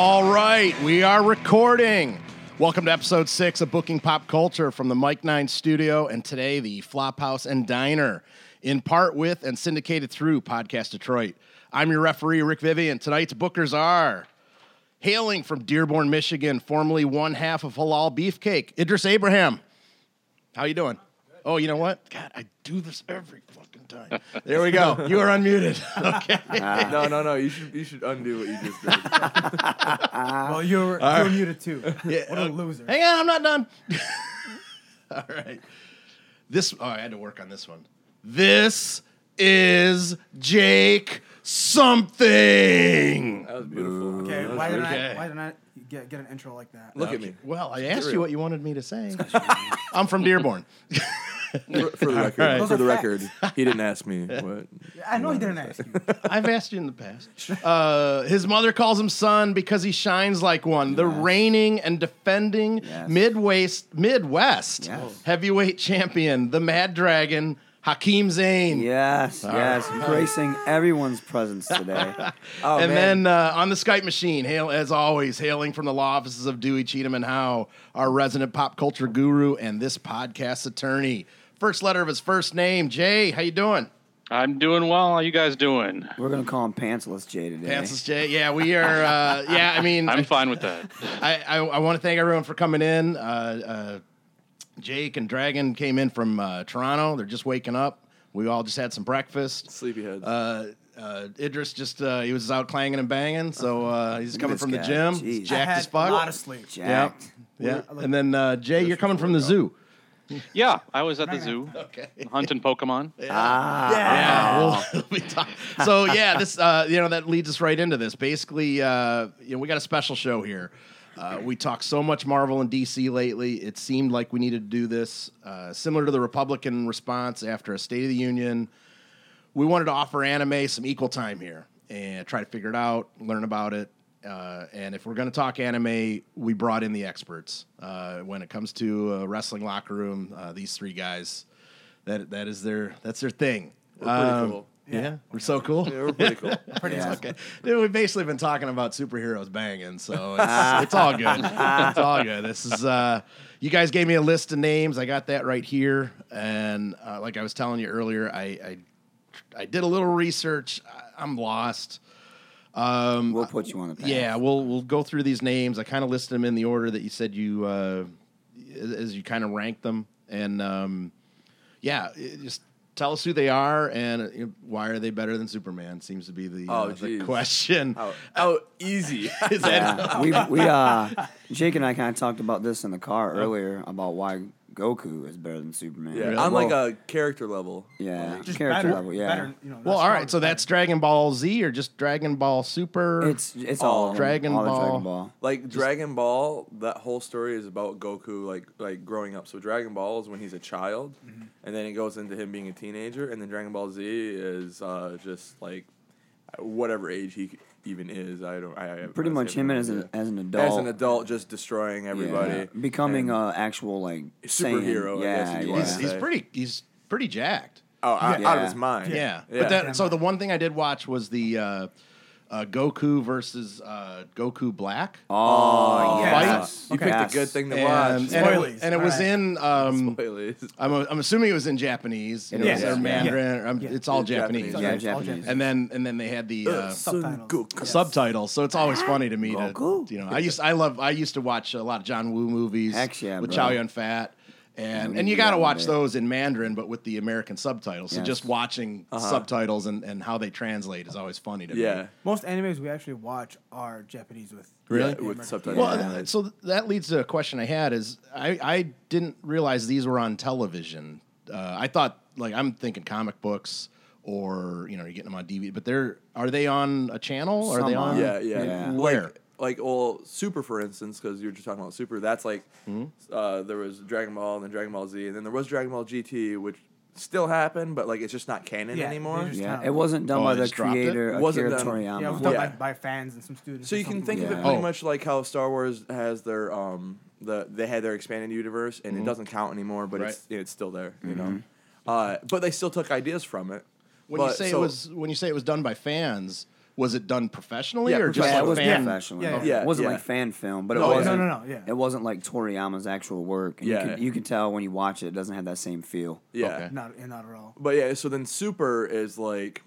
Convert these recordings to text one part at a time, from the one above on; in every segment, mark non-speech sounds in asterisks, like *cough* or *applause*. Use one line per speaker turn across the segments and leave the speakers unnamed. right, we are recording. Welcome to episode six of Booking Pop Culture from the Mike Nine Studio, and today the Flophouse and Diner, in part with and syndicated through Podcast Detroit. I'm your referee, Rick Vivian. Tonight's bookers are hailing from Dearborn, Michigan, formerly one half of Halal Beefcake, Idris Abraham. How you doing? Oh, you know what? God, I do this every fucking time. There we go. You are unmuted. *laughs* Okay.
No, no, no. You should you should undo what you just did.
Well, Oh, you're, you're muted
*laughs*
too. what a loser.
Uh, Hang on, I'm not done. *laughs* All right. This oh, I had to work on this one. This is Jake something.
That was beautiful.
Okay, why didn't,
okay.
I, why didn't I get, get an intro like that?
Look at me.
Well, I asked
real.
you what you wanted me to say. *laughs* I'm from Dearborn.
For, for the record,
right.
for the
Those are
record, he didn't
*laughs*
ask me what.
I know he didn't ask
*laughs*
you.
I've asked you in the past. *laughs* Uh, his mother calls him son because he shines like one. The reigning and defending
Yes.
Midwest, Midwest
Yes.
heavyweight champion, the Mad Dragon, Hakeem Zayn.
Yes, yes, gracing everyone's
*laughs*
presence today.
Oh,
and
man.
then uh, on the Skype machine, hail as always, hailing from the law offices of Dewey, Cheatham, and Howe, our resident pop culture guru and this podcast's attorney. First letter of his first name, Jay. How you doing?
I'm doing well. How you guys doing?
We're gonna call him Pantsless Jay today.
Pantsless Jay. Yeah, we are.
*laughs*
Uh, yeah, I mean,
I'm fine with that.
I, I, I want to thank everyone for coming in. Uh, uh, Jake and Dragon came in from uh, Toronto. They're just waking up. We all just had some breakfast.
Sleepyheads.
Uh, uh, Idris just uh, he was out clanging and banging, so uh, he's coming
this
from
guy.
the gym.
Jeez.
He's
I
jacked
had
as fuck.
a lot of sleep.
Yeah.
Jacked.
Yeah.
We're-
And then uh, Jay, you're coming from the zoo.
Yeah, I was at the
Right
zoo
Okay.
hunting Pokemon.
Ah,
Yeah. *laughs* we'll- we'll be talk- so yeah, this uh, you know that leads us right into this. Basically, uh, you know, we got a special show here. Uh, we talked so much Marvel and DC lately. It seemed like we needed to do this, uh, similar to the Republican response after a State of the Union. We wanted to offer anime some equal time here and try to figure it out, learn about it. Uh, and if we're going to talk anime, we brought in the experts. Uh, when it comes to uh, wrestling locker room, uh, these three guys, that that is their that's their thing.
We're pretty
Um,
cool.
Yeah. we're so cool.
Yeah, we're
*laughs*
pretty cool.
yeah.
Okay, dude, we've basically been talking about superheroes banging, *laughs* so it's, it's all good. It's all good. This is uh, you guys gave me a list of names. I got that right here, and uh, like I was telling you earlier, I I, I did a little research. I, I'm lost.
We'll put you on the path.
Yeah, we'll we'll go through these names. I kind of listed them in the order that you said you uh, as- as you kind of ranked them, and um, yeah, it- just tell us who they are and uh, you know, why are they better than Superman? Seems to be the, uh,
Oh,
the
geez.
question.
Oh, oh, easy.
*laughs* Is that-
Yeah. we we uh,
*laughs*
Jake and I kind of talked about this in the car earlier about why Goku is better than Superman.
Yeah, on
Well,
like a character level.
yeah
Just
character
better,
level. Yeah,
better, you know,
well, all right.
stronger,
So
*laughs*
that's
better.
Dragon Ball Z or just Dragon Ball Super?
it's it's all, of them,
Dragon
all the
Ball.
Dragon Ball.
Like Dragon Ball, that whole story is about Goku like like growing up. So Dragon Ball is when he's a child,
Mm-hmm.
and then it goes into him being a teenager, and then Dragon Ball Z is uh, just like whatever age he even is. I don't. I, I
Pretty much him as an
adult.
as an adult.
as an adult, just destroying everybody,
yeah. becoming
And-
a actual like Saiyan.
Superhero, I guess,
Yeah,
if you
he's,
wanna
yeah.
he's
say.
pretty. He's pretty jacked.
oh, out, out of
Yeah.
his mind.
Yeah.
yeah.
But that, so the one thing I did watch was the uh, uh, Goku versus uh, Goku Black.
Oh,
yeah.
yes.
you
Okay.
picked a good thing to
and,
*laughs*
and
watch.
it,
Spoilies.
and it was
Alright.
in. Um,
Spoilers.
I'm, I'm assuming it was in Japanese. You know,
It
is.
is.
or
Yeah.
Mandarin. or- um,
Yeah.
It's all
It's
Japanese.
Japanese.
Yeah,
right?
It's all
Japanese.
Japanese.
And then and then they had the uh,
Son
subtitles.
Goku.
Yes.
subtitles, so it's always funny to me. To,
Goku.
you know, I used I love I used to watch a lot of John Woo movies.
Heck yeah,
with
bro.
Chow Yun Fat. And,
we
and
need
you
to
got to
get on
watch
there.
those in Mandarin, but with the American subtitles. So
Yes. Uh-huh.
just watching subtitles and, and how they translate is always funny to me.
Yeah.
Most animes we actually watch are Japanese with.
Really?
the
With
American-
subtitles.
Well,
Yeah.
th- so that leads to a question I had is I, I didn't realize these were on television. Uh, I thought like I'm thinking comic books or you know you're getting them on DVD, but they're are they on a channel? are they
Some
on?
are.
Yeah, yeah.
Yeah.
Where?
Like, well, Super, for instance, because you were just talking about Super. That's like
Hmm?
uh, there was Dragon Ball and then Dragon Ball Z, and then there was Dragon Ball GT, which still happened, but like it's just not canon
Yeah, they
anymore.
just-
Yeah,
Yeah.
it wasn't done
Oh,
by
they
the
just dropped it?
creator
It wasn't
Akira
done-
Toriyama.
Yeah, it was
Yeah.
done by, by fans and some students.
So
or
you can
something
think of
like
it
Yeah.
pretty
Oh.
much like how Star Wars has their um the they had their expanded universe
Mm-hmm.
and it doesn't count anymore, but it's it's still there, you know. Uh, but they still took ideas from it.
When you
But
say
so-
it was when you say it was done by fans, Was it done professionally
Yeah,
or just
professionally.
yeah,
like
it was
fan?
professional.
Yeah,
Yeah,
yeah.
it wasn't
Yeah.
like fan film, but it
No, yeah.
wasn't.
No,
no, no, yeah.
It wasn't like Toriyama's actual work. And
Yeah.
you, can, you can tell when you watch it, it doesn't have that same feel.
Yeah.
Okay.
Not, yeah, not at all.
But yeah, so then Super is like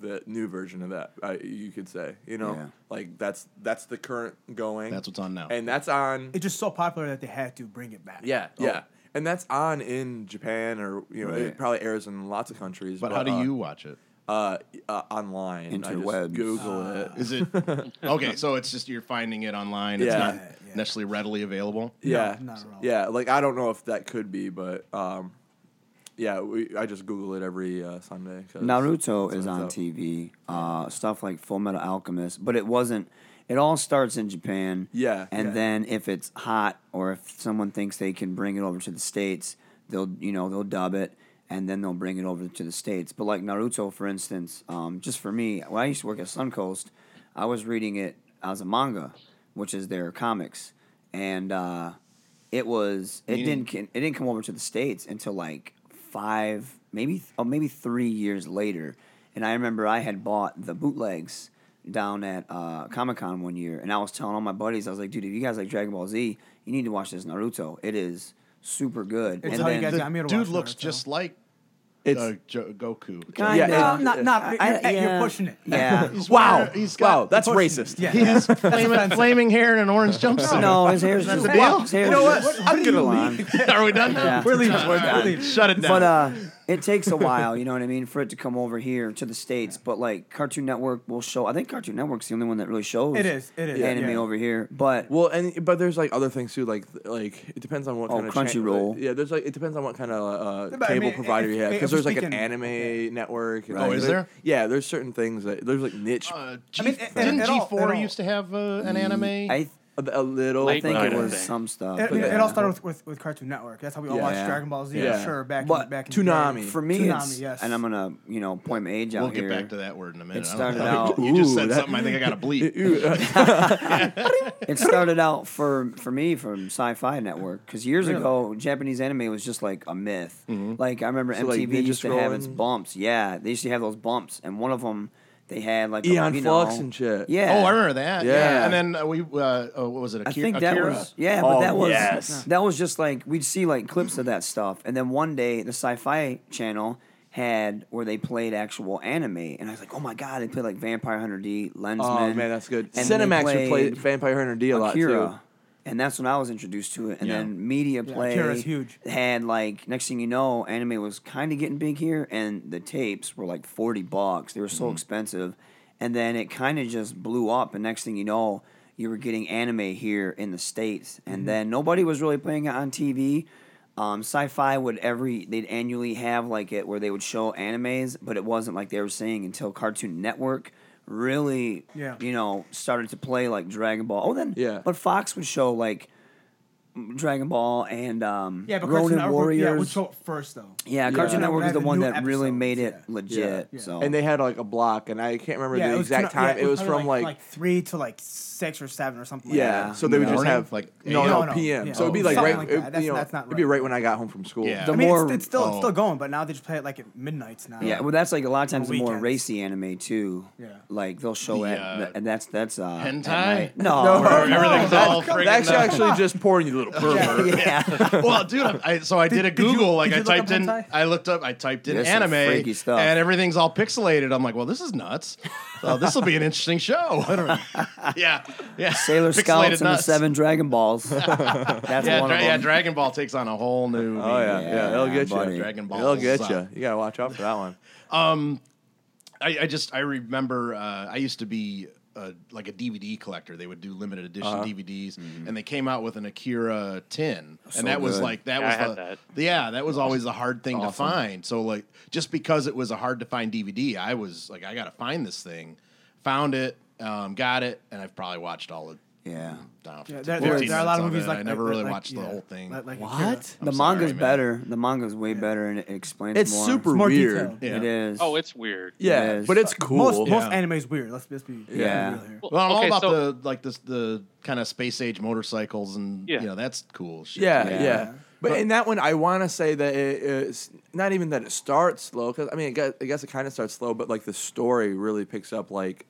the new version of that. I, you could say, you know,
Yeah.
like that's that's the current going.
That's what's on now.
and that's on.
It's just so popular that they had to bring it back.
yeah, yeah, and that's on in Japan or you know it
Right.
probably airs in lots of countries.
but how do
uh,
you watch it?
uh, uh online? I just
Interwebs.
Google
Uh,
it. *laughs*
Is it okay? So it's just you're finding it online. It's
Yeah.
not
Yeah, yeah.
necessarily readily available.
Yeah,
not at all.
yeah. Like I don't know if that could be, but um, yeah, we, I just Google it every uh, Sunday. 'cause
Naruto
that's
is
when it's
on
out.
TV. Uh, stuff like Full Metal Alchemist, but it wasn't. It all starts in Japan.
Yeah.
and
Yeah.
then if it's hot or if someone thinks they can bring it over to the states, they'll you know they'll dub it and then they'll bring it over to the states. But like Naruto, for instance, um, just for me, when I used to work at Suncoast, I was reading it as a manga, which is their comics, and uh, it was it
Meaning-
didn't it didn't come over to the states until like five maybe oh, maybe three years later and i remember i had bought the bootlegs down at uh, comic-con one year and i was telling all my buddies i was like dude if you guys like dragon ball z you need to watch this naruto it is super good
It's
and
how you
then
guys-
The
Yeah, I'm gonna
dude
watch
looks
Naruto.
just like
It's
uh, jo- Goku.
*laughs* Kinda.
Yeah, it-
No, not- not- you're- you're pushing it. *laughs*
yeah
He's
wow,
wearing- he's
wow,
got-
that's
pushing-
racist.
Yeah.
*laughs* He has flaming, flaming hair and an orange jumpsuit.
no
*laughs*
his hair's just
the deal?
his hair's
You know what?
just
I'm gonna
blonde.
Are we done now?
Yeah.
We're leaving.
All
We're
right,
leaving.
Shut
*laughs*
it down.
But uh, it takes a while, you know what I mean, for it to come over here to the states. But like Cartoon Network will show. I think Cartoon Network's the only one that really shows.
It is, it is,
anime
yeah.
over here. But
Well, and but there's like other things too, like like it depends on what
Oh,
kind of cha-
Crunchyroll.
yeah, there's like it depends on what kind of uh,
but I
cable
mean,
provider
if-
you have
if
because there's
we
like an
can-
anime network. And
Oh,
like,
is there?
Yeah, there's certain things that there's like niche,
Uh, G-
I mean, at-
didn't
at
G
all-
four
at all.
used to have uh, an anime?
Mm, I
a, a little.
I
think
Right,
it
I
was
think.
some stuff.
It,
but
it
yeah.
all started with, with, with Cartoon Network. That's how we all
Yeah.
watched Dragon Ball Z.
Yeah.
I'm sure back in,
But
back in
Toonami.
The day.
for me.
Tsunami,
it's,
yes.
and I'm gonna you know point my age
we'll
out
get
here.
back to that word in a minute.
It
I don't
started
know.
out-
you just
Ooh,
said
that-
something. I think I got to
*laughs*
bleep.
it started out for for me from Sci-Fi Network because years ago Japanese anime was just like a myth. Like I remember
Mm-hmm. So, like,
MTV
Ninja
used to have its
Scrolling?
bumps. Yeah, they used to have those bumps, and one of them they had like a,
Eon
you
Flux
know-
and shit.
Yeah.
Oh, I remember that. Yeah.
Yeah.
And then uh, we, uh, oh, what was it? Akira?
I think that
Akira?
was yeah, but
Oh,
that was
yes.
that was just like we'd see like clips of that stuff, and then one day the Sci-Fi Channel had where they played actual anime, and I was like, oh my god, they played like Vampire Hunter D, Lensman.
Oh man, that's good.
and
Cinemax
they
would play Vampire Hunter D a lot too.
Akira, and that's when I was introduced to it. And
Yeah.
then media play
Akira's huge.
had like next thing you know, anime was kind of getting big here, and the tapes were like forty bucks. They were so expensive, and then it kind of just blew up. And next thing you know, you were getting anime here in the states, and then nobody was really playing it on TV. Um, sci-fi would every they'd annually have like it where they would show animes, but it wasn't like they were saying until Cartoon Network really,
Yeah.
you know, started to play like Dragon Ball. Oh, then
Yeah.
but Fox would show like Dragon Ball and um,
yeah, but Cartoon
Ronin
Network would- yeah,
Warriors.
would show it first though.
Yeah.
Yeah, Cartoon
And
Network
then
is the
the
one
new
that really
episodes,
made it
yeah.
legit.
Yeah.
So
And they had like a block, and I can't remember
it
the
was
exact
Toonami- yeah,
time. it was
probably
from
like,
like,
three to like six or seven or something. like
yeah.
that.
So they would just
Morning?
have
Like,
no
eight?
no,
No, no,
p.m.
yeah.
So it'd be
Oh,
like
something
right.
like that.
it-
That's-
you know,
that's not
It'd be
right.
right when I got home from school.
Yeah.
The
I mean,
more-
it's, it's still it's
oh.
still going, but now they just play it like at midnights now.
yeah, well, that's like a lot of times the more
Weekends.
racy anime too.
Yeah.
like they'll show
The,
it,
uh,
and that's that's uh, at
hentai?
*laughs*
night.
No,
No,
Where
Oh,
everything's all
That's
friggin'
that's
uh,
actually just porn, you little
*laughs*
pervert.
*laughs* yeah,
well, dude, I, so I did, a
did you-
Google. like
did
I
you look
typed
up
in,
hentai?
I looked up, I typed in
There's some
anime,
freaky stuff.
and everything's all pixelated. I'm like, well, this is nuts. So this will be an interesting
*laughs*
show. *laughs* yeah, yeah.
Sailor Scouts
Pixelated
and the
nuts.
Seven Dragon
*laughs*
Balls. that's
Yeah,
one
dra-
of
yeah.
them.
Dragon Ball takes on a whole new.
Oh yeah, yeah,
Yeah,
they'll get
buddy.
you.
Dragon
They'll
Balls
get
up.
you. You gotta watch out for that one.
I, I just I remember uh, I used to be uh like a DVD collector. They would do limited edition
Uh-huh.
DVDs,
Mm-hmm.
and they came out with an Akira tin,
So
and that was
good.
like that
Yeah,
was
I had
the,
that.
yeah that was always a hard thing to
Awesome.
find. So like just because it was a hard to find DVD, I was like I got to find this thing, found it, um, got it, and I've probably watched all of. I
Yeah.
don't know,
Yeah,
15
there, there,
minutes
there are a lot of
of
movies
it.
like
I never
like,
really
like,
watched the
yeah,
whole thing.
like- like
What?
Akira.
I'm
the
sorry,
manga's
man.
better. The manga's way better, and it explains.
It's
more.
super
It's more
weird.
detailed.
Yeah.
It is.
Oh, it's weird.
Yeah,
Yes.
but it's cool.
Most most
Yeah.
anime's weird. Let's let's be
Yeah.
real here.
Well, I'm
okay,
all about
so
the like this the kind of space age motorcycles and
Yeah.
you know that's cool shit.
yeah,
Yeah.
yeah, But, in that one, I want to say that it, it's not even that it starts slow. Because I mean, I guess, I guess it kind of starts slow, but like the story really picks up like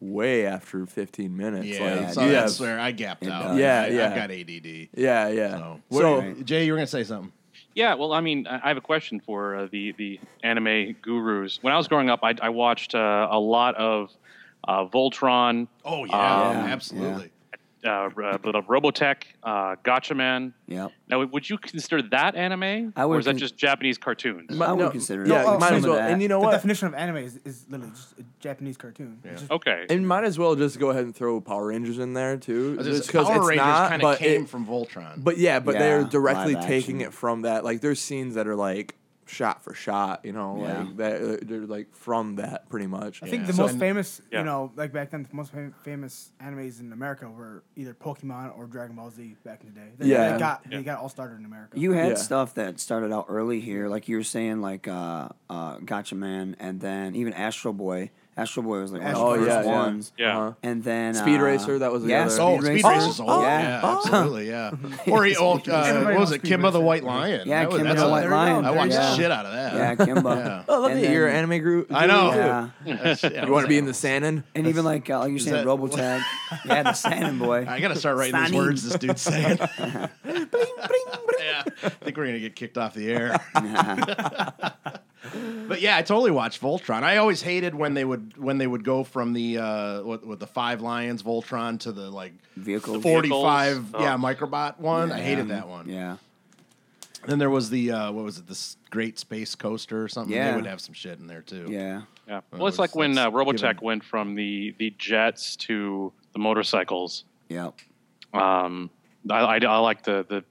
way after 15 minutes.
Yeah,
like,
so
you
that's
have-
where I gapped out.
does.
Yeah,
I,
yeah.
I've got ADD.
yeah, yeah.
So, what-
so
Jay, you were gonna say something.
Yeah, well, I mean, I I have a question for uh, the the anime gurus. When I was growing up, I, I watched uh, a lot of uh, Voltron,
Oh yeah,
Um,
absolutely.
uh, Ro- Robotech, uh, Gotchaman.
Yep.
Now, would you consider that anime,
I
or
would
is that
con-
just Japanese cartoons?
mi-
I would consider it.
Yeah,
No,
might
some
as
of
well.
that.
And you know
The
what?
definition of anime is, is literally just a Japanese cartoon. It's just-
okay,
And might as well just go ahead and throw Power Rangers in there too,
I was just-
just 'cause
Power
it's
Rangers
not,
kind of
but
came
it-
from Voltron.
But yeah, but they're
Yeah,
directly
live
taking
action.
it from that. Like there's scenes that are like shot for shot, you know,
Yeah.
like that uh, they're like from that pretty much.
I think
Yeah.
the
So-
most famous,
Yeah.
you know, like back then, the most fam- famous animes in America were either Pokemon or Dragon Ball Z back in the day. They,
Yeah.
they got
Yeah.
they got all started in America.
You had
Yeah.
stuff that started out early here, like you were saying, like uh, uh, Gotcha Man, and then even Astro Boy. Astro Boy was like one of the
Oh,
first
yeah, yeah.
ones. Uh-huh.
Yeah.
And then
Speed
uh,
Racer, that was the
yeah,
other-
Speed
Oh,
Racer.
Speed Racer's
Oh,
old. Yeah,
yeah.
absolutely. Yeah. Or he old, uh,
Everybody
what was
knows
it?
Speed
Kimba the
Racer.
White Lion.
Yeah,
That was-
Kimba
that's
the
a-
White
there we go,
Lion.
I watched
yeah.
the shit out of that. *laughs*
Yeah, Kimba.
Yeah.
Oh, look
And
at you, you're an
then-
anime group.
I know.
Yeah.
That's- yeah,
You want to be in the
that's-
Sandin?
And even like uh, like you're saying,
that-
Robotech. yeah, the Sandman Boy.
I gotta start writing these
Sanin.
words this dude's
*laughs*
saying. yeah, I think we're gonna get kicked off the
*laughs*
air. *laughs* but yeah, I totally watched Voltron. I always hated when they would when they would go from the uh what, what the five lions Voltron to the like
Vehicles.
forty five
Vehicles.
yeah
Oh.
Microbot one. *laughs* I hated
Yeah.
that one.
Yeah.
Then there was the uh, what was it? This Great Space Coaster or something. They
Yeah.
would have some shit in there too.
Yeah.
yeah.
Well,
Well, it's like
it's-
when
it's
uh, Robotech
given-
went from the the jets to the motorcycles.
Yeah.
Um, I, I, I like the the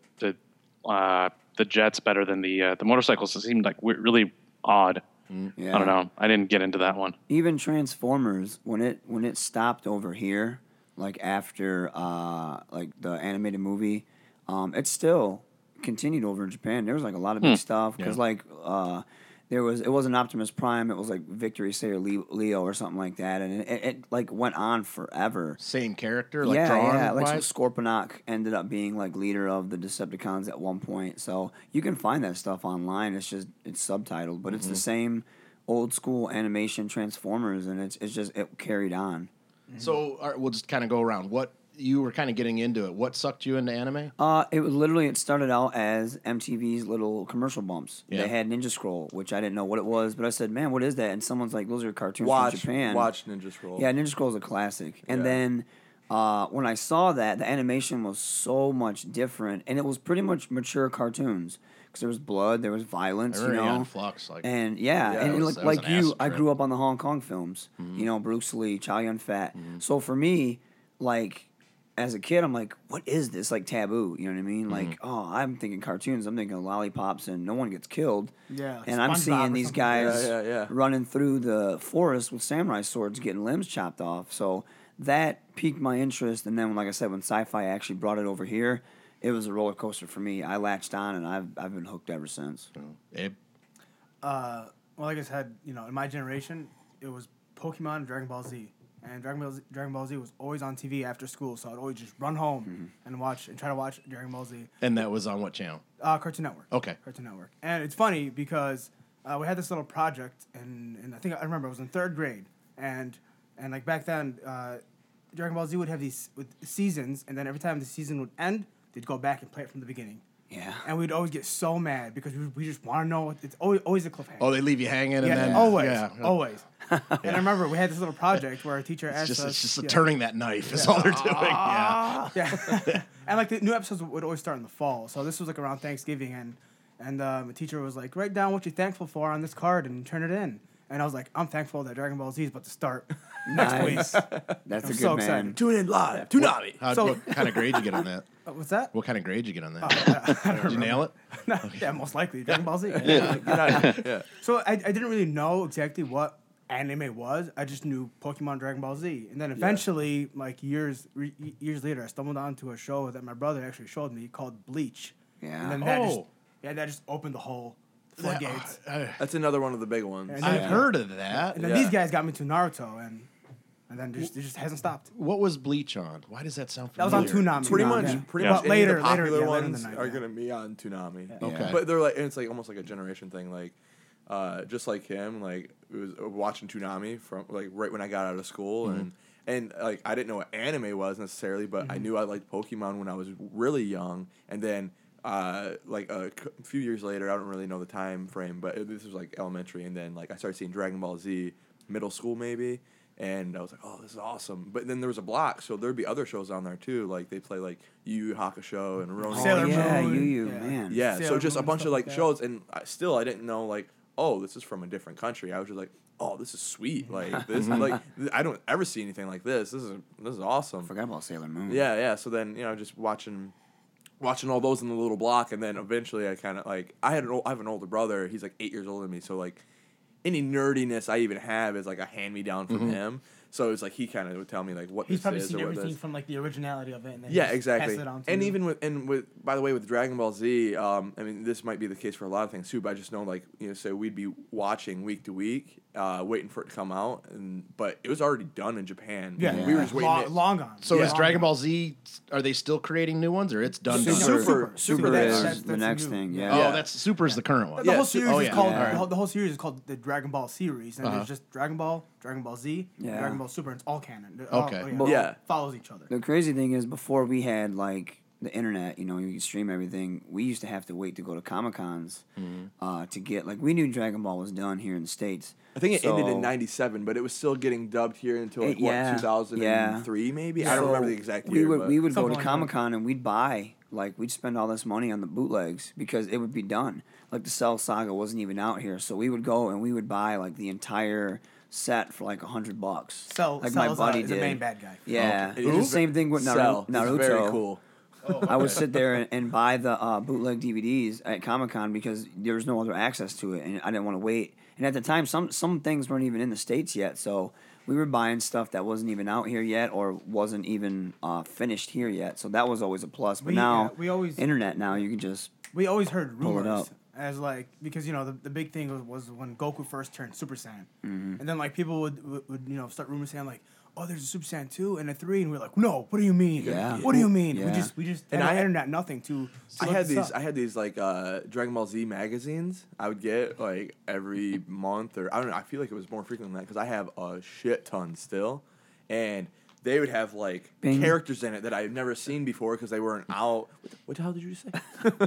the uh, the jets better than the uh, the motorcycles. It seemed like we really odd.
Mm. Yeah.
I don't know. I didn't get into that one.
Even Transformers, when it when it stopped over here, like after uh like the animated movie, um, it still continued over in Japan. There was like a lot of big stuff because
Yeah.
like uh there was it wasn't Optimus Prime, it was like Victory Sayer Le- Leo or something like that, and it, it, it like went on forever.
Same character, like
yeah,
drawn.
yeah, like
wise?
so Scorponok ended up being like leader of the Decepticons at one point. So you can find that stuff online. It's just it's subtitled, but it's the same old school animation Transformers, and it's it's just it carried on.
So all right, we'll just kind of go around. What you were kind of getting into it. What sucked you into anime?
Uh, it was literally it started out as MTV's little commercial bumps.
Yeah.
They had Ninja Scroll, which I didn't know what it was, but I said, "Man, what is that?" And someone's like, "Those are cartoons from
Watch,
Japan."
watch Ninja Scroll.
Yeah, Ninja Scroll is a classic. And
Yeah.
then uh, when I saw that, the animation was so much different, and it was pretty much mature cartoons because there was blood, there was violence,
They
you
were
know.
on Flux, like-
and yeah,
Yeah,
and
that
it
was-
looked
that was
like
an
you,
acid
I
trip.
grew up on the Hong Kong films, you know, Bruce Lee, Chow Yun Fat. So for me, like. As a kid, I'm like, what is this? Like taboo, you know what I mean? Like, oh, I'm thinking cartoons. I'm thinking lollipops, and no one gets killed.
Yeah, like
and I'm
SpongeBob
seeing
or something
these
like
guys
that.
guys
Yeah, yeah, yeah.
running through the forest with samurai swords, getting limbs chopped off. So that piqued my interest. And then, like I said, when sci-fi actually brought it over here, it was a roller coaster for me. I latched on, and I've I've been hooked ever since.
Abe?
Uh, well, like I said, you know, in my generation, it was Pokemon, and Dragon Ball Z, and Dragon Ball Z, Dragon Ball Z was always on TV after school, so I'd always just run home and watch and try to watch Dragon Ball Z.
And that was on what channel?
Uh, Cartoon Network.
Okay.
Cartoon Network. And it's funny because uh, we had this little project, and, and I think I remember I was in third grade, and and like back then, uh, Dragon Ball Z would have these with seasons, and then every time the season would end, they'd go back and play it from the beginning.
Yeah.
And we'd always get so mad because we, we just want to know. It's always always a cliffhanger.
Oh, they leave you hanging, and
yeah,
then
always,
yeah. *laughs*
always. And I remember we had this little project where our teacher
It's
asked
just,
us.
it's just
yeah. Ah.
turning that knife is all they're doing. Yeah.
Yeah. *laughs* and like the new episodes would always start in the fall. So this was like around Thanksgiving and and um, the teacher was like, write down what you're thankful for on this card and turn it in. And I was like, I'm thankful that Dragon Ball Z is about to start *laughs* next
*laughs*
Nice.
week.
That's
I'm
a good
so
man.
excited.
Tune in live. Tsunami.
How,
So- Oh,
what kind of grade you get on
*laughs*
that?
Uh, What's that?
What kind of grade you get on
*laughs*
that? Did you nail it?
yeah, most likely Dragon Ball Z.
*laughs* Get out of here. Yeah.
*laughs* So I, I didn't really know exactly what anime was. I just knew Pokemon, Dragon Ball Z, and then eventually, like years re- years later, I stumbled onto a show that my brother actually showed me called Bleach.
Yeah.
And then that just
Oh.
yeah, that just opened the whole
That-
floodgates.
I-
That's another one of the big ones.
And
I've
Yeah.
heard of that.
And then
Yeah.
these guys got me to Naruto, and and then just, it just hasn't stopped.
What was Bleach on? Why does that sound
That
familiar?
was on Toonami.
Pretty
Toonami,
much,
yeah.
pretty
But
much. any
later,
of the popular
later, yeah, later in
ones
the night,
are
yeah.
gonna be on Toonami.
Okay.
but they're like, and it's like almost like a generation thing. Like, uh, just like him, like it was uh, watching Toonami from like right when I got out of school,
Mm-hmm.
and and like I didn't know what anime was necessarily, but
Mm-hmm.
I knew I liked Pokemon when I was really young, and then. Uh, like a c- few years later, I don't really know the time frame, but it, this was like elementary, and then like I started seeing Dragon Ball Z, middle school maybe, and I was like, "Oh, this is awesome!" But then there was a block, so there'd be other shows on there too. Like they play like Yu Yu Hakusho and Ronin.
Sailor
oh, yeah,
Moon,
you, you,
yeah.
man.
Yeah,
Sailor
so just
Moon
a
and
bunch
stuff
of
like
like
that.
shows, and I, still I didn't know like, oh, this is from a different country. I was just like, oh, this
*laughs*
is sweet. Like this, like th- I don't ever see anything like this. This is this is awesome.
Forgot about Sailor Moon.
Yeah, yeah. So then you know, just watching, watching all those in the little block, and then eventually I kind of like I had an old, I have an older brother. He's like eight years older than me, so like any nerdiness I even have is like a hand me down from him. So it's like he kind of would tell me like what
He's
this
probably
is
seen
or what
everything
this.
from like the originality of it. And then
Yeah,
just
exactly.
Pass it on to
and
you.
even with and with by the way with Dragon Ball Z, um, I mean this might be the case for a lot of things too. But I just know like you know, so we'd be watching week to week, uh, waiting for it to come out, and but it was already done in Japan.
yeah,
we were just waiting.
long,
it-
long gone.
So
Yeah.
is Dragon Ball Z? Are they still creating new ones, or it's done?
Super,
done?
Super-
Super,
Super
is-
is
that's-
the
that's
next
new.
thing. Yeah.
Oh,
Yeah.
that's Super is the current one.
The
Yeah, Uh-huh.
whole
so-
series
oh,
is
yeah.
called
Yeah.
the, whole, the whole series is called the Dragon Ball series, and there's just Dragon Ball, Dragon Ball Z, and Dragon Ball Super, and it's all canon. They're all-
Okay.
oh, yeah,
Well-
it all
Yeah.
follows each other.
The crazy thing is, before we had like the internet, you know, you could stream everything. We used to have to wait to go to Comic Cons
Mm-hmm.
uh, to get like we knew Dragon Ball was done here in the states.
I think it ended in
So-
'97, but it was still getting dubbed here until like,
It- yeah,
what 2003 maybe. I don't
So
remember the exact year.
We would
but
we would go
Something
to
like that.
Comic Con and we'd buy like we'd spend all this money on the bootlegs because it would be done. Like the Cell Saga wasn't even out here, so we would go and we would buy like the entire set for like a hundred bucks.
Cell,
like
Cell's, uh, is the main bad guy.
Yeah,
Okay.
it was
Who?
the same thing with
Cell.
Naruto. Naruto.
It's very cool.
I would sit there and, and buy the uh, bootleg DVDs at Comic Con because there was no other access to it, and I didn't want to wait. And at the time, some some things weren't even in the states yet, so we were buying stuff that wasn't even out here yet or wasn't even uh, finished here yet. So that was always a plus. But
We-
now
yeah, we always-
internet now you can just
We always heard
Pull it
rumors
up.
as like because you know the, the big thing was, was when Goku first turned Super Saiyan,
Mm-hmm.
and then like people would, would would you know start rumors saying like. Oh, there's a Super Saiyan two and a three, and we're like, no. What do you mean?
Yeah.
What do you mean? We
Yeah.
just, we just,
And
and I
I-
internet nothing to. to
I
look
had
this up.
these. I had these like uh, Dragon Ball Z magazines. I would get like *laughs* every month, or I don't know. I feel like it was more frequent than that because I have a shit ton still, and they would have like
Bing.
characters in it that I've never seen before because they weren't out. What the, what the hell did you say?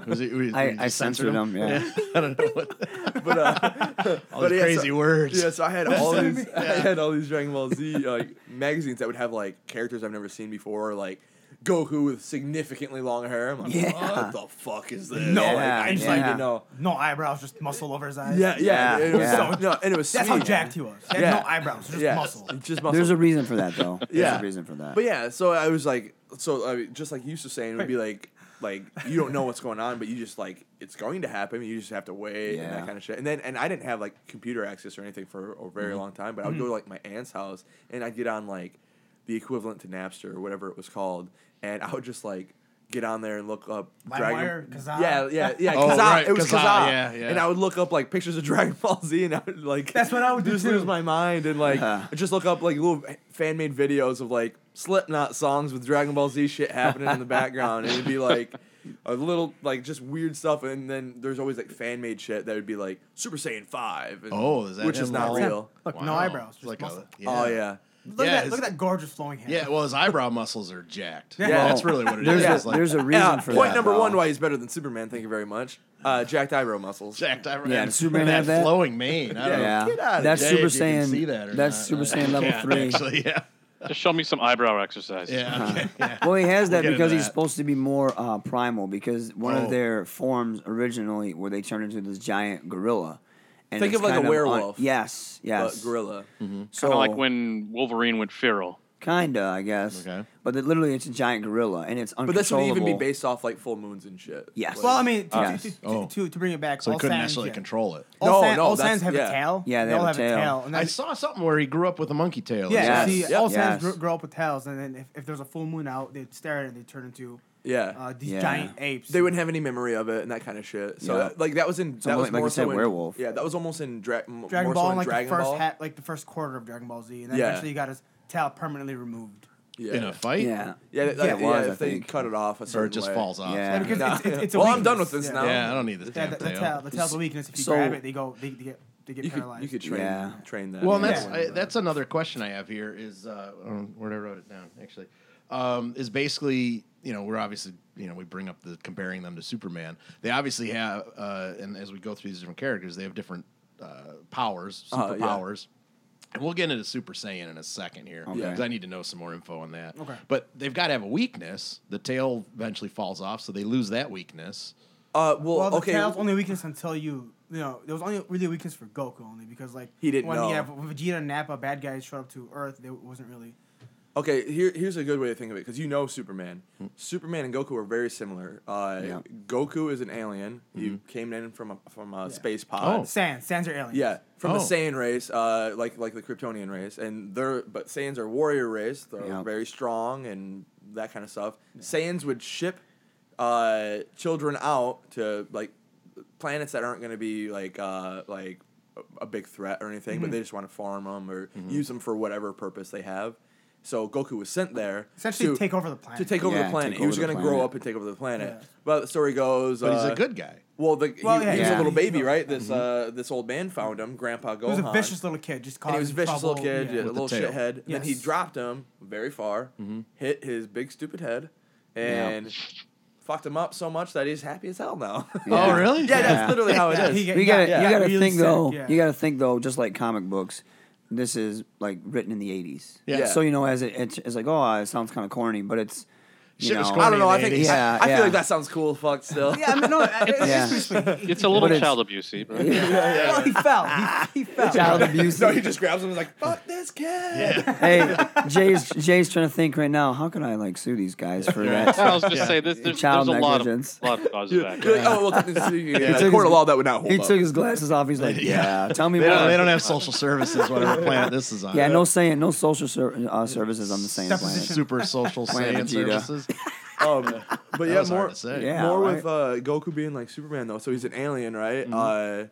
Was it- was-
I,
you
I
just
censored them. Yeah.
*laughs* I don't know what
*laughs* *laughs* But uh,
all
But
these
yeah,
crazy
so-
words.
yeah, so I had all these. I had all these Dragon Ball Z like magazines that would have like characters I've never seen before, like Goku with significantly long hair. I'm like,
Yeah.
what the fuck is this?
No,
Like,
Yeah,
I just need
yeah.
to know.
no eyebrows, just muscle over his eyes.
Yeah, yeah,
Yeah,
it was
yeah.
so no, and it was
That's
sweet.
how jacked he was. He had
Yeah.
no eyebrows, just
yeah.
muscle.
Just muscle.
There's a reason for
*laughs*
that though. There's
yeah.
a reason for that.
But yeah, so I was like, so I mean, just like you were saying, it would be like, like you don't know what's going on, but you just like it's going to happen. You just have to wait and
Yeah.
that kind of shit. And then, and I didn't have like computer access or anything for a very long time. But I would
Mm-hmm.
go to like my aunt's house and I'd get on like the equivalent to Napster or whatever it was called, and I would just like. Get on there and look up
LimeWire, Kazaa.
Yeah,
*laughs*
yeah, yeah.
Oh,
Kazaa.
right,
It was
Kazaa,
Kazaa.
yeah, yeah.
And I would look up like pictures of *laughs* Dragon Ball Z, and I would like
That's what I would do,
just lose
too.
my mind and like
Yeah.
just look up like little fan made videos of like Slipknot songs with Dragon Ball Z shit happening in the background, and it'd be like a little like just weird stuff, and then there's always like fan made shit that would be like Super Saiyan Five, and,
Oh, is that
which is
him
not
all-
real.
Look, no
Wow.
eyebrows, just
Like a-
muscle.
Oh yeah,
Look,
Yeah,
at that,
his-
look at that gorgeous flowing hair.
Yeah, well, his eyebrow muscles are jacked. Yeah,
Well,
that's really what it is.
there's,
It's
a,
like
there's a reason
yeah.
for
Point
that.
number
though.
one why he's better than Superman. Thank you very much. Uh, jacked eyebrow muscles.
jacked eyebrow.
Yeah,
and
does Superman
that
have that?
flowing mane. I don't
Yeah,
know.
outta
that's
Jay,
Super
if you can
Saiyan.
see that or
that's
not. Uh,
Super Saiyan level
Yeah,
three. Uh-huh.
Actually, yeah,
*laughs* Just show me some eyebrow exercises.
yeah. Okay.
Well, he has
We'll
that
get
because
into
he's
that.
supposed to be more uh, primal because one
Oh.
of their forms originally where they turned into this giant gorilla. And
Think
it's
of like a
kind un-
werewolf.
yes, yes.
But gorilla.
So
Kind of like when Wolverine went feral.
kinda, I guess.
Okay.
But it, literally, it's a giant gorilla, and it's
But this would
uncontrollable.
even be based off like full moons and shit.
Yes.
Like-
Well, I mean, to,
Uh,
to, to,
Oh.
to, to bring it back,
So
all
he couldn't
Saiyans,
necessarily
yeah.
control it.
All
No,
Sai-
no,
all
that's-
Saiyans have
yeah.
a tail.
Yeah, they
all
have a tail.
And
I
then,
saw something where he grew up with a monkey tail.
Oh,
or
yeah,
something.
Yes.
see, all
Yes.
Saiyans gr- grow up with tails, and then if, if there's a full moon out, they stare at it and they turn into
yeah.
uh, these
Yeah.
giant apes.
they wouldn't have any memory of it and that kind of shit. So
Yeah.
like that was in that
almost
was
like
more
you said,
so in,
werewolf.
Yeah, that was almost in dra- m-
Dragon
more
Ball,
so in
and like
Dragon
the first
Ball.
hat, like the first quarter of Dragon Ball Z, and then
Yeah.
eventually you got his tail permanently removed.
Yeah.
in a fight.
Yeah.
Yeah, that-
Yeah, it
yeah,
was, I
if they
think.
cut it off a certain
or it just
way.
falls off.
Yeah.
Yeah, because
Nah.
it's, it's, it's a
Well, I'm done
weakness,
with this
yeah.
now.
Yeah, I don't need this
Yeah,
damn
the, the
thing.
tail, the tail's a weakness. If you
So-
grab it, they go, they, they get, they get
You could,
paralyzed.
you could train
Yeah.
train that.
Well, and
in
that's
one,
I,
but-
that's another question I have here is uh, I don't know where I wrote it down actually um, is basically you know we're obviously you know we bring up the comparing them to Superman. They obviously have uh, and as we go through these different characters, they have different uh, powers,
Uh, yeah.
superpowers. And we'll get into Super Saiyan in a second here
Okay.
because I need to know some more info on that.
Okay.
But they've got to have a weakness. The tail eventually falls off, so they lose that weakness.
Uh, well,
Well, the
okay.
tail's only a weakness until you, you know, there was only really a weakness for Goku only because like
He didn't
when
know.
yeah, when Vegeta and Nappa bad guys showed up to Earth, they wasn't really.
Okay, here, here's a good way to think of it because you know Superman. Superman and Goku are very similar. Uh,
Hmm. Yeah. Mm-hmm.
Goku is an alien. He came in from a, from a space
Oh.
pod.
Sans, Sans are aliens.
Yeah, from
Oh.
the Saiyan race, uh, like like the Kryptonian race, and they're but Saiyans are warrior race. They're
Yeah.
very strong and that kind of stuff. Saiyans would ship uh, children out to like planets that aren't going to be like uh, like a- a big threat or anything, but they just want to farm them or use them for whatever purpose they have. So Goku was sent there
Essentially
to
take over the planet.
To take over
Yeah,
the planet,
take
he was
over
going to
the
grow
planet.
up and take over the planet.
Yeah.
But the story goes,
But he's
uh,
a good guy.
well, the,
Well,
he,
yeah,
he was
yeah.
a little
He's
baby,
not-
right? This uh, this old man found him, Grandpa Gohan.
He was a vicious little kid, just
And
causing
he was a vicious
trouble.
little kid, yeah, a
Yeah.
With the
little
tail.
shithead. And then he
Yes.
dropped him very far,
Mm-hmm.
hit his big stupid head, and fucked him up so much that he's happy as hell now. *laughs*
Yeah.
Oh, really?
yeah, that's literally how it
Yeah,
is.
he get-
you gotta,
yeah,
you
yeah,
gotta
really
think
sick,
though.
yeah.
You gotta think though. Just like comic books, this is like written in the eighties.
Yeah.
So you know, as it, it's, it's like, oh, it sounds kind of corny, but it's you
Shit
know,
was
I don't know. I
in
think
the
Yeah,
I, I
yeah.
feel like that sounds cool. as Fuck still.
Yeah, I mean, no, *laughs* it's,
Yeah.
it's basically-
*laughs* It's a little
it's-
child abusey. But
well, he fell. He, he fell.
*laughs*
child
*laughs*
abuse.
so he just grabs him and is like, "Fuck this kid."
hey, Jay's Jay's trying to think right now. How can I like sue these guys for
I
*laughs*
that?
was just say this. There's,
Child
there's a lot
negligence.
of, lot of causes
You're
back.
like, oh well,
*laughs*
technically, yeah,
took
the court of
his-
law that would not hold
he
up.
took his glasses off. He's like, yeah, tell me
They
more.
don't, they don't have social services, whatever planet this is on.
yeah, no saying, no social ser- uh, services on the same planet.
Supposition.
Super
*laughs*
social
Planet
science
Vegeta.
services.
*laughs*
um, but
That
yeah,
was
more
hard to say.
Yeah,
more
right?
with uh, Goku being like Superman though. So he's an alien, right?
Mm-hmm.
Uh,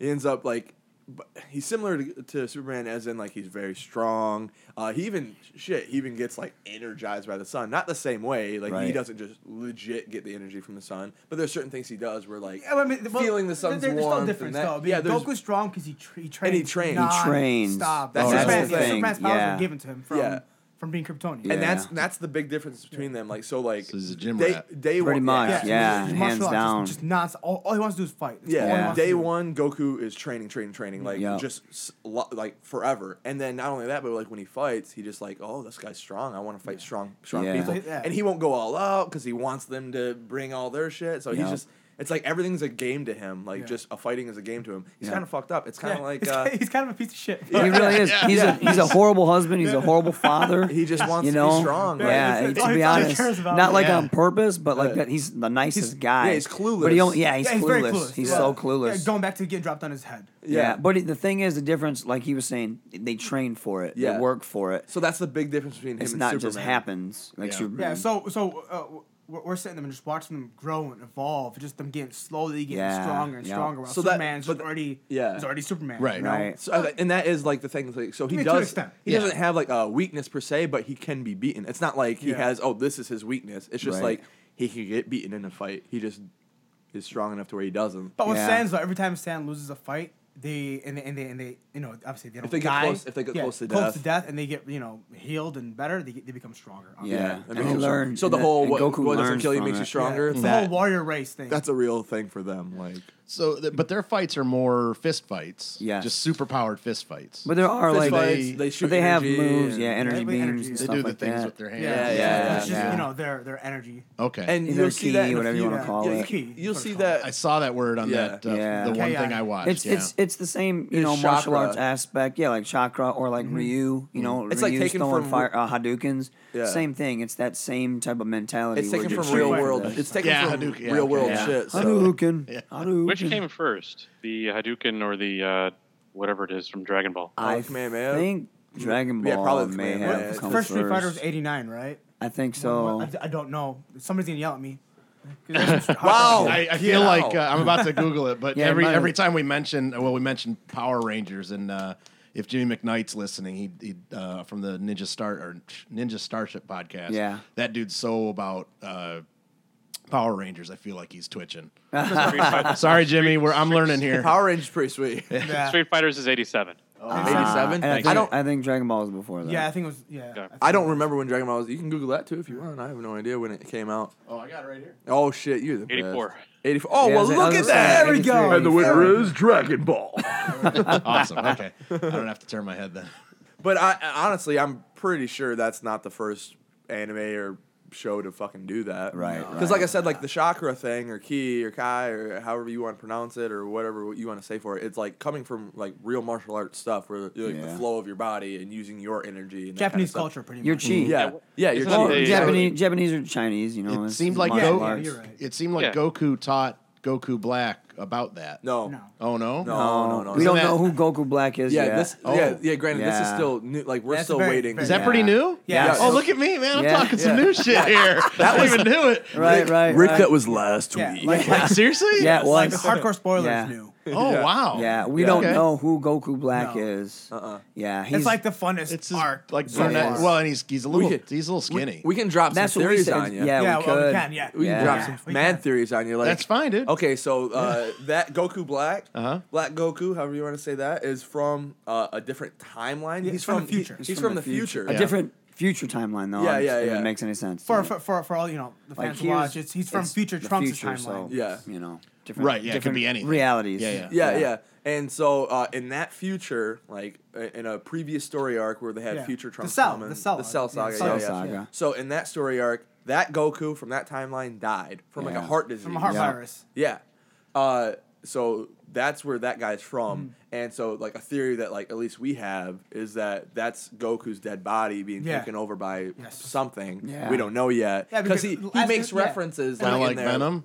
he ends up like but he's similar to, to Superman as in like he's very strong. Uh, he even shit, he even gets like energized by the sun. Not the same way. Like he
Right.
doesn't just legit get the energy from the sun, but there's certain things he does where like
Yeah, I mean, well,
feeling the sun's
there- there's
warmth
no
and
difference
that-
though.
yeah,
Yeah,
there's-
Goku's strong because he, tra- he Oh, trains.
trains. He
trains.
Stop.
That's
Superman's,
the thing,
Superman's powers
yeah.
were given to him from
Yeah.
from being Kryptonian.
Yeah.
And that's that's the big difference between them. Like so, like
So he's a gym
day,
rat.
day
Pretty
one,
much,
Yeah,
yeah,
just- just
hands
martial arts,
down.
Just, just not. All, all he wants to do is fight. That's all he
Yeah.
wants to
Day
do.
one, Goku is training, training, training, like
Yeah.
just s- lo- like forever. And then not only that, but like when he fights, he just like, oh, this guy's strong. I want to fight strong, strong
Yeah.
people.
Yeah.
And he won't go all out because he wants them to bring all their shit. So
Yeah.
he's just. It's like everything's a game to him. Like
Yeah.
just a fighting is a game to him. He's
Yeah.
kind of fucked up. It's kind
Yeah,
of like
*laughs* he's,
uh,
he's kind of a piece of shit.
He really is. He's a
Yeah.
he's a horrible husband. He's a horrible father.
he just wants
you
to
know,
be strong. like-
yeah.
That's it.
to
All he-
be
all he
honest,
cares about
not
is-
like
Yeah.
on purpose, but like
Yeah.
that. He's the nicest guy.
yeah, he's clueless.
But he don't, yeah, he's,
Yeah, he's
clueless.
very clueless.
He's
Yeah.
so clueless.
Yeah, going back to getting dropped on his head.
Yeah. but it- the thing is, the difference, like he was saying, they train for it. They
Yeah.
work for it.
So that's the big difference between him
it's
and
not
Superman.
just happens. Like
Yeah.
Superman.
Yeah, so so uh, we're, we're sitting them and just watching them grow and evolve, just them getting slowly getting
Yeah,
stronger and
yeah.
stronger. While
So that-
Superman's
but-
already
yeah.
is already Superman.
Right.
you know?
right.
So, uh, and that is like the thing. Like, so
I
he
mean, to an
does.
extent.
He
Yeah.
doesn't have like a weakness per se, but he can be beaten. It's not like he
Yeah.
has. Oh, this is his weakness. It's just
Right.
like he can get beaten in a fight. He just is strong enough to where he doesn't.
But with
Yeah.
Sans, though, every time Sans loses a fight, they and they and they, and they you know obviously they don't
they get
die.
close- if they get
yeah,
close to
to
death.
death, and they get you know healed and better, they get, they become stronger.
Yeah.
that
And
makes
they
him strong.
learn.
So the
and that-
whole
and
what,
Goku
what doesn't
learns
kill you
from
makes
it.
you stronger.
it's the
That,
whole warrior race thing.
that's a real thing for them. Like
So, th- but their fights are more fist fights.
Yes.
Just super powered fist fights.
But there are
Fist
like
fights,
but
they shoot
they have
energy
moves,
and-
yeah, energy
They have
beams,
energy.
and
They
they
stuff
do the
like
things
that.
with their hands.
yeah,
Yeah,
yeah,
It's just,
yeah.
you know their their energy.
Okay.
and
Either
you'll see that.
key,
in a
whatever you
few-
wanna call
yeah,
it.
Key, that's
You'll
what
see
it's
that.
I saw that word on
Yeah.
that. Uh,
Yeah.
The one
Yeah, yeah.
thing I watched.
It's
yeah.
it's it's the same you
It's
know
chakra.
martial
Mm-hmm.
arts aspect, yeah, like chakra or like Ryu, you know,
It's like
Ryu's
taken
throwing
from-
fire uh, Hadoukens.
Yeah.
Same thing. It's that same type of mentality.
It's
where
taken
you're
from
just
real
shooting for
world.
this.
It's taken
Yeah,
from
Hadouken, yeah,
real
okay,
world
yeah.
shit. So *laughs*
Hadouken. Hadouken.
Which came first, the Hadouken or the uh, whatever it is from Dragon Ball?
I
Kamehameha?
think Dragon Ball
Mm-hmm. Yeah, probably the
may
Kamehameha.
have
It's
come
First
first.
Street Fighter was eighty nine, right?
I think so.
I, I don't know. Somebody's gonna yell at me. 'Cause that's just-
*laughs* Wow.
I, I
Get
feel like
out.
uh, I'm about to Google it, but
Oh, *laughs* Yeah, it
every
might-
every time we mention well, we mentioned Power Rangers and uh, if Jimmy McKnight's listening, he he uh, from the Ninja Star or Ninja Starship podcast.
Yeah.
that dude's so about uh, Power Rangers. I feel like he's
*laughs*
twitching.
Street Fighter-
Sorry, Jimmy. We're, I'm learning here.
Power Rangers pretty sweet.
Yeah.
Street Fighters is 87.
Eighty-seven.
And I,
I
think,
don't.
I think Dragon Ball was before that.
yeah, I think it was. Yeah.
Yeah.
think
I don't
it was-
remember when Dragon Ball was. You can Google that too if you want. I have no idea when it came out.
Oh, I got it right here.
Oh shit, you the best.
84.
84. Oh
Yeah, I
well,
was- I
look
was
at
saying
that.
There we go.
83.
And the winner
is Dragon Ball.
Awesome. Okay, I don't have to turn my head
*laughs*
then.
but I honestly, I'm pretty sure that's not the first anime or show to fucking do that.
Right,
Because
right.
like I said, like the chakra thing or ki or kai or however you want to pronounce it or whatever you want to say for it, it's like coming from like real martial arts stuff where like
Yeah.
the flow of your body and using your energy. And that
Japanese
kinda
culture, pretty much.
Your chi.
Stuff. Yeah, yeah, your
Isn't
Well,
They-
chi.
Japanese, Japanese or Chinese, you know.
It
Oh, it's-
seemed
it's
like
martial
Goku.
yeah,
arts.
you're right.
It seemed like
Yeah.
Goku taught Goku Black about that.
No.
No.
Oh no.
No.
Oh,
no, no.
we don't
Isn't
know who
that-
Goku Black is
Yeah,
yet.
this.
Oh.
Yeah, yeah. Granted, this is
Yeah.
still new. Like we're
That's
still
very-
waiting.
Is that
Yeah.
pretty new?
Yeah.
Oh, look at me, man! I'm
Yeah.
talking some new shit here. I don't even knew it.
right, right,
Rick,
right.
that was last
Yeah,
*laughs* week.
like-
Like seriously?
yeah, it
Like
was.
the hardcore spoilers
Yeah.
knew.
Oh
Yeah.
wow.
Yeah, we
Yeah.
don't
Okay.
know who Goku Black
No.
is.
Uh-uh.
Yeah, he's
It's like the funnest
It's his,
art.
like
so
brunette-
far.
Well, and he's he's a little
could-
he's a little
We-
skinny.
We, can drop
that's
some
what we
theories
said.
on you.
Yeah,
Yeah, we
well,
could.
we can. Yeah.
We
Yeah.
can drop
Yeah,
some
we
mad
can.
theories on you. Like
That's fine, dude.
Okay, so uh, that Goku Black,
Uh-huh.
Black Goku, however you want to say that, is from uh, a different timeline.
Yeah,
he's
it's from the
he-
future.
he's, from, the future.
A
Yeah.
different future timeline, though.
Yeah,
I'm-
yeah,
if
yeah.
It makes any sense
For, for, for, for all, you know, the fans to
here's-
watch, it's, he's from
it's
future
the
Trump's
future,
timeline.
so,
Yeah.
you know, different,
Right, yeah, it could
different
be anything.
realities.
Yeah, yeah.
Yeah, yeah. And so uh, in that future, like uh, in a previous story arc where they had
Yeah.
future
The
Trunks
Cell-
come in-
the Cell
the Cell Saga,
arc.
yeah,
Yeah,
yeah,
Cell
yeah.
Saga.
So in that story arc, that Goku from that timeline died from like a
Yeah.
heart disease.
From a heart
Yeah.
virus.
Yeah. Uh, so that's where that guy's from.
Mm-hmm.
And so, like, a theory that, like, at least we have is that that's Goku's dead body being
Yeah.
taken over by
Yes.
something
Yeah.
we don't know yet.
Yeah,
because
because
he, he
last-
makes
yeah.
references
Kind of
like,
like
in there.
Venom.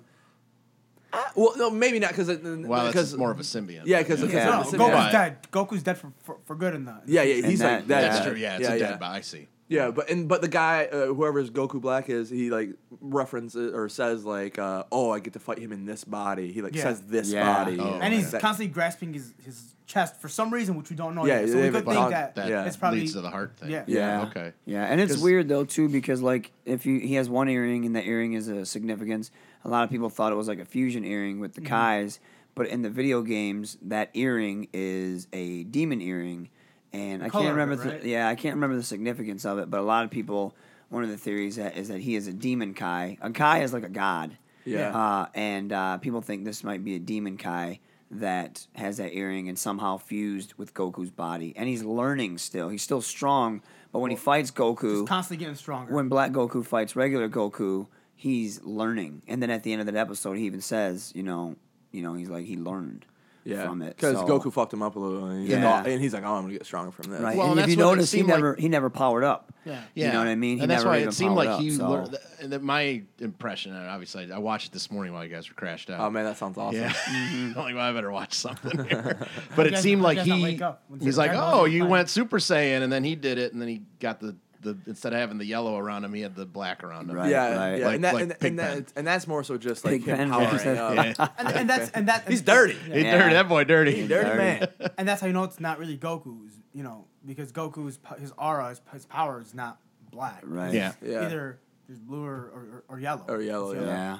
Ah, well, no, maybe not because
Wow,
because
that's more of a symbiote.
yeah, because
Yeah.
No,
Yeah.
it's
Goku's
a-
Go by.
dead. Goku's dead for, for, for good in the.
yeah, yeah,
And
he's
that-
like that.
that's
yeah.
true. Yeah, it's a dead. body. I see.
Yeah, but and but the guy, uh, whoever's Goku Black is, he like references or says like, uh, "Oh, I get to fight him in this body." He like
Yeah.
says this
Yeah.
body,
Oh,
And he's
That-
constantly grasping his, his chest for some reason, which we don't know
Yeah,
yet. So
they
we
haven't
could
found
think that,
That
Yeah.
it's probably.
leads to the heart thing.
Yeah.
Yeah.
Okay.
Yeah, and it's
'Cause-
weird though too because like if you he has one earring and that earring is a significance. A lot of people thought it was like a fusion earring with the Kai's, but in the video games that earring is a demon earring, and I
Color
can't
of
remember.
it,
the-
right?
yeah, I can't remember the significance of it, but a lot of people. One of the theories that is that he is a demon Kai. A Kai is like a god.
Yeah.
Uh, and uh, people think this might be a demon Kai that has that earring and somehow fused with Goku's body. And he's learning still. He's still strong, but when he fights
He's
Goku,
constantly getting stronger.
when Black Goku fights regular Goku, he's learning. And then at the end of that episode, he even says, you know, you know, he's like he learned from it.
Because
So-
Goku fucked him up a little, and he's,
Yeah.
like, oh, and he's like, "Oh, I'm gonna get stronger from this."
Right.
Well,
and if
that's
you
what it
notice, he
seemed like-
never he never powered up.
Yeah.
You know what I mean? He
and that's
never
why
even
it seemed like
powered up,
he.
so-
learned and that my impression, and obviously I watched it this morning while you guys were crashed out.
Oh man, that sounds awesome.
Yeah. *laughs* I'm like, well, I better watch something here. But it
guess-
seemed
I
like
guess I'll
he,
wake up when
he's
Super
like,
Dragon Ball's
oh,
in
you
the
went Super Saiyan, and then he did it, and then he got the, the instead of having the yellow around him, he had the black around him.
*laughs*
Right.
Yeah, yeah,
Like-
and, that,
like
and,
Pigpen.
and, that, and that's more so just like
Pigpen,
him
yeah.
powering up.
Yeah.
and,
*laughs*
and that's and that
He's dirty.
Yeah.
He
Yeah.
dirty, that boy dirty. *laughs*
Dirty
Dirty.
man.
*laughs* and that's how you know it's not really Goku's, you know, because Goku's po- his aura, his, his power is not black.
Right.
Yeah.
Yeah.
Either there's blue or, or, or yellow.
Or yellow,
So-
Yeah.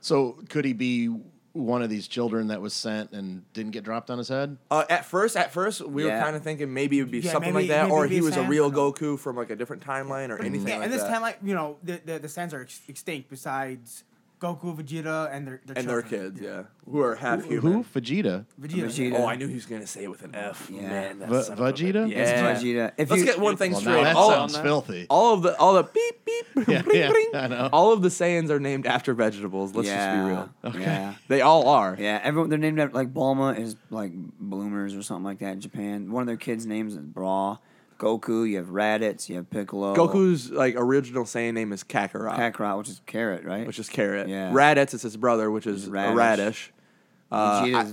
So could he be one of these children that was sent and didn't get dropped on his head?
Uh, at first, at first, we
Yeah.
were kind of thinking maybe it would be
Yeah,
something
maybe-
like that,
maybe
or
it'd be
he was a
Sam,
real
I don't
Goku from like a different timeline or anything.
Yeah,
like
and this
that.
time, like you know, the the, the Saiyans are ex- extinct besides Goku, Vegeta, and their their
and their
children.
kids, yeah, who are half
Who?
human.
Vegeta.
Vegeta.
Vegeta.
Oh, I knew he was gonna say it with an F.
Yeah.
Man, that
V-
son of a
Vegeta?
bitch. Yeah.
It's Vegeta. If
Let's
you-
get one thing
Well, now
straight.
that
all,
sounds filthy.
all of the all the beep *laughs* beep
Yeah,
ring
yeah,
ring.
I know.
All of the Saiyans are named after vegetables. Let's just be real.
Okay. Yeah.
They all are.
Yeah, everyone they're named after like Bulma is like Bloomers or something like that in Japan. One of their kids' names is Bra. Goku, you have Raditz, you have Piccolo.
Goku's like original Saiyan name is Kakarot,
Kakarot, which is carrot, right?
uh, which is carrot.
Yeah.
Raditz is his brother, which is
Radish.
a radish. Uh,
Vegeta's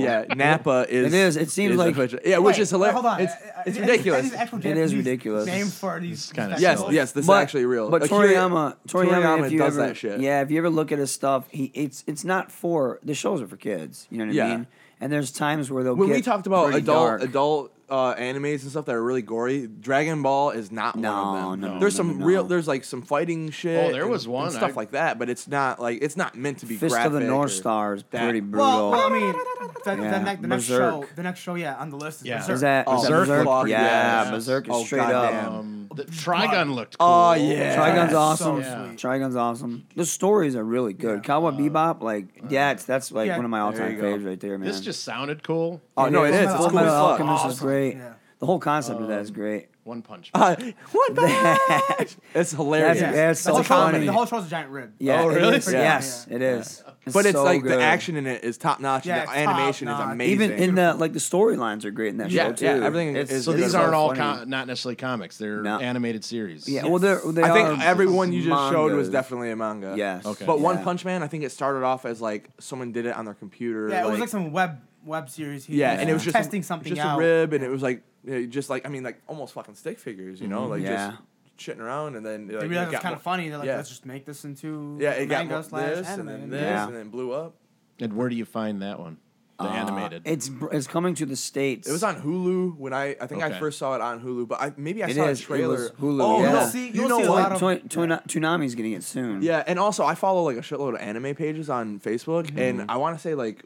*laughs* yeah, Nappa is.
is. *laughs* It seems
is a
like-
vegeta- yeah, which
Wait,
is hilarious.
Hold on,
It's,
Uh, uh,
it's
is- is-
ridiculous.
Is, this actual
It is
Japanese
ridiculous.
Name for these.
It's kinda
these
yes,
festivals?
yes, this
But-
is actually real.
But
Akira-
Toriyama, Toriyama,
Toriyama
if you
does
ever,
that shit.
Yeah, if you ever look at his stuff, he it's it's not for the shows are for kids. You know what I
Yeah.
mean? And there's times where they'll
When
get
we talked about
pretty
adult
dark.
adult uh, animes and stuff that are really gory, Dragon Ball is not one
No,
of them.
no,
there's
no,
some
no,
real,
no.
there's like some fighting shit.
Oh, there
and-
was
and
one.
stuff
I-
like that, but it's not like it's not meant to be.
Fist of the
graphic
North
or
Star is
that. *laughs*
pretty *laughs*
Well,
brutal.
well, I mean, the, the
Yeah,
ne- the next
Berserk.
show, the next show, yeah, on the list is
Yeah.
Berserk.
is that,
Oh,
is that
Berserk
Berserk?
fuck
yeah,
yes.
Berserk is
Oh,
straight
goddamn.
up.
Um, the Trigon looked cool.
Oh yeah,
Trigun's
so
awesome.
sweet.
Trigun's awesome. The stories are really good. Cowboy Bebop, like yeah, it's, that's like
Yeah.
one of my all-time
you go.
faves right there, man.
This just sounded cool.
oh
It
no,
is.
it is.
Full
Full
Metal
Metal
Alchemist.
Alchemist is
Awesome.
great.
Yeah.
The whole concept of that
Oh.
is great.
One punch. Man.
Uh, *laughs* what the? it's hilarious.
Yeah, it's
the
so
whole show-
funny.
The whole show's a giant rib.
Yeah,
Oh,
it
really?
is.
Yeah.
Yes, it is.
but it's
so
like
good.
the action in it is top notch.
Yeah,
and
it's
the animation is
top-notch.
amazing.
even in the like the storylines are great in that
Yeah,
show too.
yeah, everything
It's-
is-
So
it's
these
so
aren't all
funny.
com- not necessarily comics. They're
No.
animated series.
Yeah, well, they're, they
I
are
think everyone you just showed was
um, mangas.
definitely a manga.
Yes.
Okay.
But One
Yeah.
Punch Man, I think it started off as like someone did it on their computer.
Yeah, it was like some web web series. He
yeah, and it was just
testing
a,
something
just
out.
a rib, and it was like you know, just like I mean, like almost fucking stick figures, you know, like
Mm-hmm. Yeah.
just shitting around, and then like,
They
it
realized
got
it's kind
more-
of funny. They're like,
yeah.
let's just make this into
Yeah, it got
manga
more
slash
this and
anime.
then
and
this
Yeah.
and then blew up.
And where do you find that one? The
Uh,
animated.
It's br- it's coming to the states.
It was on Hulu when I I think I
Okay.
first saw it on Hulu, but I maybe I
It
saw
is.
a
It
trailer.
was Hulu,
Oh,
yeah.
no,
You'll
see-
you
you'll
know
see a
what?
lot of-
Tsun- Tsun- Tsunami's getting it soon.
Yeah, and also I follow like a shitload of anime pages on Facebook,
Mm-hmm.
and I want to say like,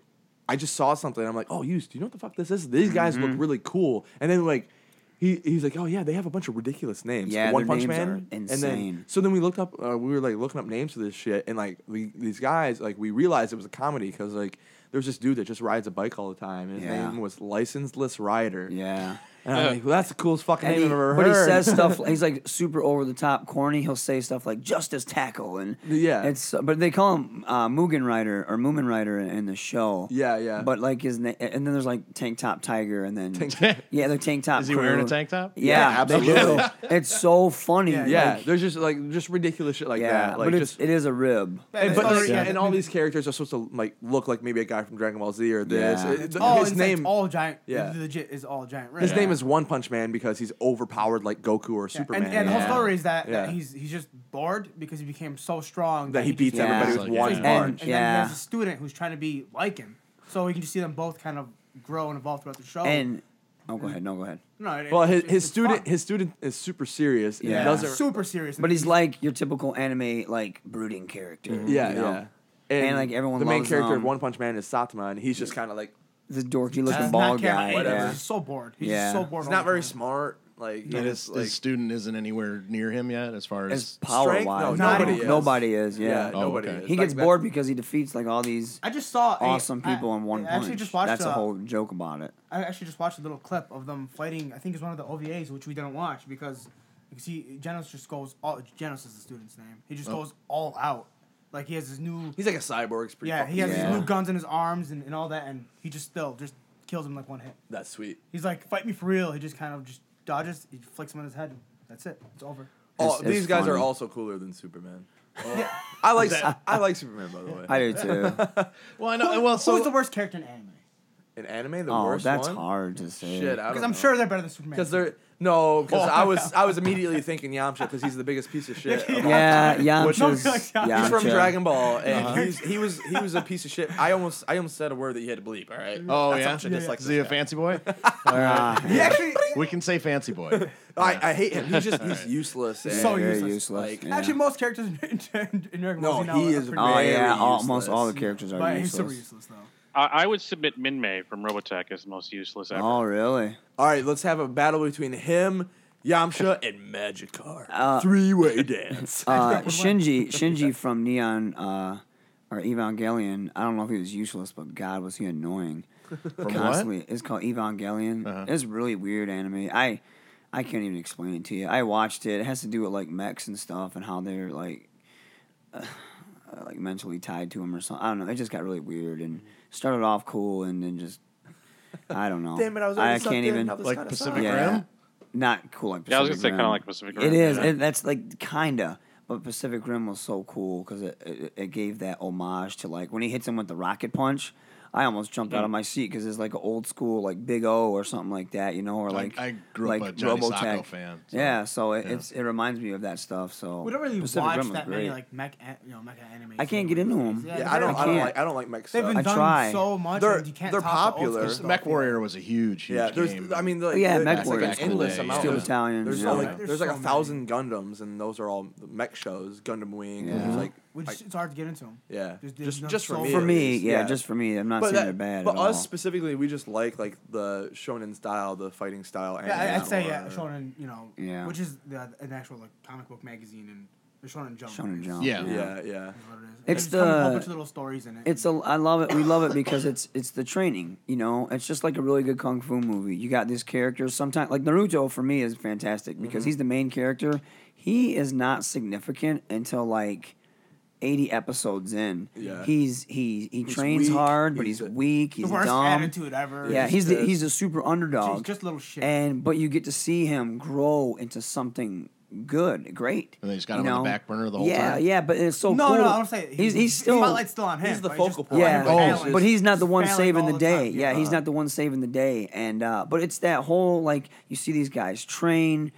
I just saw something. and I'm like, oh, you, do you know what the fuck this is? These guys
Mm-hmm.
look really cool, and then like. He, he's like, oh yeah, they have a bunch of ridiculous names.
Yeah,
The One
their
Punch
names
Man,
are
And then,
insane.
so then we looked up, uh, we were like looking up names for this shit, and like we, these guys, like we realized it was a comedy because like there was this dude that just rides a bike all the time, and his
Yeah.
name was Licenseless Rider.
yeah.
and I'm like, well, that's the coolest fucking
And
name
he-
I've ever
but
heard. *laughs*
he says stuff. He's like super over the top, corny. He'll say stuff like "justice tackle" and
Yeah.
It's but they call him uh, Mugen Rider or Moomin Rider in, in the show.
Yeah, yeah.
But like his name, and then there's like Tank Top Tiger, and then *laughs*
Tank Top.
yeah, the Tank Top.
Is he wearing a
crew.
tank top?
Yeah,
Yeah,
they do. *laughs* it's so funny.
Yeah,
yeah,
like,
there's just like just ridiculous shit like
yeah.
that. Like
but
just,
it's, it is a rib.
And,
Yeah.
but
Yeah.
like,
Yeah.
and all these characters are supposed to like look like maybe a guy from Dragon Ball Z or this.
Yeah.
It-
Oh, It's
th-
all
his name,
all giant.
Yeah.
Yeah, legit is all giant. Rib.
his name is One Punch Man because he's overpowered like Goku or
Yeah,
Superman.
And, and the
Yeah.
whole story is that, that
Yeah.
he's he's just bored because he became so strong
That he beats
just-
everybody
with Yeah. one
and,
punch.
And
Yeah.
then there's a student who's trying to be like him, so we can just see them both kind of grow and evolve throughout the show.
um,
And oh, go ahead. No, go ahead.
no, it-
Well,
it's-
his,
it's-
his
it's
student,
fun.
his student is super serious. and
Yeah.
doesn't,
super serious.
But he's like your typical anime, like brooding character.
Mm-hmm. yeah,
you know?
yeah.
And, like, everyone
the main
loves,
character
um,
of One Punch Man is Satama, and he's just kind of like
The dorky
He's
looking
not
bald
caring about
guy.
anything.
Yeah.
He's so bored. He's
Yeah.
just so bored.
he's
all
not
the
very
time.
smart. Like,
And
he's,
his,
like
his student isn't anywhere near him yet, as far
As
as.
power
strength?
wise,
No,
Not
nobody
even
is.
close.
Nobody is.
Yeah,
Yeah.
Oh,
nobody.
okay.
Is.
He
Like,
gets
that-
bored because he defeats like all these
I just saw a-
awesome people
I-
in one
I actually
punch.
just watched
That's a
uh,
whole joke about it.
I actually just watched a little clip of them fighting. I think it's one of the OVAs, which we didn't watch because you see Genos just goes all. Genos is the student's name. He
Oh.
just goes all out. Like he has his new.
He's like a cyborg. It's pretty
yeah,
fucking
he has
Yeah.
his new guns in his arms and, and all that, and he just still just kills him like one hit.
That's sweet.
He's like, fight me for real. He just kind of just dodges. He flicks him on his head. And that's it. It's over.
Oh,
It's- it's
these guys are
funny.
also cooler than Superman. I like I like Superman by the way. *laughs*
I do too.
Well, I know. Well, so
Who's the worst character in anime?
In anime, the
oh,
worst
that's
one.
hard to say.
Shit, I
Because
don't
I'm
know.
sure they're better than Superman.
Because they're
*laughs*
no, because I was I was immediately thinking Yamcha because he's the biggest piece of
*laughs*
shit. of all-
Yeah,
*laughs*
No, like,
Yamcha's,
yeah.
Yamcha. Uh-huh.
He's from Dragon Ball, and he's, he was he was a piece of shit. I almost I almost said a word that you had to bleep. All right.
Mm-hmm.
Oh
That's how
yeah,
much I dislike
is
this
he a
guy.
fancy boy?
*laughs*
*laughs*
Ah,
he actually,
we can say fancy boy.
I, I hate him. He's
*laughs*
just he's useless. and-
so
very
useless.
useless.
Like,
yeah.
actually, most characters in, in, in Dragon Ball
No,
Z now
he
are
is
pretty-
oh
very
yeah, almost
useless.
all the characters are
but he's super
useless.
useless though.
I, I would submit Minmay from Robotech as the most useless ever.
Oh really?
all right, let's have a battle between him, Yamcha, and Magikarp.
Uh,
Three way
*laughs*
dance. *laughs*
Uh, Shinji, Shinji from Neon uh, or Evangelion. I don't know if he was useless, but God, was he annoying.
*laughs* From what? Uh-huh.
Constantly, it's called Evangelion. It's really weird anime. I, I can't even explain it to you. I watched it. It has to do with like mechs and stuff and how they're like, *sighs* uh, like mentally tied to him or something. I don't know. It just got really weird and started off cool and then just, I don't
*laughs*
know.
Damn it! I was
I,
already sucked
can't
in,
even
now this
Like
kinda
Pacific Rim?
sucks.
yeah, not cool like Pacific
Yeah, I was gonna say
Rim.
kinda like Pacific
It
Rim,
is.
yeah.
It, that's like kinda, but Pacific Rim was so cool because it, it it gave that homage to like when he hits him with the rocket punch. I almost jumped
Mm.
out of my seat because it's like an old school like Big O or something like that, you know, or like
I grew up a Johnny Sacco fan, so,
yeah, so it, it's it reminds me of that stuff. So
We don't really
Pacific
watch
Rim was
that many
great.
like mech, an- you know, mecha anime.
I can't get into 'em.
Yeah,
Yeah, I don't.
I
I don't
can't.
like. I don't like mech
They've
stuff.
been
I
done
try.
so much.
They're-
and you can't
they're
talk to old
popular.
school
Mech
stuff.
Warrior was a huge, huge
Yeah, there's.
game.
I mean, like,
Yeah,
there-
Mech
it's
Warrior
like
is
an
cool.
endless
Still
amount. of-
Italian,
There's
yeah.
like
There's
there's like
so
a thousand Gundams, and those are all mech shows. Gundam Wing.
Yeah.
There's like,
Which
like-
it's hard to get into them.
yeah,
There's- there's
just
not
just
so
for me.
much.
for
at
me,
least,
yeah, just for me. I'm not
But
saying
that-
they're bad.
But
at
us
all.
specifically, we just like like the shonen style, the fighting style.
Yeah, I,
anime
I'd say yeah,
or-
Shonen. You know,
Yeah.
which is the, an actual like comic book magazine and the Shonen Jump.
Shonen
is-
Jump.
Yeah.
Yeah, yeah.
is what it is. And
It's
there's a whole
the-
bunch of little stories in it.
It's a. I love it. We love it because it's it's the training. You know, it's just like a really good kung fu movie. You got these characters. Sometimes, like Naruto, for me is fantastic because
Mm-hmm.
he's the main character. He is not significant until like. 80 episodes in.
Yeah.
He's he he
He's
trains
weak.
hard, but
He's
he's,
a-
weak,
the
he's
worst
dumb.
attitude ever.
Yeah,
He's
he's the,
just-
he's a super
It's
underdog.
just little shit.
and but you get to see him grow into something good, great.
And they just got
you
him on the back burner the whole
yeah,
time?
Yeah, but it's so
no,
cool.
no, I don't say it.
he's he's
the
still
spotlight's still on him.
he's the
but it's just-
focal point.
yeah,
Everybody
Oh,
else is-
but he's not the one
failing
saving
all
the
the
day.
time,
yeah,
yeah.
he's not the one saving the day. And uh, but it's that whole like you see these guys train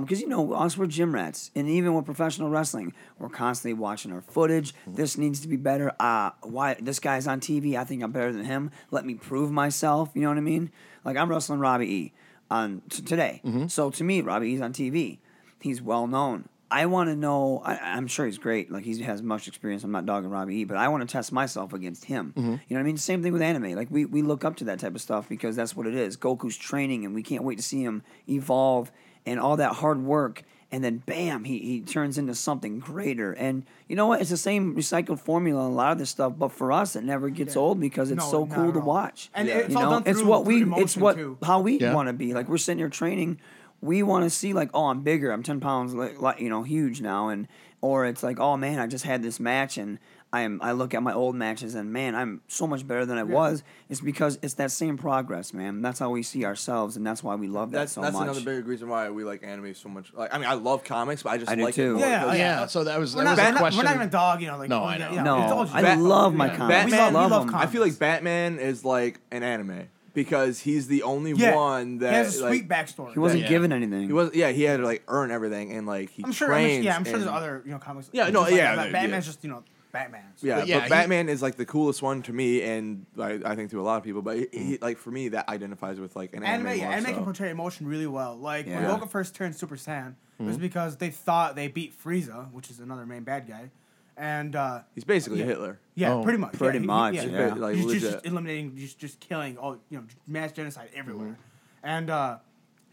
because you know us we're gym rats, and even with professional wrestling, we're constantly watching our footage. This needs to be better. Uh, why this guy's on TV? I think I'm better than him. Let me prove myself. You know what I mean? Like I'm wrestling Robbie E on t- today.
Mm-hmm.
So to me, Robbie E's on TV. He's well known. I want to know. I, I'm sure he's great. Like he has much experience. I'm not dogging Robbie E, but I want to test myself against him. You know what I mean? Same thing with anime. Like we we look up to that type of stuff because that's what it is. Goku's training, and we can't wait to see him evolve and all that hard work. And then bam, he, he turns into something greater. And you know what? It's the same recycled formula on a lot of this stuff, but for us, it never gets
Yeah.
old because it's
No,
so
not
cool
at
to
all.
watch.
And
Yeah.
it's
You
all
know,
done through
it's what we,
through
it's
emotion,
what
too.
how we
Yeah.
want to be. Like we're sitting here training, we want to see like, oh, I'm bigger. I'm ten pounds, like, like you know, huge now, and or it's like, oh man, I just had this match, and I'm I look at my old matches, and man, I'm so much better than I was. It's because it's that same progress, man. That's how we see ourselves, and that's why we love that
That's
so
that's
much.
another big reason why we like anime so much. Like, I mean, I love comics, but I just
I do
like
too.
it. more
Yeah,
because-
yeah.
Oh, yeah. So that was
We're
that was
not, we're
a
not, we're
question.
not even a dog, you know. Like
No,
oh,
I
yeah,
know.
yeah,
no,
it's all just-
I
Bat-
love my
Yeah.
comics.
Batman-
I
we
love
love
them.
comics.
I feel like Batman is like an anime because he's the only
yeah.
one that
he has a sweet
like,
backstory.
He wasn't
Yeah.
given anything.
He was yeah. He had to like earn everything and like he
I'm sure. I'm
trains.
sure yeah, I'm sure
and-
there's other you know comics.
Yeah,
it's
no,
just like
yeah,
Bat-
yeah.
Batman's just you know Batman. So
Yeah,
But
but,
yeah, he-
Batman is like the coolest one to me, and I, I think to a lot of people. But he, he, like for me, that identifies with like an anime.
anime, yeah,
more
anime
so.
can portray emotion really well. Like when
Yeah.
Goku first turned Super Saiyan, it
Mm-hmm.
was because they thought they beat Frieza, which is another main bad guy, and uh,
He's basically
yeah.
Hitler.
Yeah,
Oh,
pretty much. yeah,
pretty
he- he-
much, yeah.
Like,
He's just,
legit.
eliminating, just just killing all you know, mass genocide everywhere,
Mm-hmm.
and uh,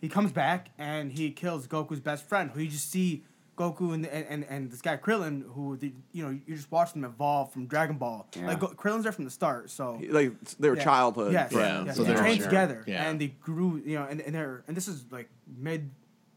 he comes back and he kills Goku's best friend, who you just see Goku and and, and, and this guy Krillin, who the, you know you just watch them evolve from Dragon Ball.
Yeah.
Like Go- Krillin's there from the start, so
He- Like s- their
yeah.
childhood.
Yes,
Yeah,
yeah,
so
they
they're
trained
sure.
together,
Yeah.
and they grew. You know, and, and they're and this is like mid,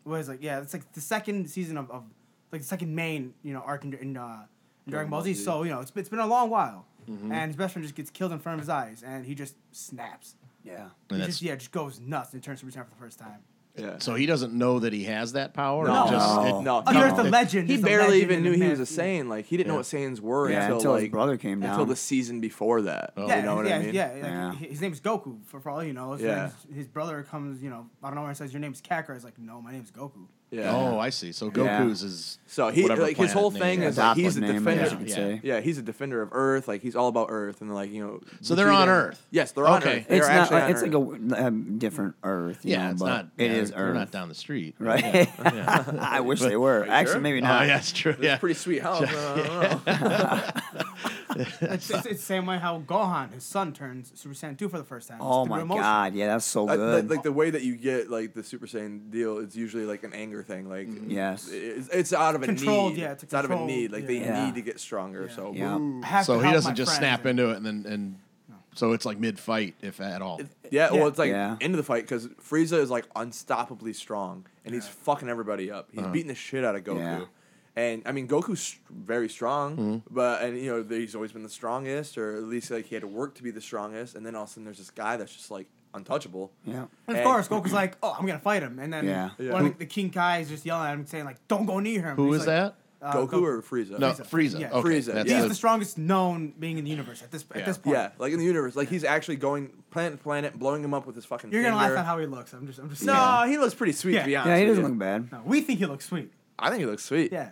was like yeah, it's like the second season of, of like the second main you know arc in, in, uh, in Dragon Ball Z. So you know it's it's been a long while,
Mm-hmm.
and his best friend just gets killed in front of his eyes, and he just snaps.
yeah.
He
And
just
that's-
yeah, just goes nuts and turns Super Saiyan for the first time.
Yeah.
So he doesn't know that he has that power.
No.
It just, it-
No.
Oh, there's
no.
the legend.
he
there's the
barely
legend
even
and
knew
the
he
myth,
was a
you
Saiyan. Like he didn't know what Saiyans were
Yeah,
until,
until his
like,
brother came
Until
down.
the season before that.
Oh.
know. Yeah,
you know what
yeah,
I mean?
yeah, like,
Yeah.
he- His name's Goku. For, for all you know, his,
Yeah.
friends- his brother comes, you know, I don't know where and says your name's Kakarot. He's like, no, my name's Goku.
Yeah.
Oh, I see. So Goku's is
So he
whatever
like his
planet
whole
name
thing
is.
is like, he's a
Adopted name,
defender.
as you could
Yeah.
say.
Yeah, he's a defender of Earth. Like he's all about Earth and like you know.
So they're on
between-
Earth?
Yes, they're on
Okay.
Earth. They're
It's not.
actually
Like,
on
it's like
Earth.
a um, different Earth. you
Yeah,
know,
it's
but
not.
It
yeah,
is
They're
Earth.
not down the street,
right?
Yeah.
*laughs* I wish they were. Actually,
sure?
maybe
Oh
not.
yeah, it's true.
It's
Yeah.
a pretty sweet house. I don't know.
It's, it's, it's the same way how Gohan, his son, turns Super Saiyan 2 for the first time. It's
Oh
through
my
emotion.
god, yeah, that's so
I,
good.
like, like Uh, the way that you get like the Super Saiyan deal, it's usually like an anger thing. Like
Yes.
it's, it's out of a
Controlled,
need.
yeah, it's a
out of a
controlled-
need. Like they
yeah.
need to get stronger.
Yeah.
So
Yeah.
woo.
I have to
So he
help
doesn't
my
just
friends
snap
and-
into it and then and so it's like mid fight if at all.
yeah,
Yeah.
Well, it's like
Yeah.
into the fight because Frieza is like unstoppably strong, and he's fucking everybody up. He's beating the shit out of Goku.
Uh-huh. Yeah. Mm-hmm.
And I mean, Goku's st- very strong, but and you know that he's always been the strongest, or at least like he had to work to be the strongest. And then all of a sudden, there's this guy that's just like untouchable.
yeah.
And of
And-
course, Goku's like, oh, I'm going to fight him. And then
Yeah.
one of the, the King Kai is just yelling at him, saying, like, don't go near him.
Who
He's
is
like,
that?
uh,
Goku
Go-
or Frieza?
No,
Frieza.
Frieza.
Yeah.
Okay,
Frieza,
that's
He's
yeah.
the-
the strongest known being in the universe at this at
Yeah.
this point.
Yeah, like in the universe, like he's actually going planet to planet, blowing him up with his fucking.
You're gonna
finger.
laugh at how he looks. I'm just I'm just
No,
saying.
he looks pretty sweet
Yeah.
to be honest.
Yeah, he
with
doesn't
you.
look bad.
No, we think he looks sweet.
I think he looks sweet.
Yeah.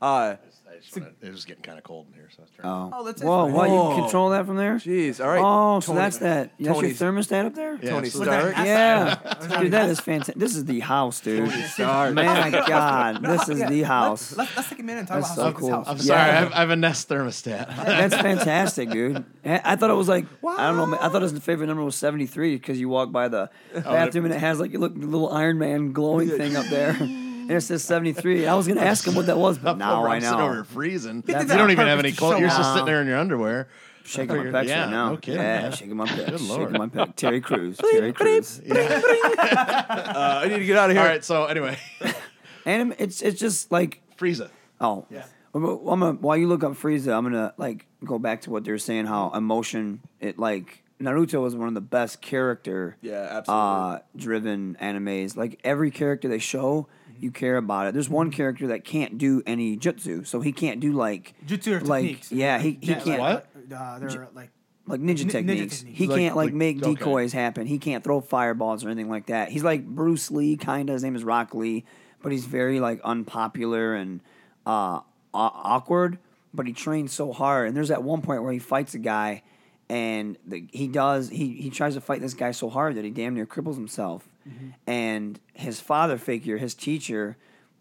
Uh,
I just wanna- it was getting kind of cold in here, so I was trying.
Oh,
Oh, that's it.
Whoa, what?
Whoa.
You control that from there?
jeez, all right.
Oh, so
Tony-
that's that. That's
Tony's-
your thermostat up there?
Yeah,
Tony
absolutely.
Stark. Uh,
Yeah. dude, that is fantastic. This is the house, dude. Man, my God, this is the house.
Let's, let's take a minute and talk
That's so
about how sweet this
cool.
house.
I'm
is.
Yeah.
sorry, I have, I have a Nest thermostat. *laughs*
That's fantastic, dude. I I thought it was like I don't know. ma- I thought his favorite number was seventy three because you walk by the bathroom and it has like a look- little Iron Man glowing thing up there, and it says seventy three. I was gonna ask him what that
*laughs*
was, but now
Poor
I
Rob's sitting over here
know.
freezing.
did
you
that
don't
on
even have
purpose
any
to
clothes.
show
You're just
off.
sitting there in your underwear.
Shaking my
figured-
pecs
yeah,
right now.
no kidding,
yeah,
man.
shaking my
Good
pecs.
lord.
Shaking my pecs. Terry Crews. Terry Crews.
Uh, I need to get out of
All
here.
right, so anyway, *laughs*
And it's it's just like
Frieza.
Oh, yeah. I'm gonna, while you look up Frieza, I'm gonna like go back to what they were saying. How emotion it like Naruto was one of the best character
Yeah, absolutely.
uh, driven animes. Like every character they show, you care about it. There's one character that can't do any jutsu, so he can't do like
Jutsu or
like
techniques.
yeah he, he
Yeah,
can't
like, Uh, they're like
like ninja
Ni- ninja
techniques.
techniques.
He
Like-
can't like,
like-
make
okay.
decoys happen. He can't throw fireballs or anything like that. He's like Bruce Lee, kind of. His name is Rock Lee, but he's very like unpopular and uh, aw- awkward. But he trains so hard. And there's that one point where he fights a guy, and the, he does he he tries to fight this guy so hard that he damn near cripples himself. And his father figure, his teacher,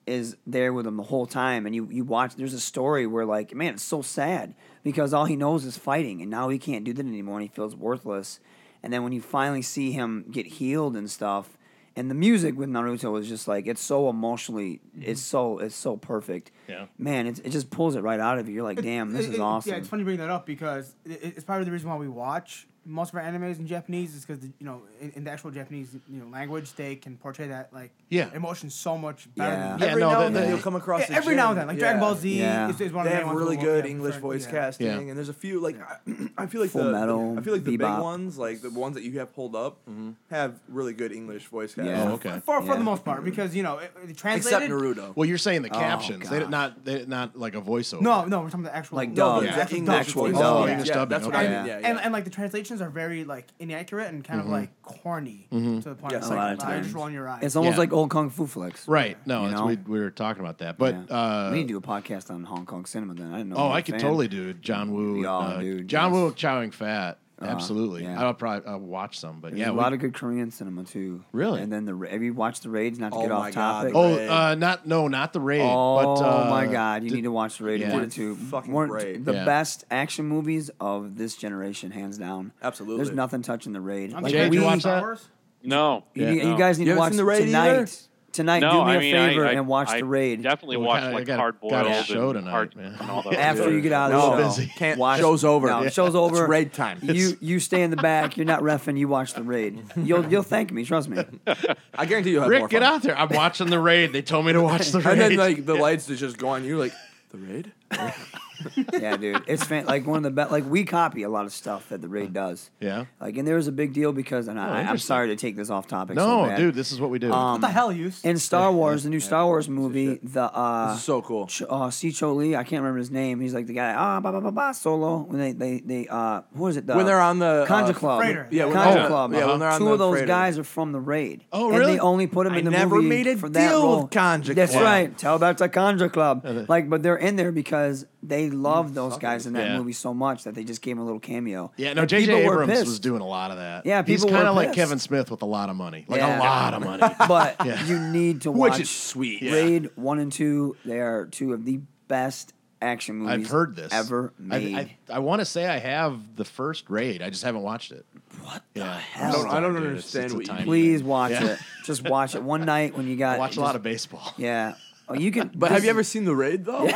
is there with him the whole time and you, you watch there's a story where like man it's so sad because all he knows is fighting and now he can't do that anymore and he feels worthless and then when you finally see him get healed and stuff and the music with Naruto is just like it's so emotionally it's so it's so perfect
Mm-hmm. Yeah.
man it's, it just pulls it right out of you you're like damn this
It-
is
it-
awesome
Yeah, it's funny you bring that up because it, it- it's probably the reason why we watch most of our animes in Japanese is because you know in, in the actual Japanese you know language they can portray that like
Yeah.
emotion so much better.
Yeah.
Than
Yeah,
every
no,
now
that-
and then
that-
you'll come across
Yeah,
a
every
gem.
now and then, like Dragon
Yeah.
Ball Z
Yeah.
is, is one
They
of the
have
main ones
really
we
good
love. Yeah,
English
for-
voice
yeah.
casting,
Yeah.
and there's a few like *clears throat* I feel like
Full
the, the-
Metal,
I feel like the big
Bebop.
ones, like the ones that you have pulled up, have really good English voice casting.
Yeah.
Mm-hmm. Oh, okay.
For, for
Yeah.
the most part, because you know it, it
Except
translated.
Naruto.
Well, you're saying the captions. They did
gosh.
not. They did not like a voiceover.
Oh, No, no, we're talking about the actual
Like
No,
dub.
but
Yeah. Oh,
the
actual
English
Actual
voice.
dub.
Yeah,
English
yeah,
dubbing,
that's what
okay.
I
And,
mean. Yeah, yeah.
and and like the translations are very like inaccurate and kind
Mm-hmm.
of like corny to the point
Yeah,
it's
a
like
lot
of
"Ah, you're
times.
just rolling your eyes.
it's almost
Yeah.
like old Kung Fu flicks
Right. No,
You
that's,
know?
we, we were talking about that. But
Yeah.
uh,
we need to do a podcast on Hong Kong cinema then I didn't know
oh,
you were
I
a
could
fan.
totally do John Woo.
Yeah,
uh,
dude,
John
yes. Uh-huh,
Woo, Chowing Fat. Absolutely.
yeah.
I'll probably I'll watch some. But
There's
yeah,
a
we-
lot of good Korean cinema too.
Really?
And then the ra- have you watched the raids? Not to
Oh
get
my
off
God,
topic.
the
Oh,
Raid.
uh, not no, not the raid.
Oh
but, uh,
my God! You
did-
need to watch the raid
yeah.
one
Dude,
too.
it's fucking
One-
great.
The
Yeah.
best action movies of this generation, hands down.
Absolutely.
There's nothing touching the raid.
I'm
Like,
Jay,
surprised
did you
we-
watch
Star
that?
Wars?
No,
You,
no.
need- you guys need
You haven't
to watch
seen The Raid
tonight.
either?
Tonight,
no,
do me
I
a
mean, I-
favor
I,
and watch
I
the raid
Definitely
Well, we
watch
gotta-
like
gotta-
hard boiled
gotta
and
show tonight,
hard
man.
and all that.
after
shit.
you get out of the
No,
show.
busy.
Can't-
watch-
show's over.
No,
Yeah.
show's over.
It's raid time.
You you stay in the back. You're not refing. You watch the raid. You'll you'll thank me. Trust me.
I guarantee you have more
Rick, get
fun.
out there! I'm watching the raid. They told me to
*laughs*
watch the raid.
And then like the lights that just go on you, like the raid.
yeah, dude. It's fan- like one of the best. Like we copy a lot of stuff that the raid does.
*laughs* Yeah.
Like, and there was a big deal because, and I, I'm
interesting.
sorry to take this off topic. so
no,
bad. Um,
dude, this is what we do.
What the hell, use?
In Star Wars, the new Star Wars movie, the uh,
This is so cool.
Ch- uh, See Cho Lee, I can't remember his name. He's like the guy. Ah, ba ba ba ba. Solo. When they they they uh, who is it? The,
When they're on the,
Conja
uh,
Club.
freighter.
Yeah, when
Conja
they're-
Club.
yeah, when they're on
Two
the
of those
freighter.
guys are from the raid.
Oh,
And
really?
they only put them
I
in the
never
movie
made a
for that
deal with
role.
Conja
That's
Club.
right. Tell about the Conja Club. Like, but they're in there because they love those guys in that
Yeah.
movie so much that they just gave him a little cameo.
yeah, no,
And
J.J.
people were
Abrams was
pissed.
doing a lot of that.
Yeah,
he's
people were
kind of like
pissed.
Kevin Smith with a lot of money, like
Yeah.
a lot of money.
*laughs*
but
Yeah.
you need to watch
Which is sweet. Yeah.
Raid one and two. They are two of the best action *laughs* movies
I've heard this
ever
I,
made.
I, I want to say I have the first raid. I just haven't watched it.
what the
Yeah,
I
hell?
don't, I don't
Dude, it's-
understand
it's a
what you
time-
mean.
Please watch
Yeah.
it. Just watch it one night when you
I *laughs*
got
watch
just-
a lot of baseball.
Yeah. Oh, you can.
But have
this
you ever seen the raid though?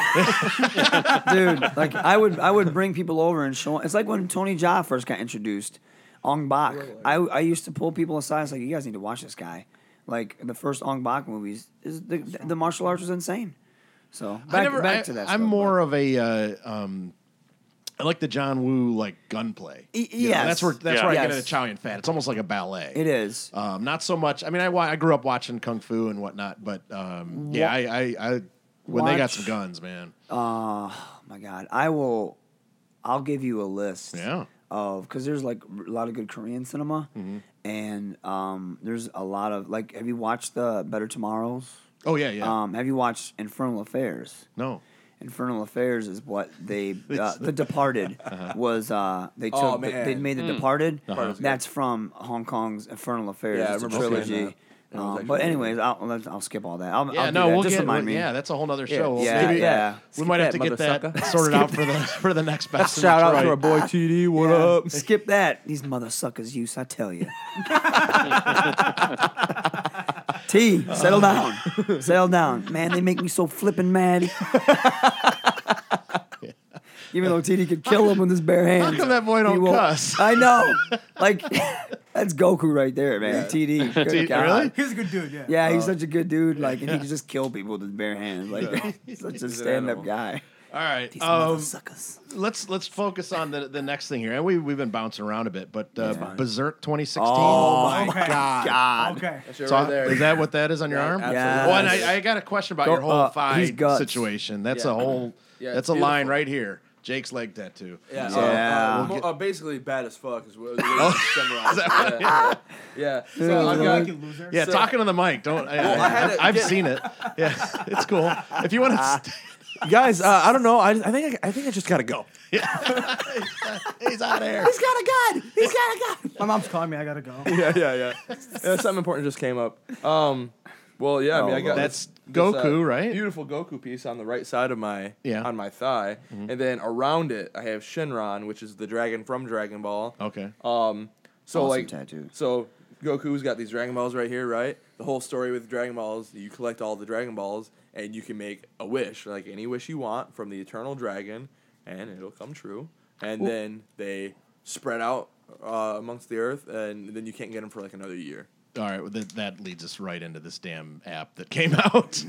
dude? Like I would, I would bring people over and show. It's like when Tony Jaa first got introduced, Ong Bak. I I used to pull people aside. It's like you guys need to watch this guy. Like the first Ong Bak movies, is the the martial arts was insane. So back,
I never,
back
I,
to that.
I'm
stuff,
more of a, uh, um, I like the John Woo like gunplay.
Y-
You know,
yes.
that's where that's
Yeah.
where I
Yes.
get into Chow and Fat. It's almost like a ballet.
but It is.
Um, not so much. I mean, I wa- I grew up watching kung fu and whatnot, but um, yeah, I, I I When they got
watch-
some guns, man.
Oh my god, I will. I'll give you a list.
Yeah. Mm-hmm.
Of because there's like a lot of good Korean cinema, and um, there's a lot of like. Have you watched the Better Tomorrows?
Oh yeah, yeah.
Um, have you watched Infernal Affairs?
no.
Infernal Affairs is what
*laughs*
they uh, the Departed
Uh-huh.
was. Uh, they took
Oh,
the-
man.
they made the Departed.
Uh-huh.
That's from Hong Kong's Infernal Affairs.
Yeah, I
it's a
remember seeing
trilogy.
that. That was
Um, but
actually-
anyways, I'll let's- I'll skip all that. I'll,
Yeah,
I'll do
no,
that.
we'll
just
get.
remind me.
Yeah, that's a whole other show.
yeah,
Maybe-
yeah.
We
Skip
might have to
that,
get that
motherfucker.
sorted out for the for the
*laughs*
next best. in
Shout out to
Detroit.
our boy TD. What up?
Skip that. These mother suckers use, I tell you. *laughs* T, settle down. Settle down. Man, they make me so flippin' mad. Even though TD could kill him with his bare hands.
come that boy
he
don't
won't.
cuss?
I know. Like, *laughs* that's Goku right there,
*laughs*
man. TD. good
T-
God.
really?
He's a good dude. Yeah.
Yeah, he's such a good dude. Like, and he can just kill people with his bare hands. *laughs* Like, such a
an
stand
animal.
up guy.
All right.
These
Um,
mother suckers.
let's let's focus on the, the next thing here, and we we've been bouncing around a bit, but uh, Berserk 2016.
Oh, my
Okay.
God. God.
Okay.
Shit
So,
right there.
is that what that is on your arm?
absolutely.
Yeah.
Oh, and I, I got a question about
Go-
your whole
uh, he's
fight
guts.
situation. That's
Yeah.
a whole.
Yeah,
that's
it's
a line
beautiful.
right here. Jake's leg tattoo.
Yeah.
So,
uh,
Yeah.
uh, mo- uh, basically bad as fuck is what is
Oh. *laughs*
what you summarized it. Yeah. yeah. So
Yeah.
I've
You
got-
like you loser.
yeah,
So-
talking to the mic. Don't. I,
Well, I had to
I, have
get- Ah.
seen
*laughs*
it. Yeah, it's cool. If you want to,
Guys, uh, I don't know. I, I think I, I think I just gotta go.
he's out of here.
He's got a gun. He's got a gun.
My mom's calling me. I gotta go.
*laughs* yeah, yeah, yeah. yeah. Something important just came up. Um, well, yeah, I mean, I got
Oh, That's
this, uh,
Goku, right?
Beautiful Goku piece on the right side of my
Yeah. Mm-hmm.
on my thigh, and then around it I have Shinron, which is the dragon from Dragon Ball.
Okay.
Um, so
Awesome
like,
tattoo.
so Goku's got these Dragon Balls right here, right? The whole story with Dragon Balls, you collect all the Dragon Balls, and you can make a wish, like any wish you want from the Eternal Dragon, and it'll come true. And then they spread out uh, amongst the earth, and then you can't get them for like another year.
All right, well, that, that leads us right into this damn app that came *laughs* out.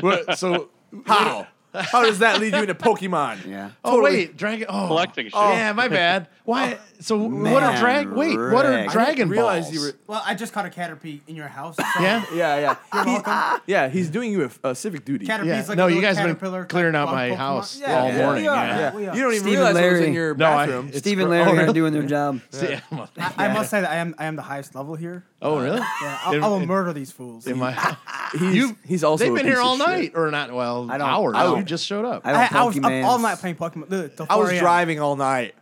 What- so,
*laughs* How? How does that lead you into Pokemon?
Yeah.
oh wait, dragon. Oh,
Collecting shit.
Yeah, my bad. Why? So what are
Man,
drag? Wait, what
Rick. I
are
didn't
dragon
realize
balls?
you were-
Well, I just caught a caterpie in your house. So
yeah. *laughs*
Yeah, yeah.
You're welcome.
Yeah, he's doing you a, f- a civic duty.
Caterpie's
Yeah.
like
No,
a
you
little
guys been
caterpillar
clearing
type
out my
Pokemon.
house
Yeah,
all
yeah,
morning,
We are.
yeah.
we are.
You don't even
Steve
realize
and
it was in
Larry.
your
No, I-
bathroom.
it's-
Steve and
gr-
Larry
oh, *laughs*
are
really?
doing their job.
Yeah, I'm like,
I, I must say that I am I am the highest level here.
oh, really?
Yeah, I'll,
In-
I will
in-
murder these fools.
In my house.
he's,
You-
he's also
They've
a
been
piece
here
of
all
shit.
night, or not? Well,
I don't-
hours.
I don't-
you just showed up.
I don't
I, I was up
Pokemans.
all night playing Pokemon. Look, till
I was
4 a.m.
driving all night.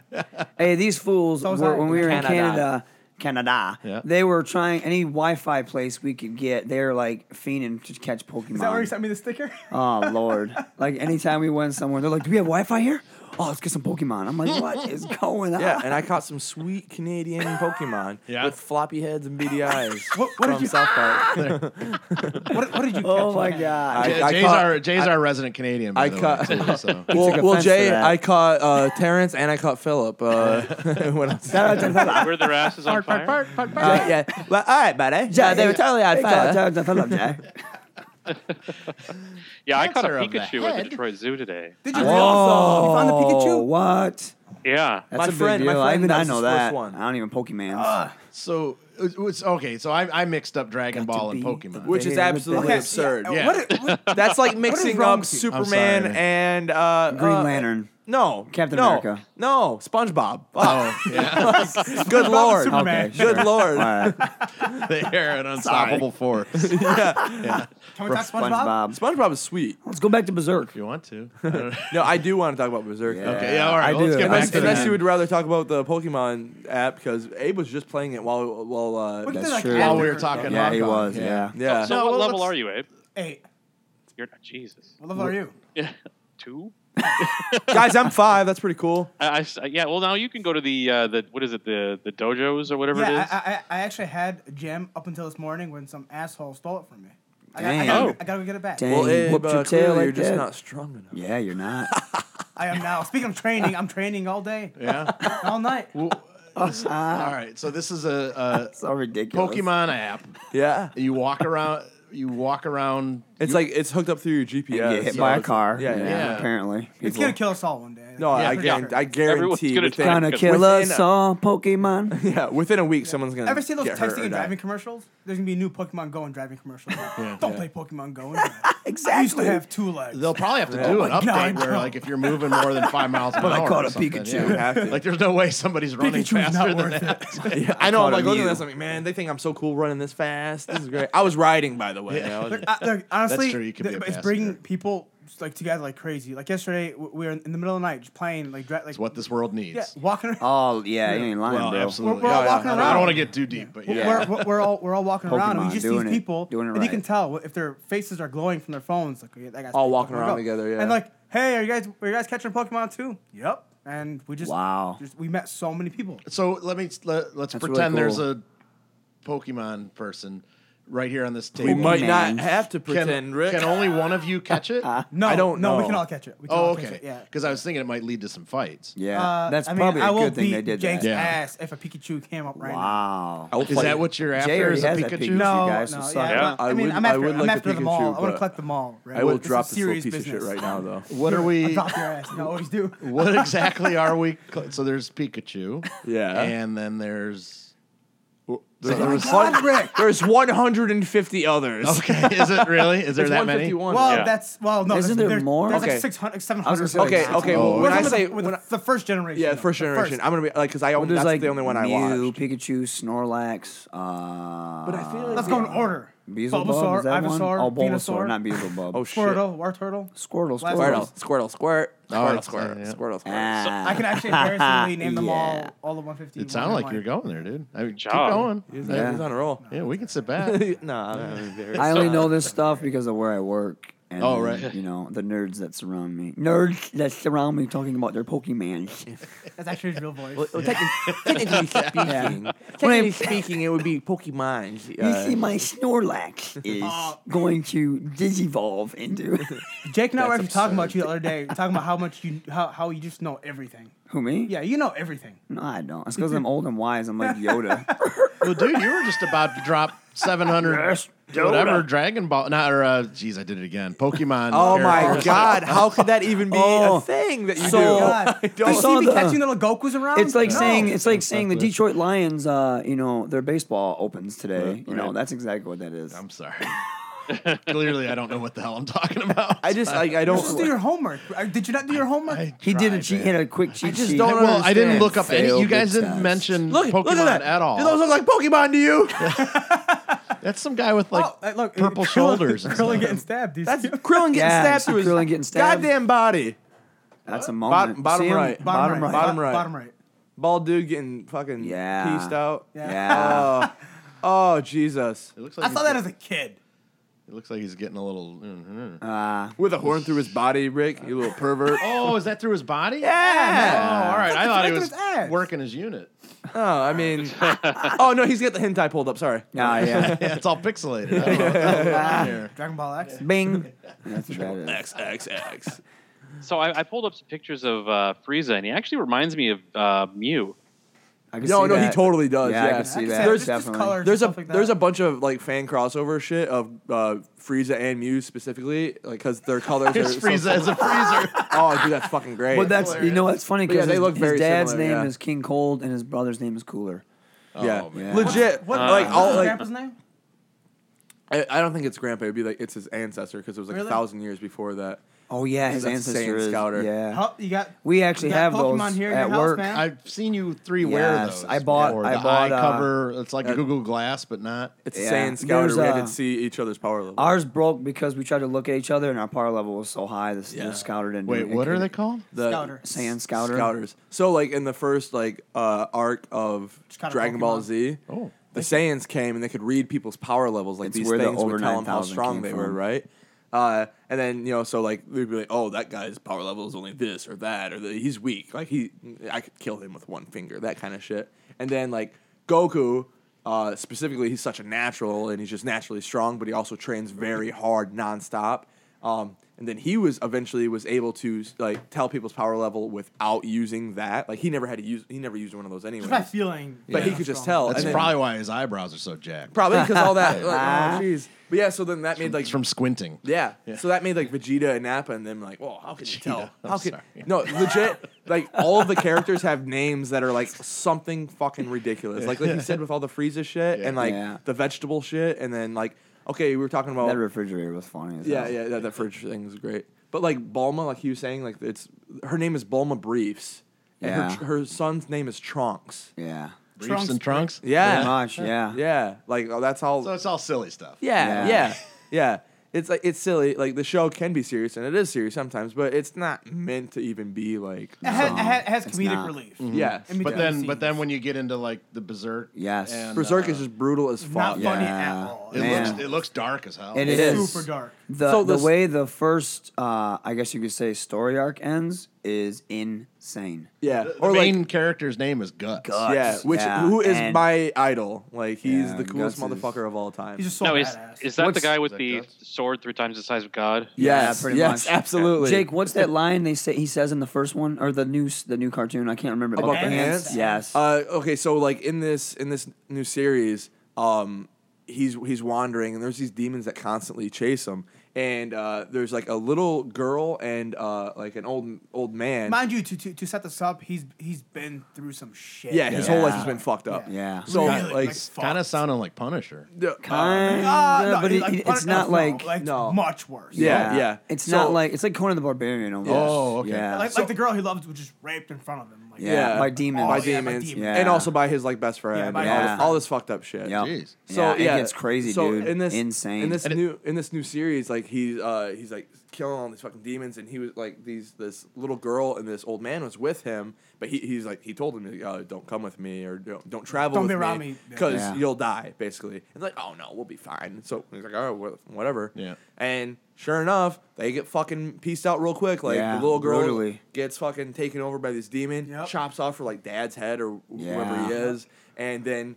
Hey, these fools,
So was
were,
I.
when we were in Canada,
Canada.
Canada,
Yeah.
they were trying any Wi Fi place we could get. They were like fiending to catch Pokemon.
Is that where you sent me
*laughs*
the sticker?
oh, Lord. Like anytime we went somewhere, they're like, do we have Wi Fi here? Oh, let's get some Pokemon. I'm like, what is going on?
Yeah, and I caught some sweet *laughs* Canadian Pokemon
Yeah.
with floppy heads and beady eyes
What- what did
from
you-
South Park.
What, what did you catch?
*laughs* oh, my
Okay.
God.
I- I
Jay's
caught-
our Jay's our resident Canadian. By
I
the
caught-
Way, too, so.
well,
offense
well,
to
Jay,
that.
I caught uh, Terrence and I caught Philip. Uh, *laughs* when I was, uh,
*laughs*
Where their asses on fire.
Uh,
yeah, well, all right, buddy. Yeah, they were totally on
Hey,
fire.
God, Jonathan, I love Jack.
Yeah, I caught a
Cancer of the
Pikachu at the
head.
Detroit Zoo today.
Did you
Oh,
really?
found the Pikachu? Oh, What?
Yeah.
That's
My
a big
friend- my
deal.
friend,
I even
that
I
was
know
his
that.
first one.
I don't even Pokemon.
So it was okay. So I, I mixed up Dragon
Got to
Ball and
be
Pokemon.
the-
Which is
Yeah,
absolutely
okay,
absurd.
yeah.
What, what,
That's like
is
mixing
wrong
up
with you?
Superman
I'm sorry.
and uh,
Green
uh,
Lantern.
No,
Captain
no,
America.
No, SpongeBob.
oh
*laughs*
yeah,
Good lord.
Superman.
Okay.
Good lord.
All right.
*laughs* they are an unstoppable force. If
Can we talk SpongeBob?
SpongeBob.
SpongeBob is sweet.
Let's go back to Berserk.
you want to? I don't know.
No, I do want to talk about Berserk.
Yeah.
Okay, yeah, all right.
I
well, let's
do.
get
Unless-
back
Unless,
to
unless
that.
you would rather talk about the Pokemon app because Abe was just playing it while while uh,
We can do
That's
like
true.
after
While we
or
were talking,
something.
Yeah,
Hong
he
Kong,
was. Yeah.
*laughs* yeah.
So
No,
what
well,
level
let's-
are you, Abe?
Eight.
You're Jesus.
What level are you?
Two?
Guys, I'm five. That's pretty cool.
I, I s- yeah. Well, now you can go to the uh, the what is it the the dojos or whatever it
Yeah,
is.
I, I, I actually had a gem up until this morning when some asshole stole it from me. I, got- I,
Dang.
gotta,
Oh.
I gotta get it back.
Dang.
Well,
you
Abe,
whooped your
uh,
tail
clearly
like
you're just
that.
not strong enough.
*laughs* Yeah, you're not.
I am now. Speaking of training, I'm training all day,
Yeah.
all night.
All right. So this is *laughs* a,
so
a
ridiculous.
Pokemon app.
Yeah,
You walk around. You walk around.
it's like it's hooked up through your GPS.
You get hit
so
by a
it's-
car.
Yeah, yeah.
Yeah.
Apparently.
It's
People-
gonna kill us all one day.
No,
Yeah,
I,
for
guarantee.
sure.
I
Everyone's
guarantee.
gonna
Within,
try
Gonna
Because
kill
within
us
a-
all, Pokemon.
yeah, within a week, someone's gonna.
Ever seen those
get hurt
texting
or
and
die.
driving commercials? There's gonna be new Pokemon Go and driving commercials. Don't play Pokemon Go. And I used to
Exactly.
have two legs.
They'll probably have to do an
my
update
God,
where,
no.
like, if you're moving more than five miles an
I
hour,
caught
or
a
something,
Pikachu.
yeah.
Have to.
Like, there's no way somebody's running
Pikachu's not
faster than
worth
that.
Yeah, I know. I'm
caught a
like looking at
Mew.
this. I'm like, man, they think I'm so cool running this fast. This is great. *laughs* I was riding, by the way. I was-
Look, I,
*laughs*
look, uh, honestly,
true, you could
th-
be a
it's
passenger.
bringing people like together like crazy. Like yesterday, w- we were in the middle of the night just playing like dra- like
It's what this world needs.
yeah, walking. around.
Oh yeah, you ain't lying,
Well,
bro.
absolutely.
We're- we're all
Yeah,
walking
I don't- I
around.
don't want to get too deep, but yeah.
We're, we're, we're all we're all walking around. and
Pokemon,
We just see
doing it-
people,
doing it
and you can
right.
tell if their faces are glowing from their phones. Like yeah, that guy's
All
playing
walking
Pokemon
around
Go.
together, yeah.
And like, hey, are you guys are you guys catching Pokemon too? Yep. And we just
Wow.
just, we met so many people.
So let me let, let's
That's really
pretend there's
cool.
a Pokemon person right here on this table.
*laughs* we might
man.
not have to
Can,
pretend, Rick.
can only one of you catch it?
No,
I don't
no, we
know.
can all catch it. We can
oh,
all catch
okay.
it, Yeah.
Because I was thinking it might lead to some fights.
Yeah,
Uh,
that's
I mean,
probably
I
a
will
good thing they
beat
did
Jake's
that.
Yeah.
ass if a Pikachu came up right now.
Wow.
I'll
Is
fight
that
it.
what you're
Jay
after?
already
Is a
has that
Pikachu?
picture.
No,
You guys,
no,
so
yeah,
sorry.
but,
I
I mean,
would-
I'm
I
after,
would
I'm
like a
after
Pikachu,
them all. I want
but
to collect them all. Right?
I will
It's a
drop this little
serious
piece of shit
business.
right now, though.
What are we?
*laughs* Drop your ass. You know, always do.
What exactly are we? cl- So there's Pikachu.
Yeah.
And then there's.
There's,
my
*laughs*
God, Rick.
there's 150 others.
Okay. *laughs* Is it really? Is there
There's
that many?
151.
Well,
Yeah.
that's well, no.
Isn't
there's-
there more?
There's
Okay.
like 600,
I was
700.
gonna say,
Okay,
it's
Oh, okay.
all
Well,
over.
when I
With the-
say
with
when
the,
I-
the first generation,
yeah,
though,
first
the
generation, I'm gonna be like because I own
There's
that's
like
the only one I
Mew,
watched.
Pikachu, Snorlax. Uh,
But I feel like
Let's go in order.
Beelzebub,
Bulbasaur,
is that one?
Ivysaur,
Oh, Bulbasaur,
Venusaur.
not Beelzebub.
Oh, shit.
Squirtle, Wartortle.
Squirtle,
Last
Squirtle.
one.
Squirtle, squirtle, squirt,
Oh,
squirtle,
it's-
squirt,
yeah.
squirtle, squirt.
Ah,
I can actually embarrassingly name them
*laughs* Yeah.
all, all the 150.
It sounded like
one.
you're going there, dude. I mean, keep
job.
going.
He's,
Yeah.
he's on
*laughs*
a roll. *laughs*
we can sit back.
no, I'm embarrassed.
I only know this stuff because of where I work. And,
Oh, right.
You know, the nerds that surround me. Nerds that surround me talking about their Pokemans.
That's actually his real voice.
*laughs* Well,
*laughs*
technically speaking, technically speaking, it would be Pokemon.
you see, my Snorlax
*laughs*
is
Oh.
going to digivolve into.
Jake and I were actually talking about you the other day, talking about how much you how, how you just know everything.
Who, me?
Yeah, you know everything.
No, I don't. It's because I'm old and wise. I'm
*laughs*
like Yoda.
well, dude, you were just about to drop 700 whatever Dragon Ball. Not, or, uh, geez, I did it again. Pokemon.
Oh my *laughs*
characters.
God! How could that even be
Oh,
a thing that you
so-
do?
God,
I
you
don't.
saw
see me
the-
catching little Goku's around.
It's like
No.
saying it's like saying the Detroit Lions. Uh, you know, their baseball opens today. You know, that's exactly what that is.
I'm sorry. Clearly, I don't know what the hell I'm talking about.
I just like I
You're supposed to do
don't.
your homework. Uh, Did you not do your homework?
I
he did a
tried,
cheat.
man.
Had a quick cheat. I
just
sheet.
don't
Well, I didn't
understand.
look up any.
Failed
You guys
the
didn't
test.
mention
Look,
Pokemon
look at that
at all.
Do those look like Pokemon to you?
That's some guy with like
oh, uh, look,
purple
Krillin- *laughs*
shoulders. and
Krillin
stuff.
getting stabbed. That's
That's *laughs* Krillin getting
Yeah,
stabbed
you
to
see
his
Krillin getting stabbed.
goddamn body.
That's a
Bot-
moment.
bottom
See him?
right.
Bottom right.
Bottom right.
Bottom right.
Bald dude getting fucking
Yeah.
pieced out.
Yeah.
Yeah.
Oh Jesus!
It looks like
I saw
he's
that
get-
as a kid.
It looks like he's getting a little. mhm.
Uh,
With a horn through his body, Rick. You little pervert.
Oh, is that through his body? Oh,
Yeah.
all right. I thought
It's right
he
through
was
his abs.
working his unit.
*laughs* Oh, I
*laughs*
mean. oh no, he's got the hentai pulled up. Sorry.
nah, *laughs* yeah.
*laughs* Yeah, it's all pixelated. I don't know what the hell is on *laughs* here.
Dragon Ball X.
*laughs*
Bing. That's what that is.
X X
*laughs*
X.
So I, I pulled up some pictures of uh, Frieza, and he actually reminds me of uh, Mew.
I can
No,
see
no, he
that.
totally does.
Yeah,
Yeah,
I can see
I can
that.
see that.
There's
Just- just
definitely.
color.
there's a
stuff like that.
there's a bunch of like fan crossover shit of uh, Frieza and Mew specifically, like because their colors are.
Here's
so-
Frieza as a freezer.
oh, dude,
*laughs*
that's fucking great.
But that's you know what's funny
But yeah,
because
they
his,
look very
his dad's
similar,
name
yeah.
is King Cold and his brother's name is Cooler.
yeah,
Oh, man.
legit.
What,
like
what's
all
his
like
grandpa's name?
I, I don't think it's grandpa. It'd be like it's his ancestor because it was like
Really?
a thousand years before that.
Oh yeah, his
That's
ancestor
Saiyan
is
Scouter.
Yeah,
Huh, you got.
we actually
you got
have
Pokemon
those
here in
at
your house,
work.
man?
I've seen you three wear
Yes,
those.
I bought-
before.
I
the
bought,
eye
uh,
cover. It's like a
yeah.
Google Glass, but not.
It's a
Yeah.
Saiyan Scouter.
There's
we
a-
had to see each other's power level.
Ours broke because we tried to look at each other and our power level was so high. The,
Yeah.
the scouter didn't. do
Wait,
it.
what
It
are they
couldn't-
called?
the
Scouter.
Saiyan scouter.
Scouters. So like in the first like uh, arc of
Just kinda
Dragon Ball
Pokemon.
Z,
Oh.
the Saiyans came and they could read people's power levels. Like
It's
these
where the
things
over
would tell them how
9,000
strong
came
they
from.
were, right? Uh, and then you know, so like they'd be like, "Oh, that guy's power level is only this or that, or the, he's weak. Like he, I could kill him with one finger. That kind of shit." And then like Goku, uh, specifically, he's such a natural and he's just naturally strong, but he also trains very hard, nonstop. Um, and then he was eventually was able to like tell people's power level without using that. Like he never had to use, he never used one of those anyway.
Just by feeling.
But he
Yeah.
could just
Strong.
tell.
That's
and then-
probably why his eyebrows are so jacked.
Probably because all that. Like, oh, jeez. But yeah, so then that made like
it's from squinting.
yeah. So that made like Vegeta and Nappa and them like, well, how can you
Vegeta,
tell?
I'm
How can
sorry.
no legit? Like all of the characters have names that are like something fucking ridiculous. Like like you said with all the Frieza shit and like
Yeah.
the vegetable shit, and then like okay, we were talking about
That refrigerator was funny. As
yeah
hell.
yeah that, that fridge thing is great. But like Bulma, like he was saying, like it's her name is Bulma Briefs, and
Yeah.
her her son's name is Trunks.
yeah.
Briefs
Trunks.
and trunks.
Pretty
Yeah,
much, yeah.
yeah. Like oh, that's all.
So it's all silly stuff.
Yeah,
Yeah.
yeah, yeah. It's like it's silly. Like the show can be serious, and it is serious sometimes, but it's not meant to even be like.
It has, it has, it has
It's
comedic
not. Mm-hmm.
relief.
Yeah,
In
But
between
then,
scenes.
but then when you get into like the berserk,
Yes.
and,
Berserk
uh,
is just brutal as fuck.
Not
Yeah.
funny
Yeah.
at all.
It
Man.
looks it looks dark as hell.
It
It's
is.
super dark.
The,
So
the
this-
way the first, uh, I guess you could say, story arc ends is insane.
Yeah,
The, the
or like
main character's name is Guts.
Guts.
yeah, which
Yeah,
who is
and-
my idol? Like he's
Yeah,
the coolest
Guts is-
motherfucker of all time.
He's just so
No, is,
badass.
is that
What's-
the guy with
Is that
the
Guts?
sword three times the size of God?
yes,
Yeah, pretty
yes,
much.
absolutely.
Jake, what's that line they say he says in the first one or the new s- the new cartoon? I can't remember.
About the
ants?
Yes.
Uh, okay, so like in this in this new series, um, he's he's wandering and there's these demons that constantly chase him. And uh, there's like a little girl and uh, like an old old man.
Mind you, to, to, to set this up, he's he's been through some shit.
yeah, his whole life has
Yeah.
been fucked up.
Yeah.
So
Really,
like,
like, fuck.
Kind of sounding like Punisher.
d-
Kinda,
Ah,
uh,
no,
Uh, but it,
like,
it- it's
Punisher-
not
no,
like,
no.
much worse.
Yeah, yeah.
It's
So-
not like it's like Conan the Barbarian almost.
Oh, okay.
Yeah.
like, like the girl he loved was just raped in front of him. Like,
Yeah.
yeah,
by demons.
by
Oh,
yeah, by
demons,
demons.
and
Yeah.
also by his like best friend,
Yeah, by
and
his
all,
best
this, all this fucked up shit.
Yep.
Jeez.
So
yeah,
yeah,
it gets crazy,
so
dude.
In this,
Insane.
In this
And it-
new in this new series, like he's uh he's like killing all these fucking demons, and he was like these this little girl and this old man was with him, but he, he's like he told him uh, don't come with me or don't, don't travel
Don't
with
be around me. Yeah.
because
Yeah.
you'll die basically. And like oh no, we'll be fine. So he's like all right, wh- whatever.
Yeah.
And sure enough, they get fucking pieced out real quick. Like
Yeah,
the little girl
brutally.
gets fucking taken over by this demon,
Yep.
chops off her like dad's head or whoever he
Yeah.
is, and then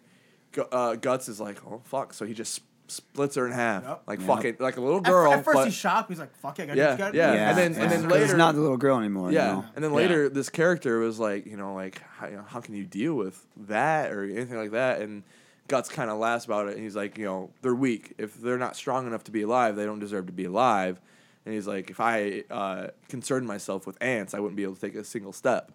Gu- uh, Guts is like, oh fuck, so he just sp- splits her in half,
Yep.
like
Yep.
fucking like a little
At,
girl.
at first
but-
he's shocked. He's like, "Fuck it, I gotta
Yeah,
just get it."
yeah. And then- and then
'Cause it's
later-
not the little girl anymore.
yeah,
you know?
and then later this character was like, you know, like how, you know, how can you deal with that or anything like that? And Guts kind of laughs about it, and he's like, you know, they're weak. If they're not strong enough to be alive, they don't deserve to be alive. And he's like, if I uh, concerned myself with ants, I wouldn't be able to take a single step.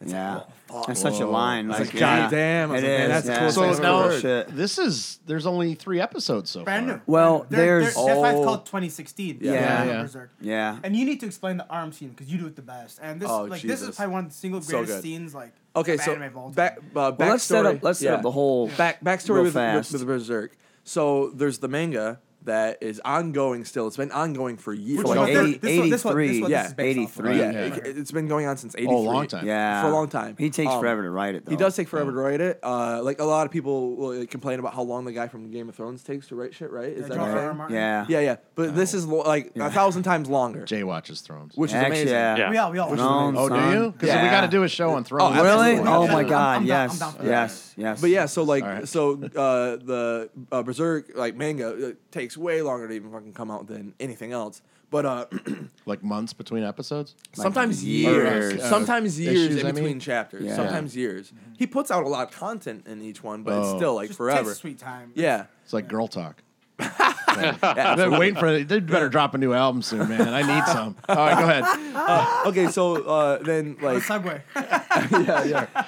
It's
yeah,
Like, well, fuck.
that's such a line.
It's like,
Like, yeah.
God damn. I was
It
like, man,
is,
that's the
yeah.
coolest
So
thing I've ever
now
heard.
Shit.
this is there's only three episodes so
Brand
far.
new.
Well,
Brand new. They're-
there's-
they're- that's why
Oh.
it's called 2016.
Yeah.
Yeah.
Yeah.
Berserk.
Yeah.
And you need to explain the arm scene because you do it the best. And this,
Oh,
like, this
Jesus.
is probably one of the single
So
greatest
good.
scenes, like,
Okay,
of
so
anime of all time.
back, uh, back
Well, let's set up. Let's set up the whole
back backstory
real
with, with,
fast.
with Berserk. So there's the manga that is ongoing still. It's been ongoing for years.
Which
like
one? They're-
80,
this one- this one- this
83,
one- this is
yeah,
based off of.
83.
yeah,
Yeah.
It, it's been going on since 83.
Oh, long time.
For a long time.
He takes
Um,
forever to write it. Though.
He does take forever to write it. Uh, like a lot of people will uh, complain about how long the guy from Game of Thrones takes to write shit. Right? Is
George
a
R. R.
thing?
Martin.
Yeah.
Yeah, yeah. But
Oh.
this is lo- like a thousand times longer,
Jay watches Thrones.
which is
Actually,
amazing.
yeah.
Yeah.
We all, we all.
Thrones,
oh, do
son.
you? Because we
Yeah.
got to do a show on Thrones.
Oh, Absolutely.
Really? Oh my
Absolutely.
God!
I'm down- I'm
yes,
down for that.
yes, yes.
But yeah, so like,
right.
so uh, the uh, Berserk like manga uh, takes way longer to even fucking come out than anything else. But uh, *clears throat*
Like months between episodes.
sometimes
years.
years,
Uh,
sometimes years
issues,
in
I mean?
between chapters,
Yeah.
sometimes years. He puts out a lot of content in each one, but
Oh.
it's still like
Just
forever.
Takes sweet time.
Yeah,
It's like girl talk.
Yeah,
I've been waiting for it. They better drop a new album soon, man. I need
*laughs*
some. All right, go ahead.
Uh, okay, so uh,
*laughs*
then like
Subway. *laughs*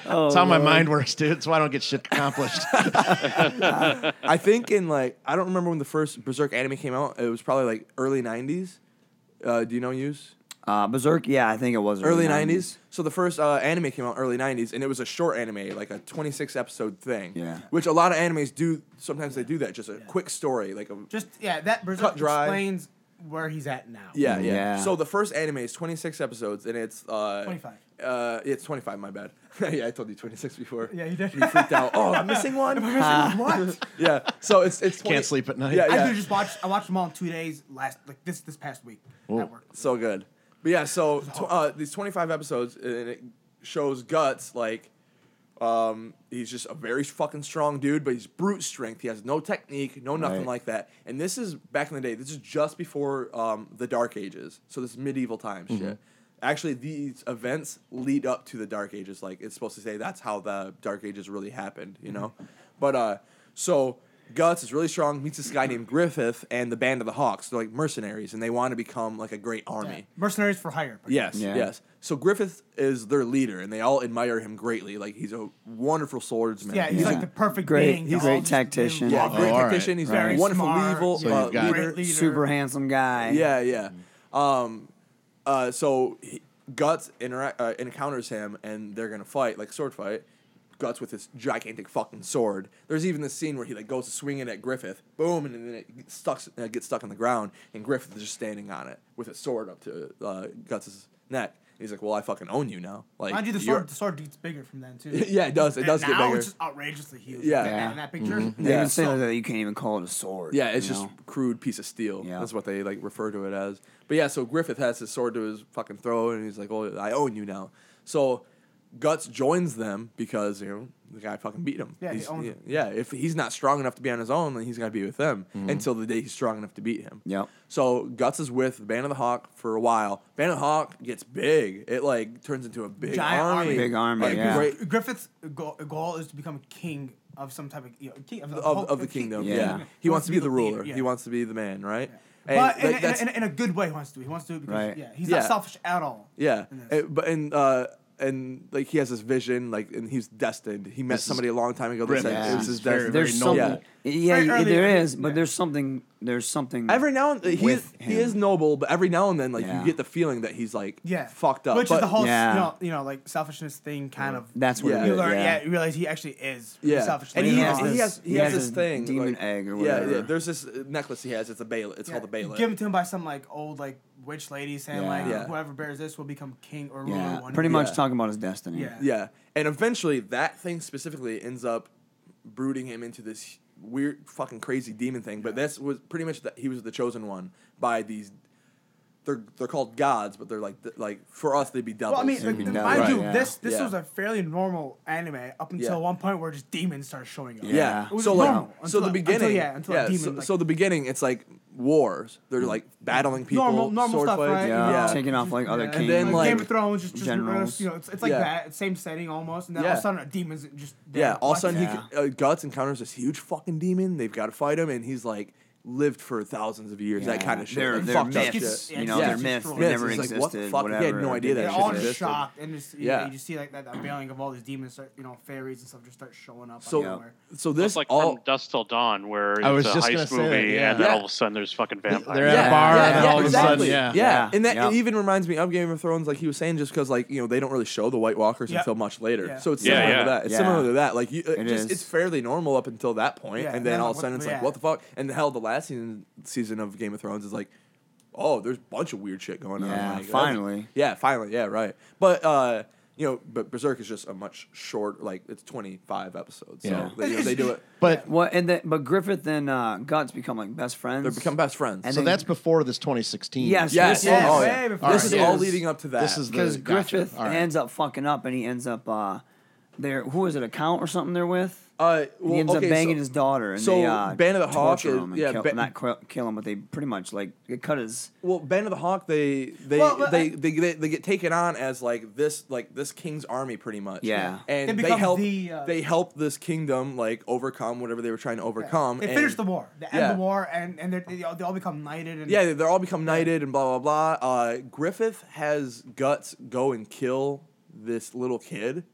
Oh,
It's how my mind works, dude. That's why I don't get shit
*laughs*
accomplished.
I think in like I don't remember when the first Berserk anime came out. It was probably like early '90s. Uh, do you know use?
Uh, Berserk. Yeah, I think it was
early 90s. So the first uh, anime came out early 90s, and it was a short anime, like a 26 episode thing.
Yeah.
Which a lot of animes do. Sometimes they do that, just a quick story, like a.
Just, yeah, that Berserk
Cut dry.
explains where he's at now.
yeah, yeah,
Yeah.
So the first anime is 26 episodes, and it's uh,
25.
Uh, it's 25. My bad. *laughs* yeah, I told you 26 before.
Yeah, you did.
You freaked out. Oh,
*laughs*
I'm missing one. what? *laughs* *laughs* yeah. So it's it's 20
Can't sleep at night.
Yeah,
I
yeah.
could just watch. I watched them all in two days last, like this this past week at work.
So good. But yeah, so tw- uh, these 25 episodes, and it shows Guts, like, um, he's just a very fucking strong dude, but he's brute strength. He has no technique, no nothing
Right.
like that. And this is back in the day, this is just before um, the Dark Ages. So this is medieval times shit. Actually, these events lead up to the Dark Ages. Like, it's supposed to say that's how the Dark Ages really happened, you know? But, uh, so Guts is really strong, meets this guy named Griffith and the Band of the Hawks. They're like mercenaries and they want to become like a great army.
Mercenaries for hire. pretty
Yes,
Yeah.
yes. So Griffith is their leader, and they all admire him greatly. Like he's a wonderful swordsman.
much. Yeah, he's
Yeah.
like the perfect
Great-
being.
he's a great tactician.
yeah,
Oh,
great
all right.
tactician. He's
Very
a wonderful
smart.
evil
So
you've
uh,
got-
leader.
Leader.
Super handsome guy.
Yeah, yeah. Um, uh, so he, Guts interact uh, encounters him, and they're gonna fight like sword fight. Guts with his gigantic fucking sword. There's even this scene where he like goes to swing it at Griffith, boom, and then it gets stuck uh, gets stuck on the ground, and Griffith is just standing on it with his sword up to uh, Guts's neck. He's like, "Well, I fucking own you now." Like,
Mind you, the
you're-
sword, the sword gets bigger from then too.
*laughs* Yeah, it does. It
And
does get
now
bigger.
It's just outrageously huge.
Yeah. Mm-hmm.
Like that
Yeah.
in that picture.
They
Yeah.
even say
So-
that you can't even call it a sword.
Yeah, it's
you
just
know?
crude piece of steel.
Yeah.
That's what they like refer to it as. But yeah, so Griffith has his sword to his fucking throat, and he's like, "Oh, I own you now." So Guts joins them because you know the guy fucking beat him.
Yeah, he
He's-
owns
yeah,
him.
yeah, If he's not strong enough to be on his own, then he's got to be with them until the day he's strong enough to beat him.
Yep.
So Guts is with the Band of the Hawk for a while. Band of the Hawk gets big. It like turns into a big
Giant
army.
army.
Big army,
Like,
yeah.
great-
Griffith's goal, goal is to become king of some type of you know, king of the,
of,
whole-
of the kingdom. Yeah.
Yeah.
He, wants to be the,
leader,
ruler.
yeah.
He wants to be the man, right? And,
but
like,
in, a-
that's-
in, a, in a good way, he wants to. He wants to because
Right.
yeah, he's
Yeah.
not selfish at all.
Yeah,
in this.
Eh, but and uh, and like he has this vision, like and he's destined. He met somebody a long time ago. That
Griffin.
said
Yeah.
it was his
He's very,
destiny.
very
There's
noble.
something. Yeah,
Very
y-
early-
there is, but
yeah.
there's something. There's something.
Every now and he is,
With
he
him.
is noble, but every now and then, like
Yeah.
you get the feeling that he's like
yeah,
fucked up.
Which
but,
is the whole
Yeah.
you, know, you know like selfishness thing kind of.
That's what
Yeah.
it
you
is.
learn.
yeah.
Yeah, you realize he actually is
Yeah,
selfish.
and
later
he
He
has,
on.
he
has
has
this-
he,
he
has,
has
this
his
thing,
demon
like-
egg or
yeah, yeah.
whatever.
There's this uh, necklace he has. It's a bail. It's
Yeah,
called a bail.
Given to him by some like old like witch lady saying
Yeah.
like
Yeah.
whoever bears this will become king or ruler.
Yeah,
one
pretty
day.
much
Yeah.
talking about his destiny.
Yeah.
Yeah, and eventually that thing specifically ends up brooding him into this weird, fucking crazy demon thing. But that's was pretty much that he was the chosen one by these. They're they're called gods, but they're like like for us they'd be devils.
Well, I mean, uh,
It'd be
like,
down.
mind
Right,
you,
yeah.
this this
Yeah.
was a fairly normal anime up until
Yeah.
one point where just demons start showing up.
*laughs* yeah.
Yeah.
It was
So like
normal
so
until-
the
until-
beginning
yeah, until a
yeah,
demon,
so,
like- Mm.
so the beginning it's like wars. They're like battling people.
normal, normal
sword
stuff,
fights.
right?
Yeah.
You know,
Taking off, like, other
yeah.
kings.
then,
Game
like,
of Thrones, just, just
generals.
you know, it's, it's like
Yeah.
that same setting almost, and then all of
Yeah.
a sudden, uh, demons just
Yeah, all of a
watching
sudden
you.
Yeah.
he c- uh, guts encounters this huge fucking demon. They've got to fight him, and he's like lived for thousands of years. That
Yeah.
kind of shit.
They're,
like,
they're
fucked up
myths.
gets-
shit.
You know,
yeah,
they're
it's
myths.
destroyed.
They never
It's like,
existed.
what the fuck? He had
Whatever.
no
or
idea that
They're
shit
all
existed.
just shocked, and just, you,
Yeah.
know, you see like that unveiling of all these demons, start, you know, fairies and stuff just start showing up.
So
out of nowhere.
so
It's
this
like
all
from Dust Till Dawn, where it's
I was
a
just gonna
heist
say that,
movie,
yeah.
and then all
Yeah.
of a sudden there's fucking vampires.
They're at a bar,
Yeah,
and then
yeah,
all of
exactly.
a sudden, yeah.
yeah.
Yeah.
And that
Yeah.
even reminds me of Game of Thrones, like he was saying, just because like you know they don't really show the White Walkers
Yeah.
until much later,
Yeah.
so it's
Yeah,
similar
yeah.
to that. It's
Yeah.
similar to that. Like you, it
It
just
is.
it's fairly normal up until that point,
Yeah,
and then
no,
all of a
what-
sudden it's like
yeah.
what the fuck. And the hell, the last season season of Game of Thrones is like, oh, there's a bunch of weird shit going on.
Yeah,
Like, that's-
finally.
Yeah, finally. Yeah, right. But uh, you know, but Berserk is just a much short, like it's 25 episodes.
Yeah.
So they, you know, they do
*laughs*
it.
But
Well, and then, but Griffith and uh, Guts become like best friends.
They become best friends.
And
so
then-
that's before this 2016.
Yes.
yes.
This is-
oh,
way
yeah.
before
This is
that.
all
Yes.
leading up to that.
This is the
because
gotcha.
Griffith
All right.
ends up fucking up, and he ends up uh, there. Who is it? A count or something? They're with.
Uh,
And
well,
he ends
okay,
up banging
so-
his daughter, and
so
they uh,
Band of the Hawk
torture
is-
him and
yeah,
kill,
Ba-
not qu- kill him, but they pretty much like they cut his.
Well, Band of the Hawk, they they
Well, but
they,
I-
they, they they get taken on as like this like this king's army pretty much.
Yeah.
and
They
they,
become
help
the, uh,
they help this kingdom like overcome whatever they were trying to overcome.
They
and-
finish the war. They end
yeah.
the war, and and they're- they all, they all become knighted. And
Yeah, they they all become knighted and blah blah blah. Uh, Griffith has guts go and kill this little kid.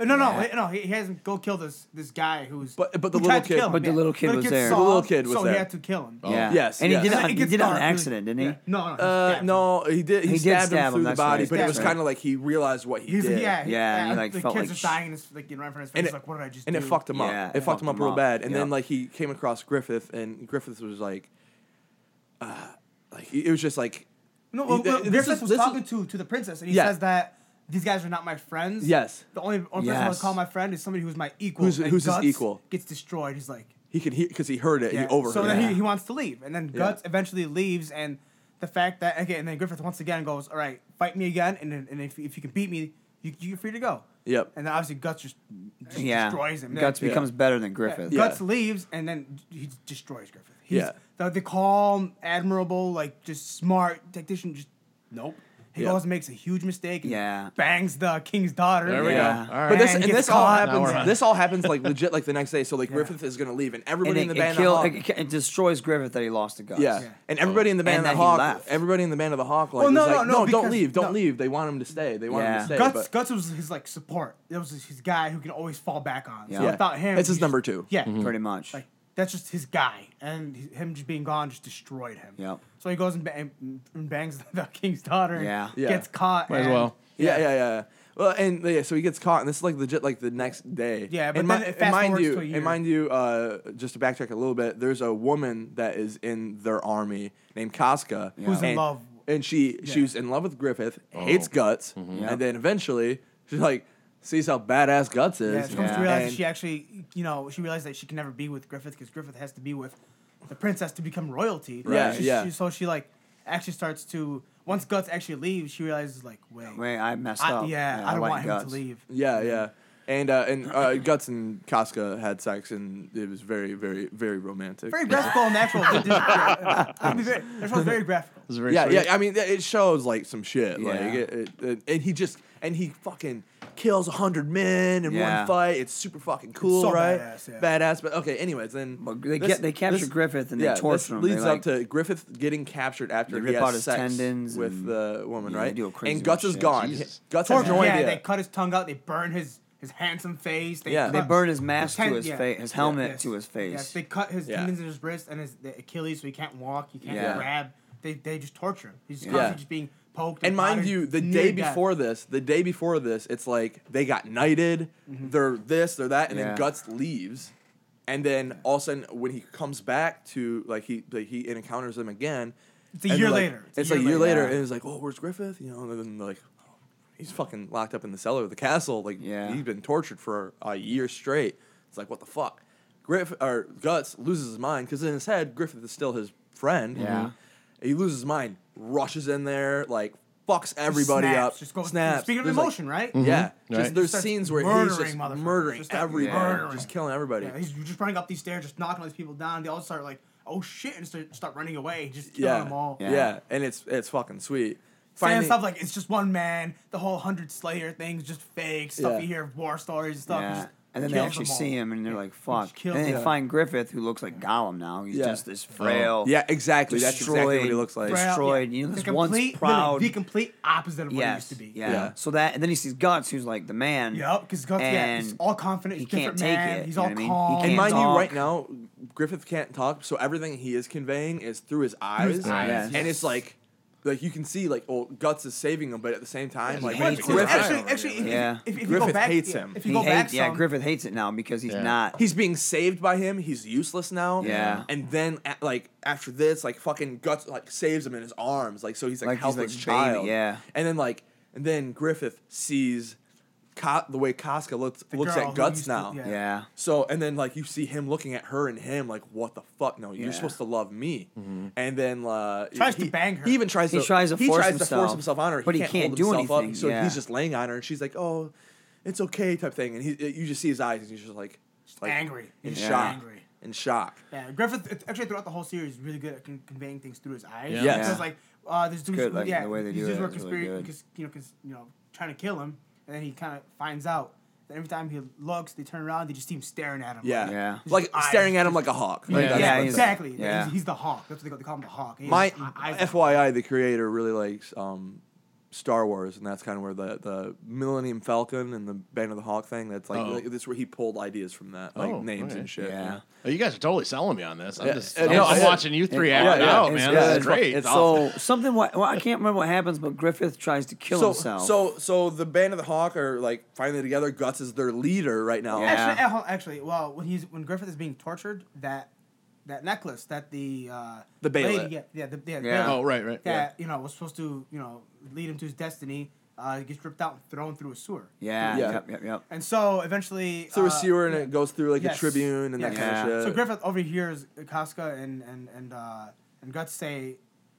No, no, he- no. He, he has him go kill this this guy who's
But- but
who
the little
tried to
kid-
kill him,
but the
yeah.
little kid was there. Oh.
saw
The little
him,
kid was
so
there.
he had to kill him.
Yeah.
Oh. Yes,
And he
yes.
And
did it.
then
on- He
gets
did it on
stabbed.
accident, didn't he?
Yeah. No, no. Oh, he
Uh,
stabbed him.
no, he did. He,
He did
stabbed him
stab him,
through the
that's
body,
right,
but it
that's
was
right.
kind of like he realized what he
He's,
did.
yeah, he-
Yeah, and he, like,
the
felt
kids
like
are
sh-
dying, and it's like you know, in front of his face.
And
He's
it-
like, what did I just
and
do?
it fucked him
Yeah,
up. It, fucked him up real bad. And
yeah.
then like he came across Griffith, and Griffith was like, uh, like it was just like,
No, well,
He- uh,
well,
this
Griffith
is-
was
this is-
talking to to the princess, and he
Yeah.
says that these guys are not my friends.
Yes.
The only, only person I would
Yes.
call my friend is somebody who's my equal.
Who's-
and
who's his
Guts
equal?
Gets destroyed. He's like,
he could hear because he heard it.
yeah.
He overheard.
So
it.
then
Yeah.
he, he wants to leave, and then Guts eventually leaves, and the fact that okay, and then Griffith once again goes, all right, fight me again, and then- and if, if you can beat me, you you're free to go.
Yep.
And then obviously Guts just, just
Yeah,
destroys him.
Guts
Yeah.
becomes better than
Yeah,
Griffith.
Yeah.
Guts leaves, and then he destroys Griffith. He's
Yeah.
the, the calm, admirable, like just smart tactician. Just nope. He
Yeah.
goes and makes a huge mistake. and
Yeah.
Bangs the king's daughter.
There we
Yeah.
go. All right.
But this
And
and
gets
this all
caught. Now
we're
happens.
on.
This all happens like legit, like the next day. So like Griffith is gonna leave, and everybody
and
in the
it,
band.
it,
of the
kill,
Hawk-
it, it destroys Griffith that he lost to Gus.
yeah.
Yeah.
and everybody in the band
And
of the
then he
Hawk.
left.
Everybody in the band of the Hawk.
Well,
Like, was
no,
like,
no, no,
don't
because-
leave, don't
no.
leave. They want him to stay. They want him
Yeah.
to stay.
Guts,
but-
Guts was his like support. That was his guy who can always fall back on. So
Yeah.
without him,
It's his
you
number
just-
two. Mm-hmm.
Yeah,
pretty much.
like that's just his guy, and he- him just being gone just destroyed him.
Yep.
So he goes and, ba- and bangs *laughs* the king's daughter. and
Yeah.
Yeah.
Gets caught.
Might as
and-
well.
Yeah, yeah, yeah. Well, and yeah, so he gets caught, and this is like legit, like the next day.
Yeah, but
and
then it fast
mind
forwards
you,
to a year.
and mind you, uh, just to backtrack a little bit, there's a woman that is in their army named Casca,
Who's in
and-
love.
and she she
Yeah.
was in love with Griffith, hates Guts,
Yeah.
and then eventually she's like sees how badass Guts is.
Yeah, she comes
Yeah.
to realize that
and-
she actually, you know, she realized that she can never be with Griffith because Griffith has to be with the princess to become royalty.
Right. Yeah,
She-
yeah.
she- so she like actually starts to once Guts actually leaves, she realizes like, wait,
Wait, I messed
I,
up.
yeah, I don't
like
want
Guts.
him to leave.
Yeah, yeah. And uh, and
*clears throat*
uh, Guts and Casca had sex, and it was very, very, very romantic.
Very graphical and
*laughs*
natural. It didn't- yeah. It'd be very- That was very graphical.
This is very
yeah,
sweet.
yeah. I mean, it shows like some shit. Like,
Yeah.
it, it, it- and he just and he fucking kills a hundred men in
Yeah.
one fight. It's super fucking cool,
so
right?
badass, yeah.
But okay, anyways, then
But they
this-
get they capture
this-
Griffith and
yeah,
they
this
torture him. They,
leads
like,
up to Griffith getting captured after
They
he
rip
has
out his
sex
tendons
with
and-
the woman,
yeah, they
right?
do a crazy
and Guts
amount of
is
shit.
gone.
Jesus.
Guts has
Torture.
no
yeah,
idea.
they cut his tongue out. They burn his his hands and face. They
Yeah.
cut-
They burn his mask
tent-
to his
yeah.
face, his helmet
Yes.
to his face.
Yes, they cut his
Yeah.
tendons in his wrist and his the Achilles, so he can't walk. He can't
Yeah.
grab. They they just torture him. He's
Yeah.
constantly just being poked.
and mind
prodded,
you, the
near
day
death.
before this, the day before this, it's like they got knighted, they're this, they're that, and
Yeah.
then Guts leaves, and then all of a sudden when he comes back to like he like, he encounters them again.
It's a
and
year
they're like-
later.
It's, like a year later,
later.
and it's like, oh, where's Griffith? You know, and then they're like, oh, he's fucking locked up in the cellar of the castle. Like
Yeah.
he's been tortured for a year straight. It's like what the fuck. Griff or Guts loses his mind because in his head Griffith is still his friend.
Yeah.
Mm-hmm.
He loses his mind, rushes in there, like fucks everybody
snaps,
up.
just goes-
snaps.
speaking of
There's, like-
emotion, Mm-hmm. right?
Yeah. Just
Right.
there's
Starts
scenes where he's
murdering
just
motherfuckers,
murdering
just like
everybody,
murdering.
just killing everybody.
Yeah, he's just running up these stairs, just knocking all these people down. They all start like, oh shit, and start, start running away, just killing
yeah.
them all.
yeah.
Yeah.
And it's it's fucking sweet.
Saying
Finally-
stuff like it's just one man, the whole hundred Slayer thing's just fake stuff.
Yeah.
You hear war stories and stuff.
yeah.
just
and then they
kills
actually
them all.
see him and they're like,
Just
fuck.
kills
And then they
him.
find Griffith, who looks like Gollum now. He's
Yeah.
just this
Oh.
frail.
yeah, exactly. That's exactly what he
destroyed-
looks like.
Well,
destroyed, you know,
the
this once
complete-
proud-
literally The complete opposite of what
Yes.
it used to be.
Yeah.
Yeah.
So that, and then he sees Guts, who's like the man.
Yep, because Guts, yeah, he's
And
all confident.
he
He's a different
can't take
man.
it,
He's
you know
all
what I mean? He
calm.
can't
And mind you,
talk.
right now, Griffith can't talk, so everything he is conveying is through his eyes.
his eyes,
Yeah.
And it's like, like you can see, like, oh, Guts is saving him, but at the same time, like, Griffith-
hates him.
Because actually,
Griffith-
actually, if-
Yeah.
if, if, you go
Griffith
back,
hates
yeah,
him.
If
he
you go back,
hates, yeah,
some-
Griffith hates it now because he's
Yeah.
not.
he's being saved by him. He's useless now.
Yeah.
And then, at, like after this, like fucking guts, like saves him in his arms. Like so, he's like,
Like, he's, like,
helpless
baby,
child.
yeah.
And then like, and then Griffith sees, Ka- the way Casca looks
The
looks
girl
at
who
guts
used to-
now.
yeah.
yeah.
So and then like you see him looking at her and him like what the fuck no
Yeah. Mm-hmm.
you're supposed to love me and then uh,
Tries to
he-
bang her.
he even tries
He
to
tries to
he
force
tries to
himself,
force himself on her
but he can't
hold
do
himself
anything,
up so
yeah.
he's just laying on her and she's like oh it's okay type thing and he you just see his eyes and he's just like like
angry.
in
He's
shock
angry.
in shock
Yeah, Griffith it's actually throughout the whole series is really good at con- conveying things through his eyes.
Yeah.
Yes.
Because like uh, there's dudes,
good, like,
yeah,
the way they
these
do
dudes
it
were
is really
conspira-
good.
cause, you know, cause you know, trying to kill him, and then he kind of finds out that every time he looks, they turn around, they just see him staring at him.
yeah
Yeah.
like
Eyes
staring at him like a hawk
Yeah.
Like, yeah,
That's
Yeah,
what-
he's-
exactly.
yeah.
He's, he's the hawk. That's what they call, they call him, the hawk. He
my
has e-, eyes-
FYI, the creator really likes um, Star Wars, and that's kind of where the, the Millennium Falcon and the Band of the Hawk thing. That's like,
Oh.
like that's where he pulled ideas from that, like
Oh,
names
okay.
and shit.
Yeah.
Oh, you guys are totally selling me on this. I'm
Yeah,
just
it-
I'm,
no,
I'm
it-
watching you three act it
yeah,
out,
it's
man.
good.
This is
It's
great.
fu- it's
So something. What, well, I can't remember what happens, but Griffith tries to kill
So,
himself.
so, so the Band of the Hawk are like finally together. Guts is their leader right now.
Yeah.
Actually, actually, actually, well, when he's when Griffith is being tortured, that that necklace that the uh,
The
lady-
bailiff.
yeah, yeah, the, yeah, the
Yeah.
bailiff
Oh, right, right.
that you know was supposed to you know lead him to his destiny, uh, gets ripped out and thrown through a sewer.
yeah,
Yeah.
Yep. Yep. Yep.
And so eventually
Through
uh,
a sewer and it goes through like
yes.
a tribune and that
Yes.
kind
Yeah.
of shit.
So Griffith overhears Casca and and and uh, and Guts say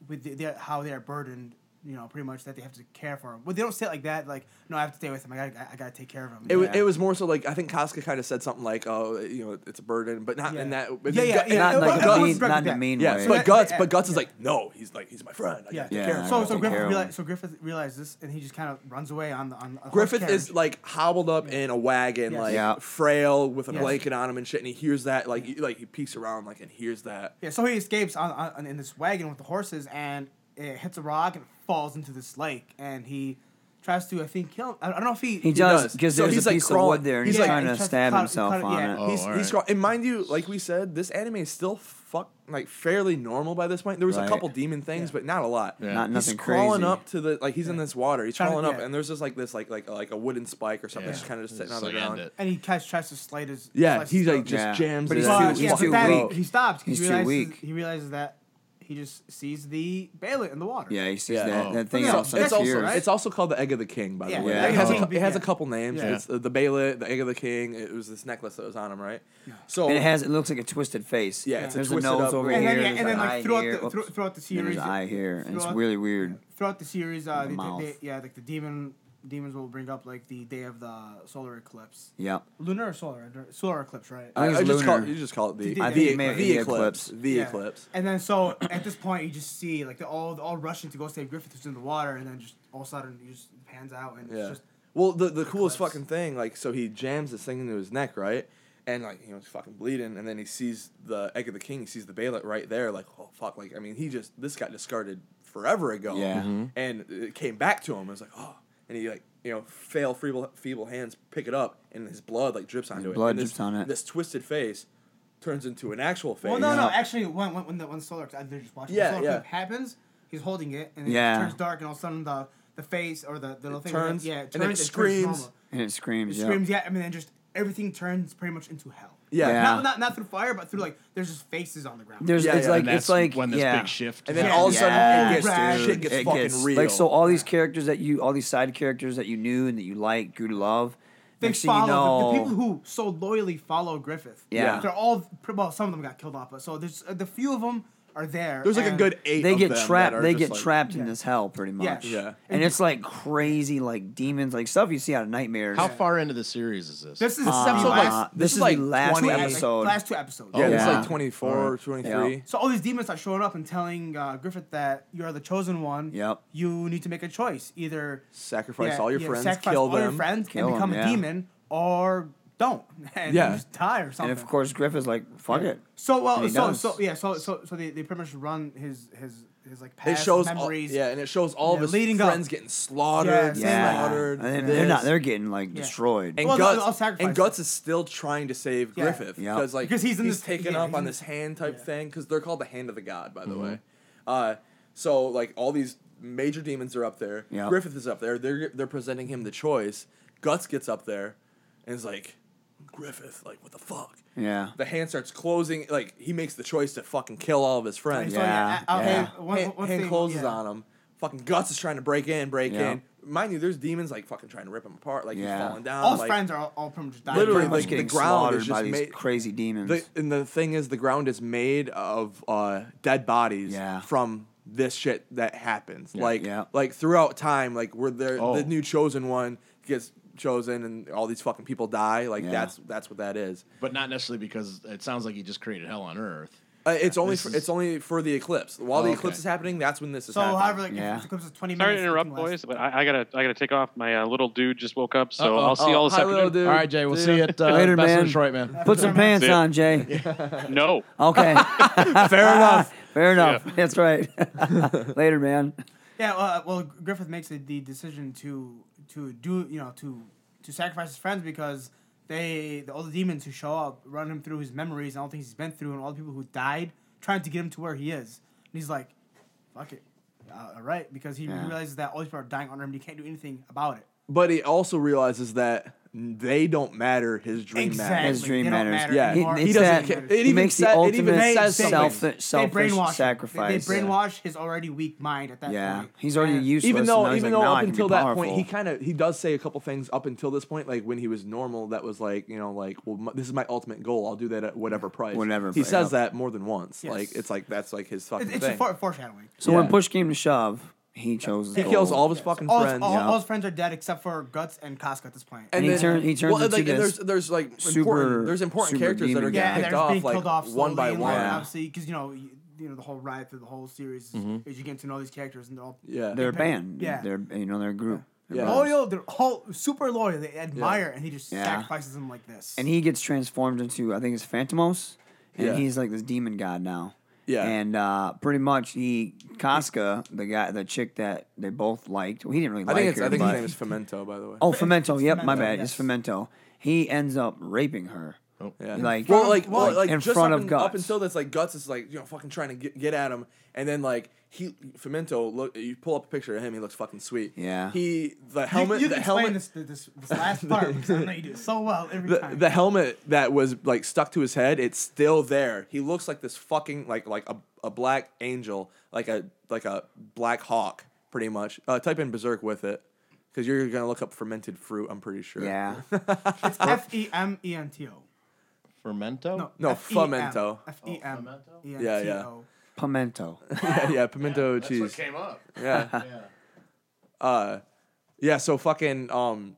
with the, the, how they are burdened you know, pretty much that they have to care for him. But they don't say it like that. Like, no, I have to stay with him. I got, to I got to take care of him.
It, was, it was more so like I think Casca kind of said something like, "Oh, you know, it's a burden," but not in
Yeah.
that. and
Yeah,
then
yeah,
Gut-
yeah.
not
Not in
well,
like
well,
a
well,
mean, not in a
respect
mean
yeah,
way.
so
but
that-
Guts,
that-
but Guts is like, no, he's like, he's my friend. I
Yeah.
gotta take care of
yeah
him.
so so
I take care
Griffith
of
reali-
him.
so Griffith realizes this, and he just kind of runs away on the on. the horse
Griffith is
carriage.
like hobbled up in a wagon,
Yes.
like
Yeah.
frail with a
Yes.
blanket on him and shit, and he hears that, like, he, like he peeks around, like, and hears that.
Yeah, so he escapes on, on in this wagon with the horses, and it hits a rock and falls into this lake, and he tries to, I think, kill. I I don't know if he.
He does
does.
because
So
there's
he's,
a
like,
piece of
crawling.
wood there, and
He's
he's
like- he
trying to
tries to
stab
cut-
himself
cut it,
on
yeah.
it.
Oh,
he's
all
he's
right.
crawl- and mind you, like we said, this anime is still fuck like fairly normal by this point. There was a
Right.
couple demon things, but not a lot.
Yeah.
Not nothing
he's crawling
crazy.
up to the like he's in this water. He's
Trying to-
crawling up,
yeah.
and there's just like this like like like a wooden spike or something,
Yeah.
just kind of just sitting on
Just
the
like,
ground.
end it.
And he catch, tries to slay his.
Yeah,
slice
he's
his
like
throat.
just
Yeah.
jams.
But
it
he's
out.
too-
But,
It's
he's
yeah,
fucking
but
too
then
gross.
weak.
he stops. 'cause
He's
he
too
realizes,
weak.
He realizes that he just sees the bailiff in the water.
Yeah, he sees
Yeah.
that
Oh.
that thing
Yeah,
So-
outside
it's, also,
appears.
right?
it's also called the Egg of the King, by the
Yeah,
way.
yeah,
It, has a,
yeah.
cou- it has a
Yeah.
couple names.
Yeah.
It's uh, the Bela, the Egg of the King. It was this necklace that was on him, right? So
And it has it looks like a twisted face.
Yeah, it's a
there's
twisted
nose
up-
over
And
here.
then, yeah,
there's
and then
an eye
like throughout
here.
the, through,
Oops.
throughout the
And there's
series,
an eye here, and it's
throughout-
really weird.
throughout the series, uh,
The
they- they-
mouth.
they- yeah, like the demon demons will bring up like the day of the solar eclipse,
Yeah,
lunar or solar, solar eclipse, right?
I think
I
it's
just call it,
lunar.
you just call it the
I
the,
think it may
the,
be
the
eclipse.
eclipse.
The
Yeah.
eclipse.
And then so at this point, you just see like they're all they're all rushing to go save Griffith who's in the water, and then just all of a sudden, you just it pans out and
Yeah.
it's just
well, the the coolest
Eclipse.
fucking thing, like, so he jams this thing into his neck, right? And like, you know, he's fucking bleeding, and then he sees the egg of the king. He sees the Bela right there, like, oh fuck, like, I mean, he just this got discarded forever ago,
Yeah. Mhm.
and it came back to him. It was like, oh, and he like, you know, fail feeble feeble hands pick it up, and his blood like drips onto it.
blood
and this,
drips on it.
This twisted face turns into an actual face.
well, no, no,
Yeah.
actually, when when, when the when the solar eclipse, they're just watching
Yeah,
the solar
yeah.
eclipse happens, he's holding it, and then
Yeah.
it turns dark, and all of a sudden the the face or the, the little thing
turns,
yeah, it
and then
turns,
it
turns
screams.
normal.
and it screams.
It
yeah.
screams, yeah, I mean, then just everything turns pretty much into hell.
Yeah.
Yeah.
Not, not not through fire, but through like there's just faces on the ground.
There's
Yeah,
it's
yeah.
like
And
it's
that's
like
when this
yeah.
big shift.
And then
Yeah.
all of a sudden,
Yeah,
it gets,
dude.
shit gets
it
fucking
gets-
real.
Like so, all these characters that you, all these side characters that you knew and that you liked, grew to love.
they
next
follow
thing you know,
the, the people who so loyally follow Griffith.
Yeah.
they're all well. Some of them got killed off, but so there's uh, the few of them are there.
There's like a
and-
good eight.
they
of
get
them that
trapped.
are
They
just
get
like-
trapped in
Yeah.
this hell pretty much.
Yeah.
and it's like crazy, like demons, like stuff you see out of nightmares.
How far into the series is this?
This is
Uh,
the last,
this, is, like the last
20
two,
episodes.
episode.
Like, last two episodes.
Yeah, oh, it's
Yeah.
like 24, 23.
Yeah.
So all these demons are showing up and telling uh, Griffith that you are the chosen one.
Yep.
You need to make a choice: either
Sacrifice
yeah,
all your
yeah,
friends,
sacrifice
kill
all
them.
your friends,
Kill
and become
'em,
a
yeah.
demon, or don't *laughs* and
Yeah.
just die or
and
something.
of course, Griffith's like, "Fuck it."
So well,
And he
so
does.
so yeah, so so so they, they pretty much run his his his like
It
past
shows all,
memories.
yeah, and it shows all of
Yeah,
his
leading up.
friends getting slaughtered,
Yes.
Yeah,
slaughtered.
And then
this.
they're not. They're getting like
Yeah.
destroyed.
and
Well, no, I'll
Guts
sacrifice
and
it.
Guts is still trying to save
Yeah.
Griffith
Yeah.
because like
Because he's in this-
taken
yeah,
up
he's
on
in
this
this-
hand type
yeah. Mm-hmm.
thing because they're called the Hand of the God by the way. Uh, so like all these major demons are up there.
Yeah.
Griffith is up there. They're they're presenting him the choice. Guts gets up there and is like, Griffith, like what the fuck?
yeah,
The hand starts closing. Like he makes the choice to fucking kill all of his
So,
friends.
Yeah.
I- I'll-
Yeah.
one-
hand,
one
hand
thing-
closes
yeah.
on him. Fucking guts is trying to break in, break
Yeah.
in. Mind you, there's demons like fucking trying to rip him apart. Like
Yeah.
he's falling down.
All his
like,
friends are all, all pretty much dying.
Literally,
pretty much
like,
getting
the ground
slaughtered
is
by
just
these
made-
crazy demons.
The, and the thing is, the ground is made of uh, dead bodies
Yeah.
from this shit that happens. Like,
Yeah.
like throughout time, like where the
Oh.
the new chosen one gets chosen, and all these fucking people die. Like
Yeah.
that's that's what that is.
but not necessarily because it sounds like he just created hell on earth.
Uh, it's only
This
for,
is-
it's only for the eclipse. While the
Oh,
eclipse
okay.
is happening, that's when this is.
So
happening.
however, like
Yeah.
if it comes to twenty
Sorry
minutes.
to
it
interrupt,
can last-
boys, but I, I gotta I gotta take off. My uh, little dude just woke up, so
Uh-oh.
I'll see
Oh,
you all this
hi,
afternoon.
little dude.
All right, Jay, we'll see you at uh,
Later,
Best
man.
of Detroit, man.
Put some pants
See ya.
on, Jay.
No.
Okay,
fair enough.
fair enough. That's right. Later, man.
Yeah, well, uh, well, Griffith makes the, the decision to to do you know to to sacrifice his friends because they the, all the demons who show up run him through his memories and all the things he's been through and all the people who died trying to get him to where he is. And he's like, "Fuck it, uh, all right," because he
Yeah.
realizes that all these people are dying under him. and He can't do anything about it.
But he also realizes that they don't matter. His dream
Exactly.
matters.
His dream
They don't
matters.
matter
Yeah.
anymore.
he,
He
it's
doesn't
that,
care. It
he
even
makes the
said- it
ultimate
even
says
self,
something.
selfish
brainwash him.
sacrifice.
They, they brainwash his already weak mind at that
yeah,
point.
he's already
And-
useless.
even though
and now he's
even
like,
though
"Now I
up
can be
until that point he
powerful."
kind of he does say a couple things up until this point like when he was normal that was like you know like well m- this is my ultimate goal I'll do that at whatever price
Whatever
he
price,
says
yeah.
that more than once
Yes.
like it's like that's like his fucking
It- it's
thing
a fore- foreshadowing.
So
Yeah.
when push came to shove, He chose.
He
the
kills
gold.
all of his fucking
All, his,
friends.
all,
Yeah.
all his friends are dead except for Guts and Casca at this point.
And he turn- he turns
well,
into
like,
this
there's there's like
super-
important there's important
super
characters that
demon
are
guy.
yeah,
getting
and
picked
they're
off
being
like
killed off
one by
slowly,
one.
Like,
Yeah.
Obviously, because you know, you, you know, the whole ride through the whole series is, is you get to know these characters and they're all
Mm-hmm. Yeah.
They're a band.
Yeah.
They're you know they're a group.
Yeah.
loyal. They're all super loyal. They admire, and he just
Yeah.
sacrifices them like this.
and he gets transformed into I think it's Phantomos, and
Yeah.
he's like this demon god now.
Yeah.
and uh, pretty much he Casca, the guy, the chick that they both liked. Well, he didn't really
I
like
think it's,
her.
I think his
but-
name is Fomento, by the way.
oh Femento. Yep, my
Femento,
bad. It's
yes.
Femento. He ends up raping her.
Oh, Yeah.
Like-
well, like,
In
well,
front-
like
in
just
front
up
of
in- Up
Guts.
until this, like guts is like you know fucking trying to get, get at him, and then like he Fomento look. You pull up a picture of him. He looks fucking sweet.
Yeah.
He the
You-
helmet.
you,
the
can
helmet.
explain this, this, this last
*laughs*
part because I know you do it so well every
the,
time.
the helmet that was like stuck to his head it's still there he looks like this fucking like like a, a black angel like a like a black hawk pretty much uh, type in berserk with it because you're gonna look up fermented fruit i'm pretty sure
*laughs* Yeah,
it's F E M E N T O.
Fermento?
no
F-E-M.
fomento
Oh, F E
Oh,
M E N T O.
Yeah, yeah.
Pimento.
yeah, *laughs* yeah pimento
That's what
cheese
came up.
*laughs*
yeah
Yeah.
uh yeah so fucking um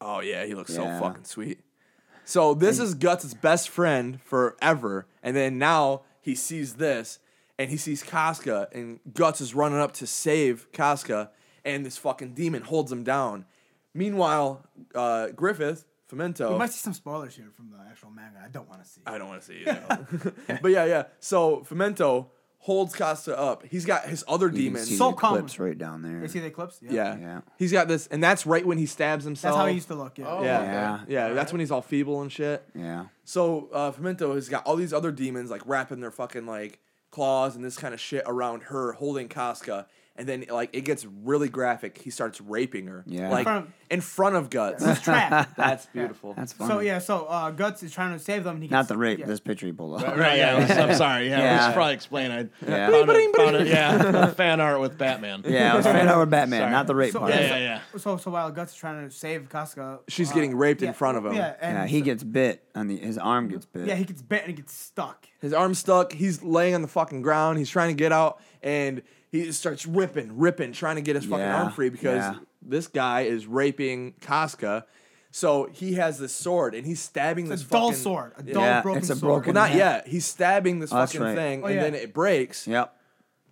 oh yeah he looks
Yeah.
so fucking sweet so this is guts' best friend forever and then now he sees this and he sees casca and guts is running up to save casca and this fucking demon holds him down meanwhile uh griffith
We
Fomento.
might see some spoilers here from the actual manga. I don't want to see.
I don't want to
*laughs*
see it. but yeah, yeah. So Fomento holds Costa up. He's got his other
You can
demons.
see
So
the
common.
clips right down there.
You see the clips?
Yeah.
Yeah.
He's got this, and that's right when he stabs himself.
That's how he used to look. Yeah.
Oh.
Yeah.
Yeah.
Yeah. That's when he's all feeble and shit.
Yeah,
So uh, Pimento has got all these other demons like wrapping their fucking like claws and this kind of shit around her, holding Casca. And then like it gets really graphic. He starts raping her.
Yeah.
Like
In front-
in front of Guts.
*laughs*
It's a trap.
*laughs* that's beautiful.
that's funny.
so yeah, so uh, Guts is trying to save them. And he
Not
gets-
the rape.
yeah.
This picture you pulled up.
Right, yeah, let's- I'm sorry. Yeah, we
Yeah.
should probably explain. I
Yeah.
found, it, found it, *laughs* yeah, fan art with Batman.
*laughs* Yeah, it was fan over Batman,
Sorry.
not the rape
uh, So-
part.
yeah, yeah, yeah.
So so while Guts is trying to save Casca,
She's
uh,
getting raped
yeah,
in front of him.
Yeah, and
Yeah, he gets bit on the his arm gets bit.
yeah he gets bit and he gets stuck.
His arm's stuck. He's laying on the fucking ground. He's trying to get out, and he just starts ripping, ripping, trying to get his fucking
Yeah,
arm free because
yeah.
this guy is raping Casca. So he has this sword, and he's stabbing
It's
this
a dull
fucking
sword. A
Yeah.
dull
Yeah,
broken
it's a
sword.
broken-
Well, not
Yeah.
yet. He's stabbing this
Oh, that's
fucking
right.
thing,
Oh,
and
yeah.
then it breaks.
Yep.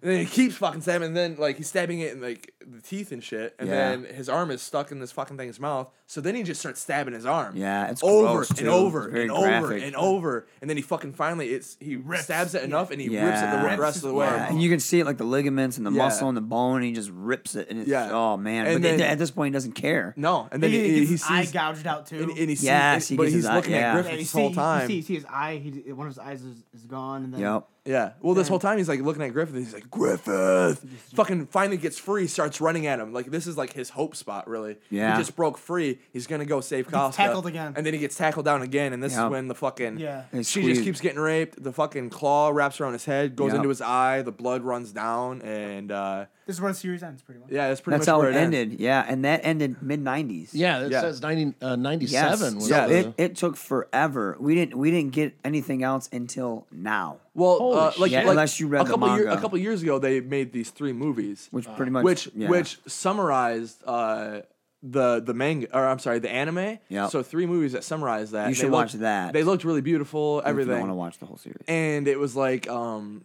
And then he keeps fucking stabbing, and then like he's stabbing it in like the teeth and shit, and
Yeah.
then his arm is stuck in this fucking thing's mouth. So then he just starts stabbing his arm.
Yeah, it's
over
gross,
and
too.
over
It's very
and over
graphic.
and over, and then he fucking finally it's he stabs it enough, and he rips it
Yeah.
the rest of the way.
Yeah, and you can see it like the ligaments and the
Yeah.
muscle and the bone. And he just rips it, and it's
Yeah.
oh man!
And
but then,
then-
at this point, he doesn't care.
No, and
He,
then he, he,
gets
he
his eye
sees.
gouged out too.
And, and he sees, and-
Yes, he
but
gets
he's
his eye-
looking
yeah.
at
Yeah,
Griffith
you
this
see,
whole time.
You see, you see his eye. He, one of his eyes is, is gone, and then
Yep.
Yeah. Well, this whole time he's like looking at Griffith. He's like, Griffith! Fucking finally gets free, starts running at him. Like, this is like his hope spot, really.
Yeah.
He just broke free. He's going to go save Costa.
tackled again.
And then he gets tackled down again. And this
Yep.
is when the fucking.
Yeah.
They
She just
squeeze.
keeps getting raped. The fucking claw wraps around his head, goes
Yep.
into his eye. The blood runs down. And uh,
this is where the series ends, pretty much.
yeah, that's pretty
That's
much
how
where
it
ends.
ended. Yeah, and that ended mid nineties.
Yeah, it
Yeah.
says 90, uh, 97.
Yes.
was
So
the-
it, it took forever. We didn't we didn't get anything else until now,
Well,
Holy
uh, like,
shit.
like
Unless you read
a
the
couple year-
manga.
a couple years ago, they made these three movies.
Uh,
which pretty much
which
yeah.
which summarized uh, the the manga or I'm sorry the anime.
Yep.
So three movies that summarized that.
You
They
should
looked-
watch that.
They looked really beautiful.
if You
Everything.
want to watch the whole series.
and it was like um,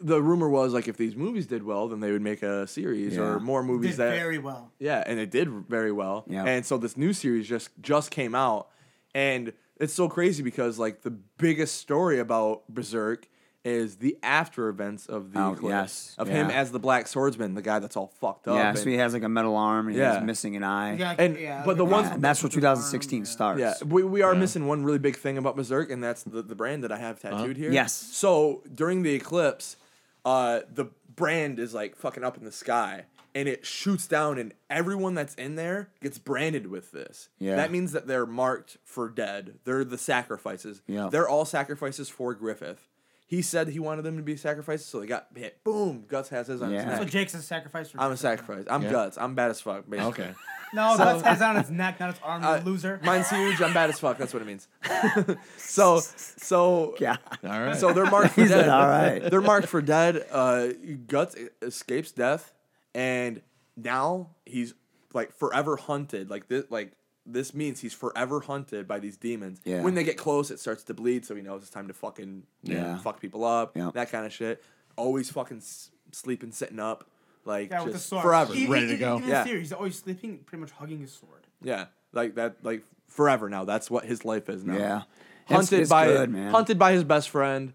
the rumor was like if these movies did well, then they would make a series
Yeah.
or more
did
uh,
movies that
very well.
yeah, and it did very well.
Yeah.
And so this new series just just came out, and it's so crazy because like the biggest story about Berserk is the after events of the
Oh,
eclipse,
yes.
of him
Yeah.
as the Black Swordsman, the guy that's all fucked up.
yeah,
and-
so he has like a metal arm. and
Yeah.
He's missing an eye.
You got-
And- but the
look at
ones-
Yeah,
that.
and that's where 2016 starts.
Yeah, we, we are missing one really big thing about Berserk, and that's the, the brand that I have tattooed here.
Uh-huh. Yes.
So during the eclipse, uh, the brand is like fucking up in the sky, and it shoots down, and everyone that's in there gets branded with this.
Yeah.
That means that they're marked for dead. They're the sacrifices.
Yeah.
They're all sacrifices for Griffith. He said he wanted them to be sacrifices, so they got hit. Boom! Guts has his on
Yeah.
his
That's
neck.
what Jake's a sacrifice for.
I'm a sacrifice. I'm Guts. I'm bad as fuck. Basically.
okay.
No, Guts has it on his neck, not his arm. you
Uh,
loser.
Mine's huge. I'm bad as fuck. That's what it means. *laughs* so, so
Yeah. *laughs*
All right.
so *laughs* they're marked for
He said,
dead.
"All right."
They're marked for dead. Uh, Guts escapes death. and now he's like forever hunted. Like this, like this means he's forever hunted by these demons.
Yeah.
When they get close, it starts to bleed, so he knows it's time to fucking
Yeah.
fuck people up.
Yeah.
That kind of shit. Always fucking s- sleeping, sitting up, like
Yeah, with the
just
sword.
forever.
He- he-
Ready to
he-
go.
even in
Yeah.
theory, he's always sleeping, pretty much hugging his sword.
Yeah, like that, like forever now. That's what his life is now.
Yeah. It's-
hunted
it's
by
good, man.
hunted by his best friend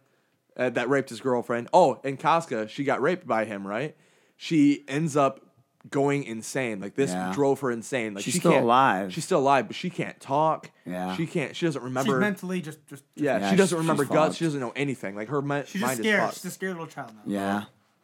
uh, that raped his girlfriend. Oh, and Casca, she got raped by him, right? She ends up going insane. Like this
Yeah.
drove her insane. Like
She's
she
still
can't-
alive.
She's still alive, but she can't talk.
Yeah.
she can't. She doesn't
She's
remember.
mentally just just. just
yeah,
Yeah,
she doesn't
she's-
remember
she's
guts.
fucked.
She doesn't know anything. Like her mi-
She's just scared.
mind is
She's a
fucked.
scared little child now.
Yeah.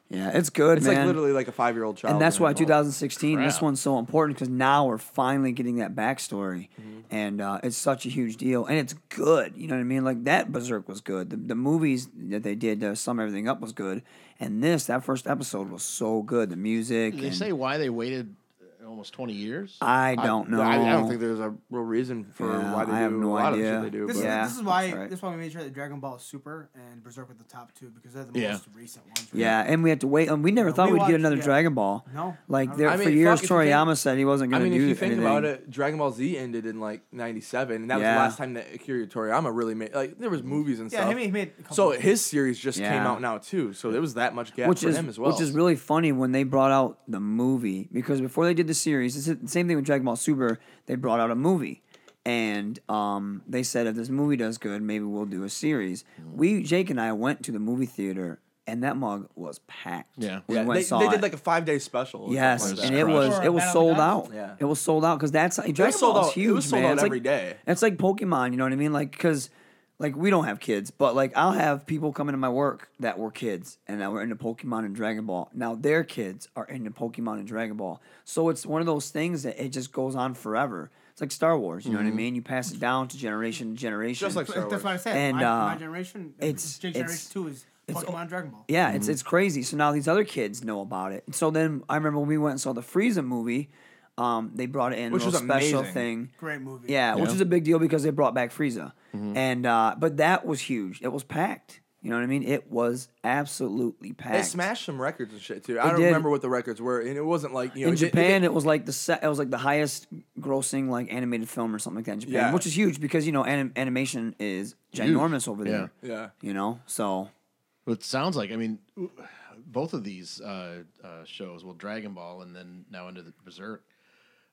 Yeah. It's good,
It's
man.
like literally like a five year old child.
and that's
being
why
involved.
2016 this
Crap.
one's so important because now we're finally getting that backstory
Mm-hmm.
and uh, it's such a huge deal and it's good you know what i mean like that berserk was good the, the movies that they did to sum everything up was good and this that first episode was so good the music
Did they
and
say why they waited uh, almost 20 years?
i don't know
I, I don't think there's a real reason for
Yeah,
why they
I have
do a
no
lot
idea.
of shit they do.
This,
but-
Yeah,
is, this is why
that's right.
this is why we made sure that Dragon Ball Super and Berserk were the top two because they're the
Yeah.
most recent ones. right?
yeah and we had to wait and we never thought
we
we'd
watched-
get another
yeah.
dragon ball
No,
like
not
there
at
all. I
for
mean,
years
fuck, if you think-
toriyama said he wasn't
I
going to
mean,
do
if you think
anything
about it, Dragon Ball Z ended in like '97, and that was
Yeah.
the last time that Akira Toriyama really made like there was movies and
Yeah,
stuff.
he made- he made a couple
so
movies.
his series just came
Yeah.
out now too. So there was that much gap
which
for
is
him as well.
which is really funny when they brought out the movie because before they did the series, it's the same thing with Dragon Ball Super. They brought out a movie, and um, they said if this movie does good, maybe we'll do a series.
Mm.
We Jake and I went to the movie theater, and that mug was packed.
Yeah.
we
yeah,
went
they,
and saw
they
it.
did like a five day special. or
Yes,
something like
and
that.
it was
Or
it
Battle
was
of the
sold
Gods?
out.
Yeah.
It was sold out because that's Dragon
was sold
Ball's
out- it
huge,
was sold
man.
out
it's
every
like,
day.
It's like Pokemon, you know what I mean? Like because like we don't have kids, but like I'll have people come into my work that were kids and that were into Pokemon and Dragon Ball. Now their kids are into Pokemon and Dragon Ball, so it's one of those things that it just goes on forever. It's like Star Wars, you know what I mean? You pass it down to generation to generation.
Mm-hmm. Just like Star
That's
Wars.
what I said.
And,
my, my
uh,
generation,
it's-
it's generation
it's-
two is
it's-
Pokemon and Dragon Ball.
Yeah,
Mm-hmm.
it's it's crazy. So now these other kids know about it. So then I remember when we went and saw the Frieza movie, um, they brought it in
Which
a little
was
special
amazing.
thing.
Great movie.
Yeah, which was a big deal because they brought back Frieza,
Mm-hmm.
and uh, but that was huge. It was packed. You know what I mean? It was absolutely
They
packed.
smashed some records and shit too. I don't
did.
remember what the records were, and it wasn't like you know
in
it did- it
Japan,
did-
it was like the se- it was like the highest grossing like animated film or something like that in Japan,
Yeah.
which is huge because you know anim- animation is ginormous over there.
Yeah.
you know, so
It sounds like, I mean, both of these uh, uh, shows, well, Dragon Ball and then now into the Berserk.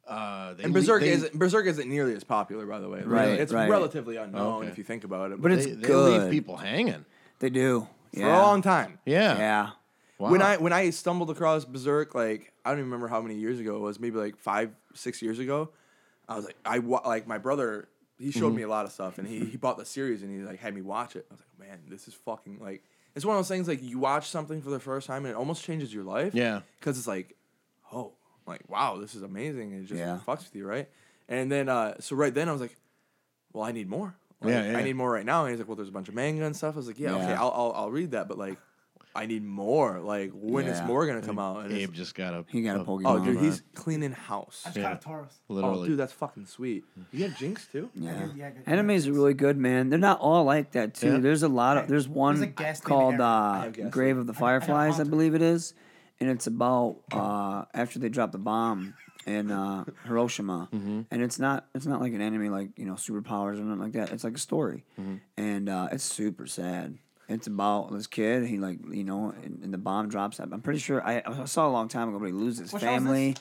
Uh, they
and
le-
Berserk
they-
isn't Berserk isn't nearly as popular, by the way.
Right,
it's
right.
relatively unknown
Okay.
if you think about it.
But
But
it-
it's
They,
It's
they leave
good.
people hanging.
they do.
for
Yeah,
a long time.
Yeah.
yeah,
Wow.
When I when I stumbled across Berserk, like I don't even remember how many years ago it was, maybe like five, six years ago. I was like, I wa- like my brother. He showed
Mm-hmm.
me a lot of stuff, and he, he bought the series, and he like had me watch it. I was like, man, this is fucking like it's one of those things like you watch something for the first time, and it almost changes your life.
Yeah.
because it's like, oh, like wow, this is amazing, and it just
Yeah.
fucks with you, right? And then uh, so right then I was like, well, I need more. Like,
Yeah, yeah.
I need more right now. And he's like, well, there's a bunch of manga and stuff. I was like, yeah, okay,
Yeah.
I'll, I'll I'll read that, but like, I need more. Like, when is
Yeah.
more gonna come out? And it's-
Abe just got a.
he got a
a-
Pokemon.
oh, dude, he's cleaning house.
That's kind of Taurus.
Literally.
Oh, dude, that's fucking sweet. You got Jinx too.
Yeah.
Yeah, good-
Animes are really good, man. They're not all like that too.
Yeah.
There's a lot of there's one
There's a gas station
called
area.
uh,
have gas
Grave of the Fireflies, I,
Haunted.
believe it is, and it's about uh, after they dropped the bomb in uh, Hiroshima, and it's not it's not like an anime like you know superpowers or nothing like that. It's like a story, and uh, it's super sad. It's about this kid. He like you know, and, and the bomb drops. I'm pretty sure I, I saw it a long time ago, but he loses his
Which one is
family.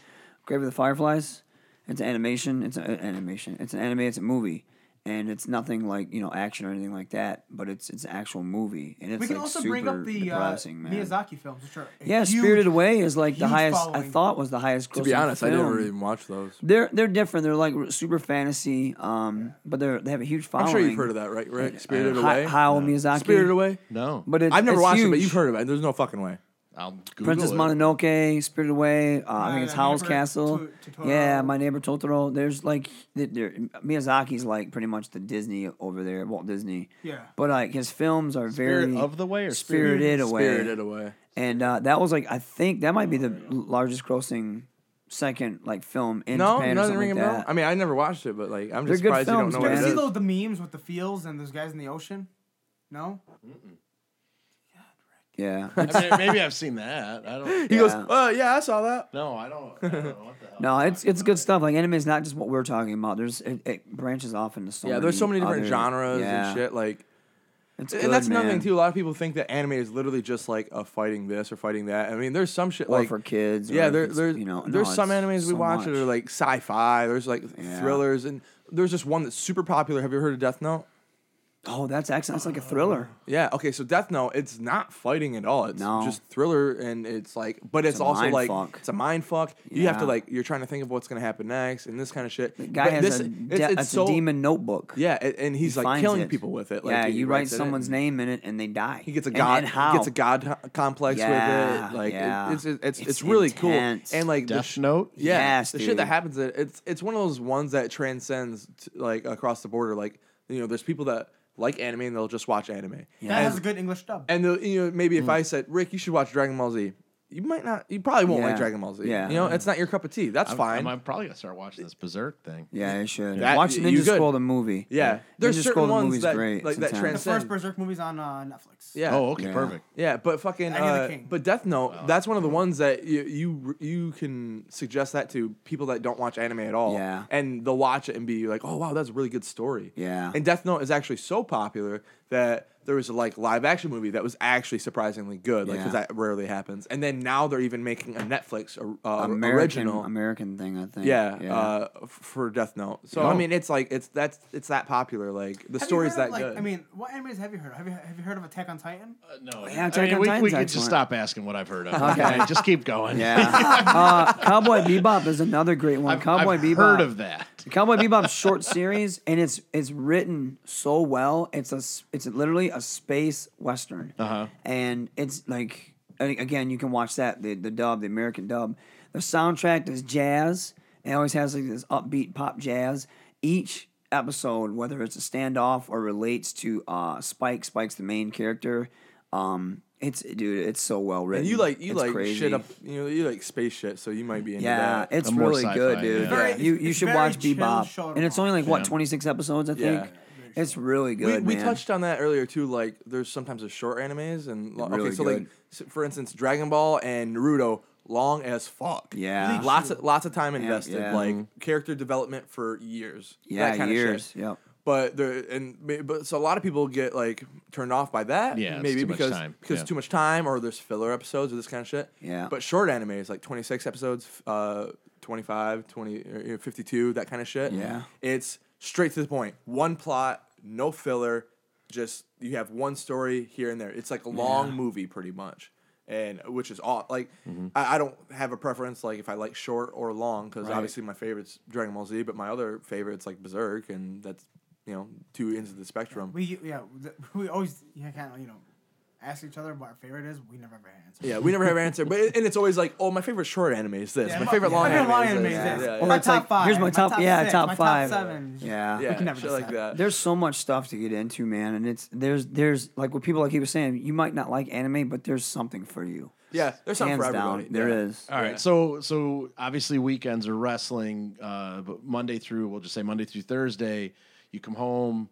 Grave of the Fireflies. It's an animation. It's an animation. It's an anime. It's a movie, and it's nothing like you know action or anything like that. But it's it's an actual movie, and it's
We can
like
also
super
bring up the uh,
depressing, man.
Miyazaki films, which are a
yeah,
huge-
Spirited Away is like the
huge
highest. I
following.
thought was the highest.
To be honest, I
film.
never even watched those.
They're they're different. They're like super fantasy, um, but they're they have a huge following. uh,
I'm sure you've heard of that, right? Right? Spirited
Hi-
Away.
Hayao Miyazaki.
Spirited Away.
No.
But it's-
I've never
it's
watched it, but
huge.
you've heard of it. There's no fucking way.
I'll Google
Princess
it.
Mononoke, Spirited Away. Uh, I think it's
My
Howl's
Neighbor
Castle.
To- Totoro.
yeah, My Neighbor Totoro. There's like th- there, Miyazaki's like pretty much the Disney over there, Walt Disney.
Yeah.
But like his films are very
Spirit of the Way or
Spirited, Away.
Spirited Away.
And uh, that was like I think that might be
Oh,
the largest grossing second like film in
No,
Japan or
nothing
something
ringing
like
a bell.
that.
I mean, I never watched it, but like, I'm just
They're good
surprised you don't
films,
know
You
what it
man.
ever
is.
see those the memes with the fields and those guys in the ocean? No.
Yeah.
I mean, maybe I've seen that. I don't.
He goes,
Yeah.
"Uh, yeah, I saw that."
No, I don't. I don't know what
*laughs*
the hell.
*laughs* No, it's it's good stuff. Like anime is not just what we're talking about. There's it, it branches off into so
yeah, there's so many different
other-
genres
yeah.
and shit. Like,
It's
and
good,
that's another
man.
thing too. A lot of people think that anime is literally just like a fighting this or fighting that. I mean, there's some shit
Or
like
for kids. or
Yeah,
if
there,
it's,
there's
you know,
there's
no,
some
it's
animes we
so
watch
much.
that are like sci-fi. There's like
Yeah.
thrillers, and there's just one that's super popular. Have you heard of Death Note?
oh, that's excellent.
*sighs*
That's like a thriller.
Yeah. Okay. So Death Note, it's not fighting at all. It's
No.
just thriller, and it's like, but it's,
a
also
mind
like
fuck.
it's a mind fuck. You have to
Yeah.
like you're trying to think of what's gonna happen next and this kind of shit.
The guy
But
has
this-
a,
it's-
de-
it's
it's
so-
a demon notebook.
Yeah, and, and he's
He
like
finds
killing
it.
people with it. Like,
yeah,
he
you write
writes it in.
someone's name in it and they die.
He gets a
And-
god.
And how?
He gets a god h- complex
Yeah,
with it. Like it-
yeah.
it's, it's it's
It's
really
intense.
cool. And like the
Death
sh-
Note?
Yeah,
Yes,
the shit that
dude.
happens. It, it's it's one of those ones that transcends t- like across the border. Like you know, there's people that like anime and they'll just watch anime.
That has a good English dub.
And the, you know, maybe
Mm.
if I said Rick, you should watch Dragon Ball Z. You might not. You probably won't like
Yeah.
Dragon Ball Z.
Yeah.
You know, it's not your cup of tea. That's
I'm,
fine.
I'm, I'm probably gonna start watching this Berserk thing.
Yeah, you should
That-
watch
you
Ninja
good.
Scroll the movie.
yeah. There's
Ninja
certain
Scroll the
ones
movie's
that
great.
like that
sometimes.
the first
transcend.
Berserk movie's on uh, Netflix.
Yeah.
Oh, okay,
Yeah.
perfect.
Yeah, but fucking,
Agony the
uh,
King.
but Death Note.
Oh,
That's one of the ones that you, you you can suggest that to people that don't watch anime at all.
Yeah.
and they'll watch it and be like, "Oh wow, that's a really good story."
Yeah.
and Death Note is actually so popular that there was a like live action movie that was actually surprisingly good, like because
Yeah.
that rarely happens. And then now they're even making a Netflix or- uh,
American
original.
American thing, I think.
yeah, Uh, f- for Death Note. So I
Oh.
mean, it's like it's that's it's that popular. Like the
Have you
story's
heard of,
that
like,
good.
I mean, what animes have you heard? of? Have you have you heard of Attack on Titan?
Uh, no,
Yeah,
I
Attack
mean,
on
we,
Titan's
we could just
excellent.
stop asking what I've heard
*laughs*
of.
Okay.
okay, just keep going.
yeah.
*laughs*
uh, Cowboy Bebop is another great one.
I've,
Cowboy
I've
Bebop.
heard of that.
Cowboy Bebop's short series, and it's it's written so well. It's a s- it's literally a space western, uh-huh. and it's like and again you can watch that the the dub the American dub. The soundtrack is jazz. and It always has like this upbeat pop jazz. Each episode, whether it's a standoff or relates to uh, Spike, Spike's the main character. Um, it's dude, it's so well written.
And you like you
It's
like shit
crazy.
up. You know, you like space shit, so you might be into
Yeah,
that.
it's
I'm more
really
sci-fi,
good, dude.
yeah.
Very-
Yeah. You you
it's
should
very
watch
chill show
Bebop,
to
and it's only like
Yeah.
what twenty six episodes, I think. It's really
we,
good.
we
man.
touched on that earlier too. Like, there's sometimes there's short animes and lo-
really
okay, so like
good.
s- for instance, Dragon Ball and Naruto, long as fuck.
Yeah. Bleach.
lots of lots of time invested.
yeah. Mm-hmm.
Like character development for years.
Yeah,
that kind
years.
Of shit.
Yep.
But there and ma- but so a lot of people get like turned off by that.
Yeah, it's
maybe
too much
because
time.
because
Yeah.
too much time or there's filler episodes or this kind of shit.
Yeah.
But short anime is like 26 episodes, f- uh, 25, 20, or, you know, 52, that kind of shit.
Yeah.
It's straight to the point. One plot, no filler. Just you have one story here and there. It's like a long movie, pretty much, and which is all like
Mm-hmm.
I, I don't have a preference like if I like short or long because obviously my favorite's Dragon Ball Z, but my other favorite's like Berserk, and that's you know two ends of the spectrum.
We yeah th- we always yeah kind of you know ask each other what our favorite is. We never ever answer.
yeah, we never have an answer, but and it's always like, oh, my favorite short anime is this.
Yeah,
my favorite long anime,
long
is
anime
this.
is this.
Yeah,
Or
yeah,
my
yeah.
it's
top
like,
five.
here's my top- yeah,
six,
top
my
five.
top seven.
Yeah.
yeah,
can never
shit like
decide.
that.
There's so much stuff to get into, man, and it's there's there's like what people like you were saying. You might not like anime, but there's something for you.
Yeah, there's something
Hands
for
down,
everybody.
there
yeah.
is.
All right, so so obviously weekends are wrestling, uh, but Monday through we'll just say Monday through Thursday, you come home.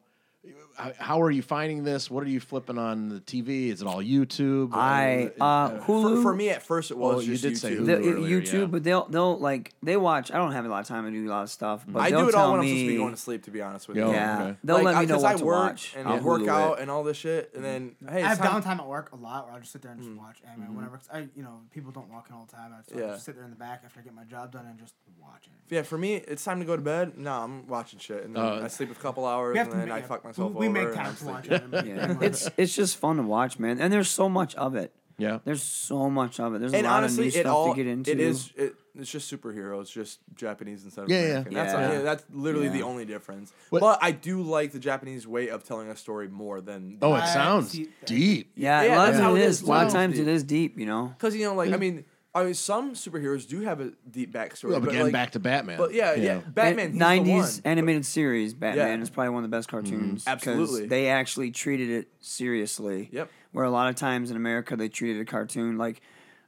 How- How are you finding this? What are you flipping on the TV? Is it all YouTube?
I uh, Hulu
For, for me, at first, it was
Well,
Oh,
you
just
did
YouTube.
say
the,
Hulu earlier,
YouTube,
yeah.
but they'll they'll like they watch. I don't have a lot of time to do a lot of stuff, but
I
they'll
do it
tell
all when
me,
I'm supposed to be going to sleep. To be honest with
Yeah.
you,
Yeah,
Okay.
they'll
Like,
let me know
because
what
I
to
work
watch.
and
I'll
I work
Hulu
out
it.
and all this shit, and then hey,
I have
it's time-
downtime at work a lot where I'll just sit there and just watch anime whenever. 'cause I, you know, people don't walk in all the time. I just, I
Yeah.
just sit there in the back after I get my job done and just watch it.
Yeah, for me, it's time to go to bed. No, I'm watching shit, and then
Uh,
I sleep a couple hours,
We have
and
to
then
ma-
I
yeah,
fuck myself
we, we
over.
make
and
time
I'm
to
sleeping.
watch
*laughs*
anime.
Yeah. it's it's just fun to watch, man. And there's so much of it.
Yeah.
There's so much of it. There's
And
a lot
honestly,
of new
it
stuff
all
to get into.
it is it, it's just superheroes, just Japanese instead of
Yeah, yeah.
American. That's
Yeah.
yeah, that's literally the
Yeah.
only difference.
What-
But I do like the Japanese way of telling a story more than
oh,
I
it sounds
see-
deep.
Yeah,
Yeah,
a lot
that's
of
how
times
it
it
is,
is. A lot of
too.
times it is deep, you know.
because you know like I mean I mean some superheroes do have a deep backstory.
Well,
but
again,
like,
back to Batman.
But yeah, yeah, Batman.
nineties
Nineties
animated series Batman is probably one of the best cartoons. 'cause
Mm-hmm. Absolutely.
they actually treated it seriously.
Yep.
Where a lot of times in America they treated a cartoon like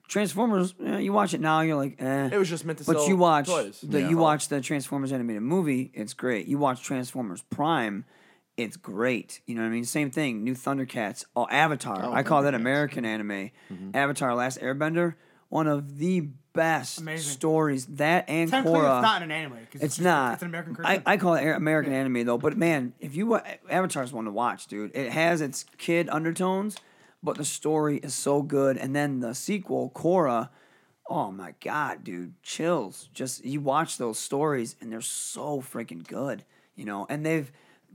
Transformers. eh, you watch it now, you're like, eh.
It was just meant to
But
sell
you watch
toys.
the
Yeah.
you watch the Transformers animated movie, it's great. You watch Transformers Prime, it's great. You know what I mean? Same thing. New Thundercats, oh, Avatar. I call that American anime. Avatar: Last Airbender, one of the best
Amazing.
stories. That and
Technically,
Korra.
it's not an anime. 'cause
It's
just-
not.
It's an American
I,
cartoon.
I call it Air- American anime though, but man, if you wa- Avatar's one to watch, dude. It has its kid undertones, but the story is so good. And then the sequel, Korra. Oh my god, dude, chills. Just you watch those stories and they're so freaking good, you know. And they've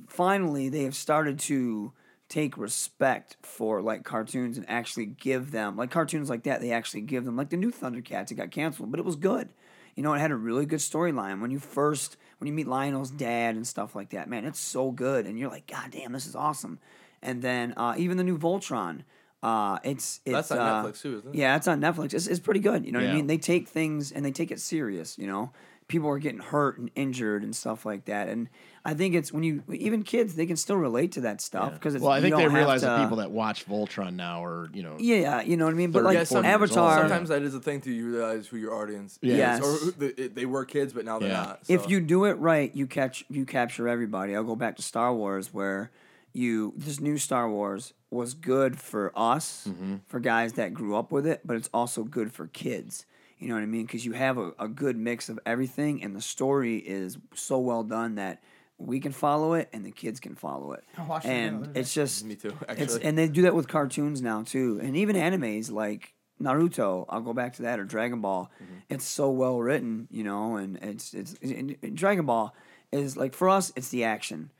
finally they have started to take respect for like cartoons and actually give them like cartoons like that. They actually give them like the new Thundercats. It got canceled, but it was good. You know, it had a really good storyline when you first when you meet Lionel's dad and stuff like that. Man, it's so good, and you're like, God damn, this is awesome. And then uh, even the new Voltron, uh, it's it's
That's on
uh,
Netflix too, isn't it?
Yeah, it's on Netflix. It's, it's pretty good. You know what I
Yeah.
mean? They take things and they take it serious. You know, people are getting hurt and injured and stuff like that. And I think it's when you even kids they can still relate to that stuff because it's
Well, I
you
think
don't
they
have
realize that
to-
people that watch Voltron now are, you know,
yeah, you know what I mean. But like
Yeah, some-
Avatar,
Sometimes that is a thing to you realize who your audience
Yes.
is, or who, the, it- they were kids, but now they're
Yeah.
not.
if
so.
you do it right, you catch you capture everybody. I'll go back to Star Wars where you this new Star Wars was good for us
Mm-hmm.
for guys that grew up with it, but it's also good for kids. You know what I mean? Because you have a, a good mix of everything, and the story is so well done that we can follow it and the kids can follow it.
I watched it the
and
other day.
it's just
Me too,
It's,
actually.
and they do that with cartoons now too, and even animes like Naruto. I'll go back to that or Dragon Ball.
Mm-hmm.
It's so well written, you know, and it's it's and, and Dragon Ball is like for us, it's the action,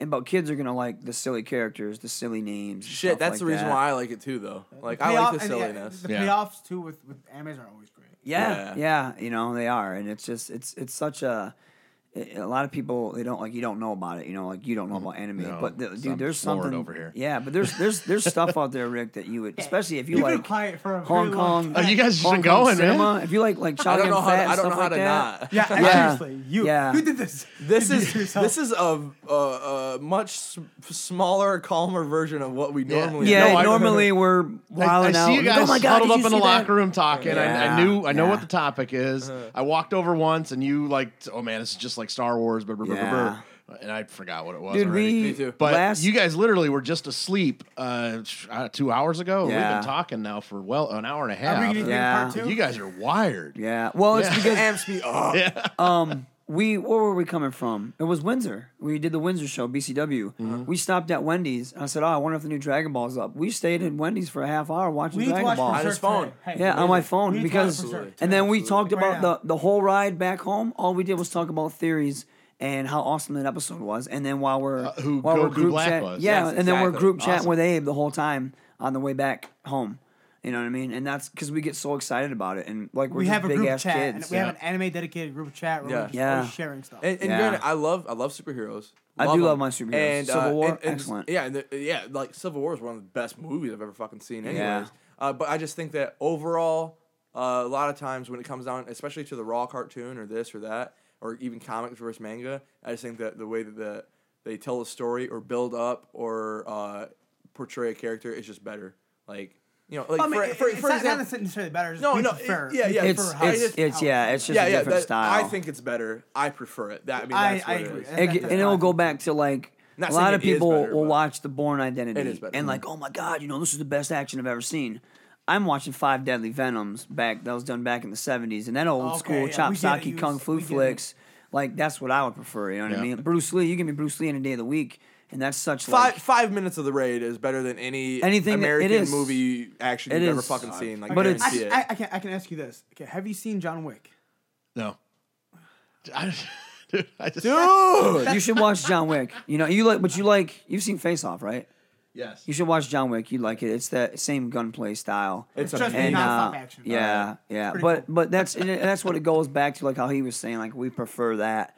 and but kids are gonna like the silly characters, the silly names. and
shit,
stuff
that's
like
the reason
that.
why I like it too, though. Like I
Payoff-
like the
and
silliness.
The,
Yeah.
payoffs too with with animes are always great.
Yeah, yeah, you know they are, and it's just it's it's such a. it- A lot of people they don't like you don't know about it you know like you
Mm-hmm.
don't know about anime
No,
but the,
so
dude
I'm
there's
floored
something
over here.
yeah but there's there's there's stuff out there Rick that you would especially if you
You've been
like
quiet for a
Hong
very long
Kong
Oh, you guys just
Hong
been
Kong
going,
cinema.
man.
If you like like Shaolin
I don't know how.
Fat,
To, I don't
stuff
know how
like
to
that.
not.
Yeah,
*laughs* Yeah.
seriously, you
Yeah.
you did this.
This
You did
is
yourself.
this is a, a, a much s- smaller, calmer version of what we
Yeah.
normally.
Yeah,
No, I-
normally we're
I, I
wilding out.
see you guys
oh my God,
huddled
did
up
you
in the
see that?
locker room talking. I, I
Yeah,
knew, I know what
yeah. Uh-huh.
the topic is. I walked over once, and you like, oh man, this is just like Star Wars, blah, blah, blah, blah, blah." and I forgot what it was.
Dude,
already.
we
Me too.
But
last
you guys literally were just asleep uh, sh- uh, two hours ago. We've
Yeah.
been talking now for well an hour and a
Are we
half.
gonna do
Yeah.
part two?
You guys are wired.
yeah. Well, it's
Yeah. *laughs*
because
amps me up.
um we where were we coming from? It was Windsor. We did the Windsor show, BCW.
Mm-hmm.
We stopped at Wendy's. I said, "Oh, I wonder if the new Dragon Ball's up." We stayed in Wendy's for a half hour watching
we need to
Dragon
watch
Ball.
for sure
his phone.
today. Hey,
Yeah, on my phone
we need to watch
because,
for sure
and
today.
then we talked
Right
about
now.
the the whole ride back home. All we did was talk about theories and how awesome that episode was. And then while we're
Uh, who
while we're
Goku
group
Black
chat,
was.
yeah,
Yes,
and then we're
exactly.
group chatting
Awesome.
with Abe the whole time on the way back home. You know what I mean? And that's because we get so excited about it, and like we're
we
just
have a
big
group
ass
chat. And
kids.
we have an anime dedicated group chat where
Yeah.
we're, just,
Yeah.
we're sharing stuff.
And, and
Yeah.
granted, I love I love superheroes.
I do love
'em.
my superheroes. Civil War, excellent.
Yeah, and the- yeah, like Civil War is one of the best movies I've ever fucking seen. Anyways,
Yeah.
uh, but I just think that overall, uh, a lot of times when it comes down, especially to the raw cartoon or this or that, or even comics versus manga, I just think that the way that the, they tell a story or build up or uh, portray a character is just better. Like you know, like
I mean,
for,
it-
for,
it's
for
not,
example,
not necessarily better. It's
No,
we
no,
prefer-
it- yeah,
we
yeah,
it's
prefer
for-
how
it's
I just-
it's
how-
yeah, it's just
yeah,
a
yeah,
different
that-
style.
I think it's better. I prefer it. That I mean,
I-
that's what
I
it
agree.
is.
That-
It,
that's
and it'll
awesome.
go back to like
Not
a
saying
lot of
it is
people
better,
will
but-
watch The Born Identity
It is better.
and like, oh my god, you know this is the best action I've ever seen. I'm watching Five Deadly Venoms back that was done back in the '70s, and that old
Okay,
school
yeah,
chop
we get it,
socky
you
kung
was-
fu
we get it.
flicks. Like that's what I would prefer. You know what I
Yeah.
mean? Bruce Lee, you give me Bruce Lee any day of the week, and that's such
Five
like
five minutes of the raid is better than any
Anything that- it
American
is.
movie action
It
you've ever
is.
fucking seen. Like,
But
but
it's-
it's
I,
it.
I, I, can, I can ask you this. Okay, have you seen John Wick?
No. I, *laughs* dude, I just,
dude.
*laughs* you should watch John Wick. You know you like, but you like you've seen Face Off, right?
Yes.
You should watch John Wick. You'd like it. It's that same gunplay style.
It's
It's just
amazing.
been
and
nonstop
uh,
action.
yeah, yeah,
pretty
but
cool.
but that's and it- that's what it goes back to, like how he was saying, like we prefer that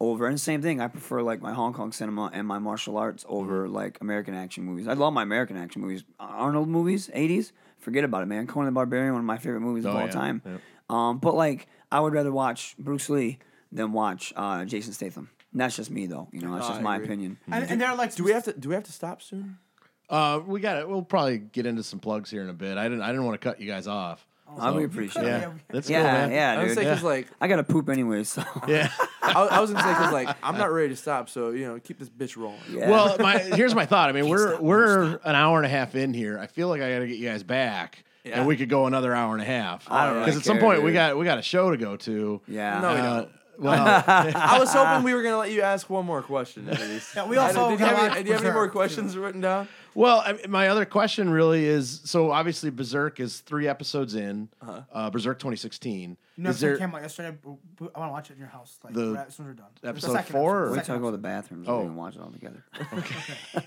over. And same thing, I prefer like my Hong Kong cinema and my martial arts over like American action movies. I love my American action movies, Arnold movies, eighties. Forget about it, man. Conan the Barbarian, one of my favorite movies of
Oh,
all
yeah,
time.
yeah.
Um, but like, I would rather watch Bruce Lee than watch uh, Jason Statham. And that's just me, though. You know, that's
I
just my
agree.
opinion.
And, and they're like,
Do we have to? Do we have to stop soon?
*laughs* Uh, we got it. We'll probably get into some plugs here in a bit. I didn't. I didn't want to cut you guys off.
I would Oh, appreciate
could,
it.
Yeah,
Yeah.
that's
Yeah,
cool, man.
yeah,
I was
dude.
thinking,
Yeah.
like,
I gotta poop anyway, so *laughs*
Yeah.
I, I was gonna say because like I'm not ready to stop, so you know keep this bitch rolling.
Yeah.
Well, my here's my thought. I mean, we're we're an hour and a half in here. I feel like I got to get you guys back,
Yeah.
and we could go another hour and a half.
I don't really
because at some
care,
point we
dude.
got we got a show to go to.
yeah.
No, we don't.
Uh, well,
*laughs*
I was hoping we were gonna let you ask one more question. At least.
Yeah, we also
I- did you
got
have,
a
any,
lot
do you have any more
reserved,
questions written down?
well. I mean, my other question really is: so obviously Berserk is three episodes in.
Uh-huh.
uh Berserk 2016.
No,
is
episode
there
came out yesterday. b- b- I want to watch it in your house. Like
The-
right as soon as we're done. The
episode
second
four
episode,
or-
We
the
talk
second
about the bathrooms.
Oh.
We can watch it all together.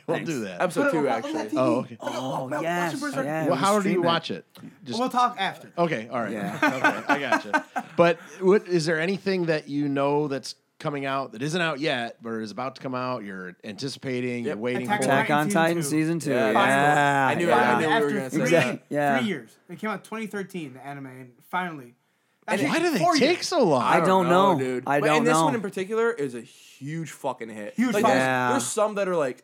we'll do that.
Episode two,
episode.
actually.
Oh, okay.
Oh, yes.
Berserk.
yeah,
well,
we
how do
stream
you
it.
watch it? Just
We'll talk after.
Oh,
okay. All right.
Yeah.
*laughs* okay, I gotcha. But what is there anything that you know that's coming out that isn't out yet, but is about to come out? You're anticipating, you're waiting
Attack
for.
on
Attack on Titan
Titan
season two.
Yeah,
Yeah.
yeah. I knew it.
yeah.
I
Finally,
knew we were
after
gonna say
three,
that. Yeah.
three years, it came out 2013. The anime, and finally,
Why do they
four
take
years.
so long?
I don't know.
dude.
I
but,
don't
and this
know.
one in particular is a huge fucking hit.
Huge
Like,
fucking-
there's,
Yeah.
there's some that are like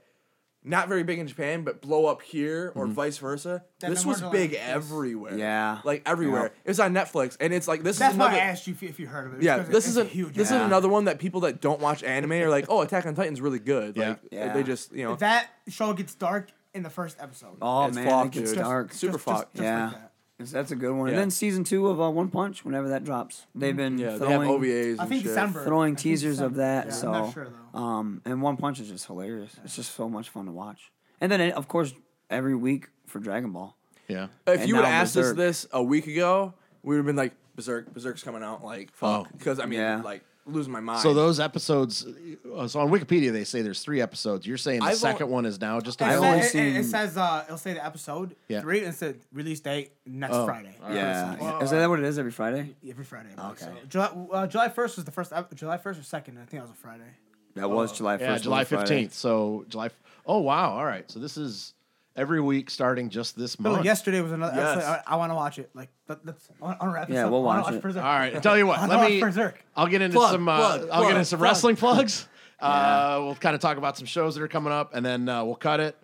not very big in Japan, but blow up here or vice versa.
That
this
no
was
wonder, like,
big
this-
everywhere.
Mm-hmm. Yeah.
like everywhere.
Yeah.
It was on Netflix, and it's like this
That's
is
why
another.
I asked you if you, if you heard of it.
yeah,
because
this
it's
is
a
a
huge.
this is
Yeah.
another one that people that don't watch anime are like, oh, Attack on Titan's really good.
Yeah.
Like
Yeah.
they just you know
That show gets dark in the first episode.
Oh
It's
man,
fucked,
it gets
dude.
dark.
Super
Just- just-
fucked.
just like
yeah,
that.
That's- that's a good one.
Yeah.
And then season two of uh, One Punch, whenever that drops, they've been
yeah they have
throwing,
OVAs.
I
and
think
shit.
December.
throwing
I think
teasers of
December.
that.
Yeah,
so,
I'm not sure though.
um, and One Punch is just hilarious. It's just so much fun to watch. And then of course every week for Dragon Ball.
Yeah.
If
And
you would
now
asked us
Berserk.
this a week ago, we would have been like, Berserk, Berserk's coming out, like,
Oh.
fuck. Because, I mean,
Yeah.
like, losing my mind.
So those episodes, uh, so on Wikipedia they say there's three episodes. You're saying the
I've
second
only-
one is now just.
I've
It
about-
said-
only
it- it- It
seen-
says uh, it'll say the episode
Yeah.
three and it said release date next
Oh,
Friday.
Yeah, is that what it is every Friday?
Every Friday. Okay. So July uh, July first was the first ep- July first or second. I think that was a Friday.
That was July first.
yeah, July fifteenth. So July. f- Oh wow! All right. So this is every week starting just this
Oh,
month.
yesterday was another.
Yes.
episode. I, I want to watch it. Like let, let's I wanna unwrap this
Yeah,
up.
we'll
I wanna
watch it.
Berserk.
All right. Tell you what.
I
Let
watch
me.
Berserk.
I'll get into
Plug,
some. Uh,
plug,
I'll get
plug,
into some
plug.
wrestling plugs. Uh, we'll kind of talk about some shows that are coming up, and then uh, we'll cut it.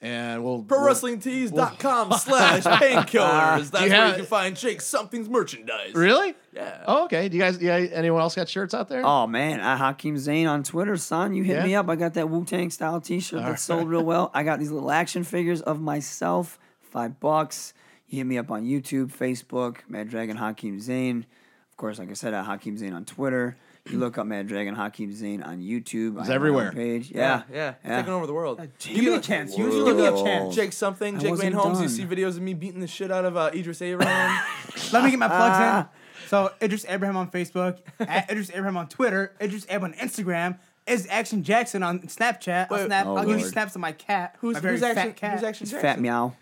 And we'll we'll-
ProWrestlingTees.com
*laughs*
slash painkillers. That's
you
where
have-
you can find Jake Something's merchandise.
Really?
Yeah.
Oh, okay. Do you guys? Yeah. Anyone else got shirts out there?
Oh man, I, Hakeem Zane on Twitter, son, you hit
Yeah.
me up. I got that Wu Tang style T-shirt
*laughs*
that sold real well. I got these little action figures of myself, five bucks. You hit me up on YouTube, Facebook, Mad Dragon Hakeem Zane. Of course, like I said, at Hakeem Zane on Twitter. You look up Mad Dragon Hakeem Zane on YouTube. I have my own
everywhere.
Page,
Yeah,
yeah,
yeah. Taking over the world.
Give me a chance. You
Whoa.
you give me a
Whoa.
chance.
Jake Something, Jake Wayne
wasn't
Holmes. You
done.
see videos of me beating the shit out of uh, Idris
*laughs*
Abraham.
Let me get
Ah,
my plugs in. So Idris Abraham on Facebook, *laughs* at Idris Abraham on Twitter, Idris Abraham on Instagram, is Action Jackson on Snapchat. I'll,
Wait.
snap,
Oh,
I'll give you
Lord.
snaps of my cat.
who's,
my very
who's,
fat
action,
cat.
who's Action Jackson?
Fat meow.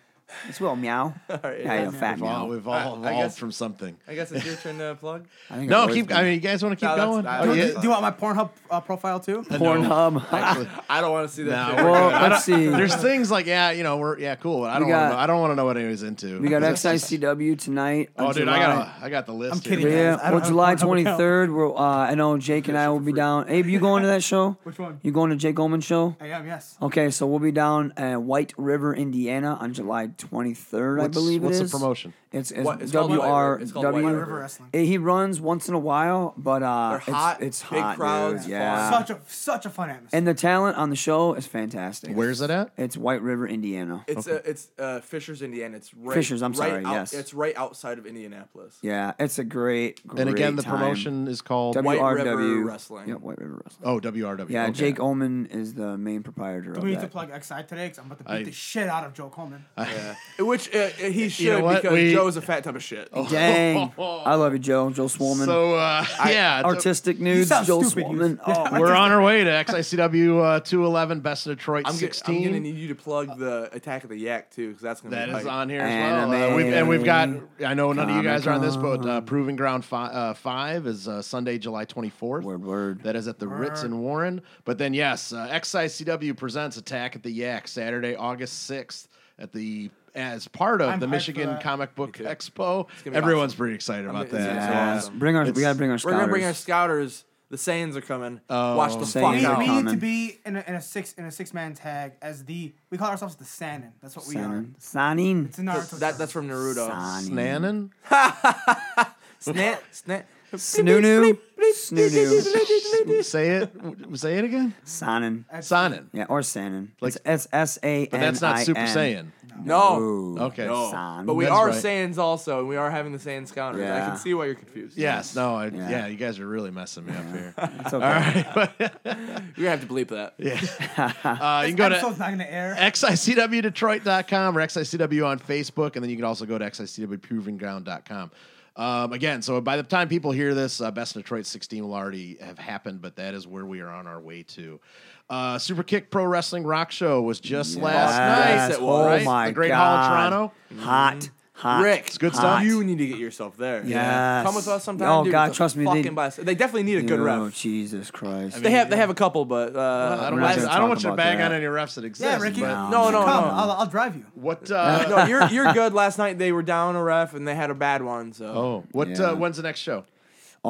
It's
*laughs*
well meow.
right,
yeah,
yeah.
yeah, fat
We've all,
meow.
we've all
I- I
evolved
guess-
from something.
I guess it's your turn to plug.
I think
No,
I've
keep.
always
I mean, you guys want to keep
No, that's-
going?
I-
Oh,
I-
Do,
yeah.
do you want my Pornhub uh, profile too?
been
No,
Pornhub.
actually.
I don't want to see that.
No,
shit.
we're
Well,
good. I
let's
don't-
see.
There's things like yeah, you know, we're yeah, cool. But I don't want
got-
to. I don't want to know what anybody's into. *laughs*
*laughs* we got XICW tonight. on
Oh, dude, I
July-
got. A, I got the list. I'm
kidding.
Here.
Yeah,
Yeah,
I
well,
don't-
July
I don't
twenty
know.
third. We're uh, I know Jake and I will be down. Abe, you going to
*laughs*
that show?
Which one?
You going to Jake Goldman show?
I am, yes.
Oh,
Okay, so we'll be down at White River, Indiana, on July twenty third. I
What's-
believe
what's
it
the
is.
promotion?
It's, it's,
What- it's called White River.
WR
It's called White
W-
River
Wrestling.
Eh, He runs once in a while, but uh,
They're
it's-
hot,
It's,
big
hot, dude.
crowds,
Yeah,
such a such a fun atmosphere.
and the talent on the show is fantastic.
Where's it at?
It's White River, Indiana.
It's uh, it's uh, Fishers, Indiana. It's right,
Fishers, I'm
right
sorry,
out-
yes.
it's right outside of Indianapolis.
yeah, it's a great. great
And again, the
time.
promotion is called.
WRW
River Wrestling.
Yeah, White River Wrestling.
oh, WRW.
Yeah,
okay.
Jake Oman is the main proprietor of
we need
that.
to plug XI today because I'm about to beat
I-
the shit out of Joe Coleman.
Which uh, he should
know what?
because
We- Oh,
Joe's a fat type of shit.
*laughs* Dang, I love you, Joe. Joe Swolman.
So uh, yeah,
Artistic news,
sound
Joe
stupid, you- *laughs*
Swolman. Oh,
We're on our way to XICW uh, 211 Best of Detroit
I'm, ge-
16.
I'm gonna need you to plug the Attack of the Yak too, because that's gonna
That
be
is
hype.
on here as well.
Anime.
Uh, we've, and we've got, I know none of you guys are on this, but uh, Proving Ground fi- uh, 5 is uh, Sunday, July 24th.
Word, word.
That is at the Ritz in Warren. But then, yes, uh, XICW presents Attack at the Yak Saturday, August 6th at the. As part of
I'm
the
hyped for
Michigan
that.
Comic Book
too.
Expo,
gonna be
everyone's
awesome.
pretty excited about
it's
that.
gonna be
Yeah.
yes.
awesome.
Bring our,
It's-
we gotta bring our scouters.
We're gonna bring our scouters. The Saiyans are coming.
Oh,
Watch the
Saiyans
fuck
We,
Yeah.
out.
we
Yeah.
need to be in a, in a six in a six man tag as the we call ourselves the Sanin. That's what we are.
Signing. Signing.
It's a Naruto.
That, that's from Naruto.
Signing.
Snanin?
Snap, snap.
Snoo-noo. Snoo-doo.
say it. w- Say it again.
Sanin.
Sanin.
Yeah, or Sanin.
Like-
Like, it's S A N I N.
But that's not Super Saiyan.
No.
Okay.
No.
San.
But we
That's
are
right.
Saiyans also, and we are having the Saiyans counters. I
Yeah.
can see why you're confused.
Yes. No. I, yeah.
Yeah.
You guys are really messing me up here.
*laughs* It's okay.
*laughs*
You're going to have to bleep that.
Yeah. Uh, you can go to
episode's not gonna air.
xicwdetroit.com or xicw on Facebook, and then you can also go to xicwprovingground.com. Um, again, so by the time people hear this, uh, Best in Detroit 16 will already have happened, but that is where we are on our way to. Uh, Super Kick Pro Wrestling Rock Show was just last night.
Yes.
it was,
Oh
right?
my
The Great Hall in
God.
Toronto. Mm-hmm.
Hot. Hot.
Rick, it's
good
hot.
stuff.
You need to get yourself there.
Yes.
Come with us sometime.
Oh,
dude.
God,
It's a
trust me, they-
Fucking blast. They definitely need a good
oh,
ref.
Jesus Christ.
They have they have a couple, but uh,
I don't want
We're not gonna
to, I don't
talk
want you to
about
bag
that.
on any refs that exist.
Yeah, Ricky.
but
No, no,
Come,
no.
I'll, I'll drive you.
*laughs*
What? Uh,
no, you're you're good. Last night they were down a ref and they had a bad one. So
oh, what?
Yeah.
Uh, when's the next show?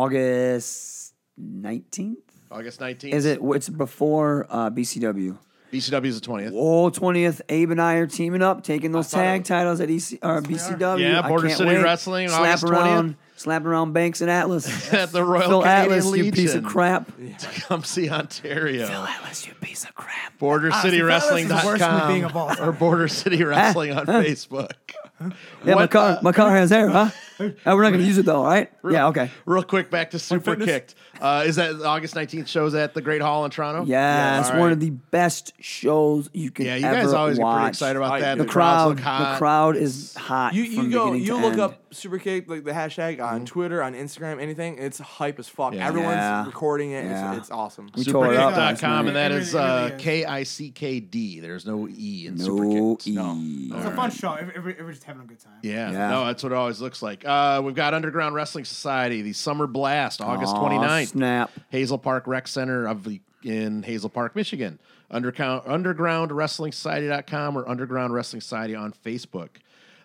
August 19th?
August nineteenth.
Is it? It's before uh, BCW.
BCW is the twentieth.
Oh, 20th, Abe and I are teaming up, taking those
I thought
tag
it-
titles at EC, or BCW.
Yeah,
I
Border
can't
City
wait.
Wrestling,
Slap
August 20th.
around, Slap around Banks and Atlas.
*laughs* At the Royal
Phil
Canadian
Atlas, you piece
Legion.
of crap.
*laughs* to come see Ontario.
Phil Atlas, you piece of crap.
Honestly, Phil Ellis is worse than being a
BorderCityWrestling.com
baller.
or Border
*laughs*
City Wrestling on Facebook.
Yeah, my
What,
car,
uh,
my car has
*laughs*
hair, huh? Uh, we're not gonna use it though, all right? Yeah, okay.
Real quick, back to Super Kicked. Uh, is that August 19th shows at the Great Hall in Toronto?
Yeah, it's
all right.
one of the best shows you can.
Yeah, you
ever
guys always get pretty
watch.
excited about
I
that.
do.
the,
crowds
crowd.
look hot.
The crowd is hot.
You you
from
go
beginning
you
to
look
end.
up Superkick like the hashtag on Twitter on Instagram anything. It's hype as fuck.
Mm-hmm. Yeah.
Everyone's
Yeah.
recording it.
Yeah.
It's, it's awesome.
We tore it up last
Superkicked.com,
night.
and that is
It really- it really
uh,
is.
K I C K D. There's no E in Super
No
Kicked.
E.
It's a fun show. Every- every- Everyone's just having a good time.
Yeah.
Yeah.
no, that's what it always looks like. Uh, we've got Underground Wrestling Society, the Summer Blast, August
Aw,
29th.
Snap.
Hazel Park Rec Center of the in Hazel Park, Michigan. Underground Underground Wrestling Society.com or Underground Wrestling Society on Facebook.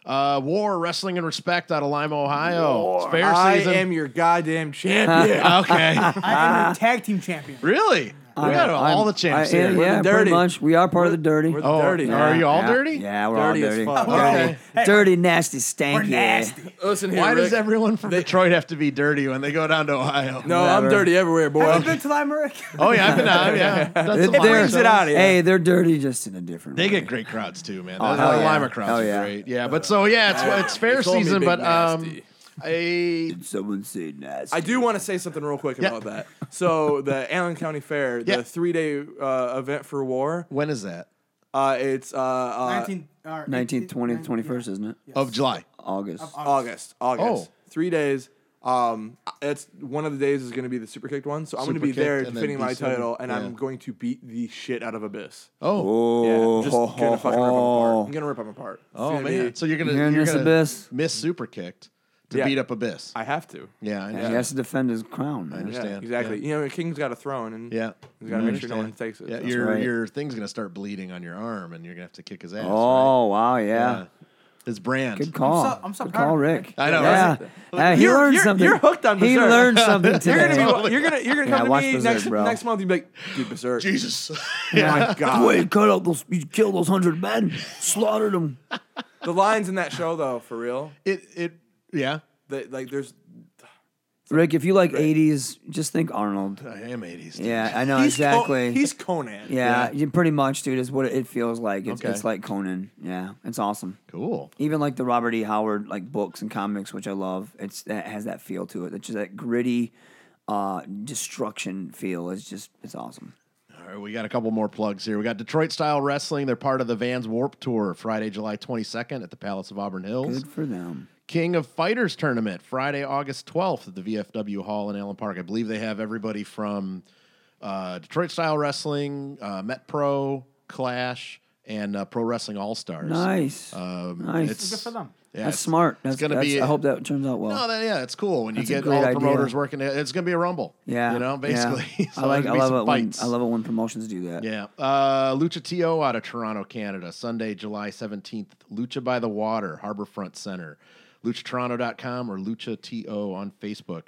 Uh, War Wrestling and Respect out of Lima, Ohio. It's fair
I
season. *laughs*
am your goddamn champion.
okay.
*laughs*
I am
Ah.
your tag team champion.
really? We
I'm-
got all
I'm-
the champs
I,
here.
Yeah,
the dirty.
pretty much. We are part of the dirty.
We're the
Oh,
dirty.
are you all
Yeah,
dirty?
Yeah, we're
Dirty
all
as
dirty.
fuck.
Dirty,
Okay.
*laughs* dirty, nasty, stanky.
We're nasty.
Listen here,
Why
Rick.
does everyone from Detroit have to be dirty when they go down to Ohio?
No, I'm
Never.
dirty everywhere,
Have
boy.
you been to Lima,
*laughs*
Rick?
Oh yeah, I've been out. Yeah, Done some
They're-
live
brings it
shows.
out of you.
Hey, they're dirty just in a different
They
way.
get great crowds too, man.
Oh,
the
hell
the
yeah.
Lima crowds
Hell
are
yeah.
great. Yeah, but so yeah, it's it's fair
They call me
season,
Big
but um,
Nasty.
I
Someone say nasty.
I do want to say something real quick about that. So the Allen County Fair,
Yeah.
the three day uh, event for war,
when is that
uh, it's uh, uh,
19th, or
19th, 20th,
19th,
21st, isn't it?
of July?
August.
August. August.
Oh.
Three days. Um, it's one of the days is going to be the super kicked one, so I'm going to be
Super
there
kicked and then
defending my
beat someone.
title, and I'm
Yeah.
going to beat the shit out of Abyss.
Oh,
Oh,
Yeah, I'm just
ho,
gonna
ho,
fucking rip 'em apart.
ho.
I'm gonna rip them apart. It's
oh
gonna
man!
be-
So you're gonna
You
you're
hearing this,
gonna
Abyss?
miss super kicked to
Yeah.
beat up Abyss.
I have to.
yeah, I
Yeah, He
understand.
has to defend his crown, man.
Yeah,
understand.
exactly. You know, King's got a throne, and
Yeah.
he's got to
I
make sure no one
understand.
takes it.
Yeah,
so.
your
right.
your thing's gonna start bleeding on your arm, and you're gonna have to kick his ass.
Oh, wow, yeah.
right? yeah. His brand.
Good call.
I'm so- I'm so
Good
proud
call,
of you,
Rick.
I know,
Yeah.
right?
Uh, he
You're-
learned
you're-
something.
you're hooked on
He
Berserk.
learned
*laughs*
something
You're
today.
gonna be, you're gonna you're gonna
*laughs*
Yeah,
come
watch
to me
Berserk,
next
bro.
next month. You'd be like, dude, berserk.
Jesus. *laughs*
My God.
Wait, cut out those. You killed those hundred men, slaughtered them.
The lines in that show, though, for real,
it it yeah.
that like there's
Rick, if you like '80s, just think Arnold.
I am 80s. dude.
Yeah, I know
he's Co-
exactly.
he's Conan.
yeah, you pretty much, dude. Is what it feels like. It's,
Okay.
it's like Conan. Yeah, it's awesome.
Cool.
Even like the Robert E. Howard like books and comics, which I love. It's that has that feel to it. It's just that gritty, uh, destruction feel. It's just it's awesome.
All right, we got a couple more plugs here. We got Detroit Style Wrestling. They're part of the Vans Warp Tour, Friday, July 22nd at the Palace of Auburn Hills.
Good for them.
King of Fighters tournament Friday, August 12th at the VFW Hall in Allen Park. I believe they have everybody from uh, Detroit Style Wrestling, uh, Met Pro, Clash, and uh, Pro Wrestling All Stars.
Nice.
Um,
Nice.
It's
Good for them.
Yeah,
that's
it's-
smart. That's
gonna
that's-
be-
I hope that turns out well.
No, that, yeah, it's cool when you
That's a
get
great
all the
idea.
promoters working. to- It's going to be a rumble.
yeah.
you know,
yeah.
basically. *laughs* So
I like. I
there's gonna be
love
some
it when
fights.
I love it when promotions do that.
Yeah. Uh, Lucha TO out of Toronto, Canada, Sunday, July 17th. Lucha by the Water, Harborfront Center. LuchaToronto.com or Lucha TO on Facebook.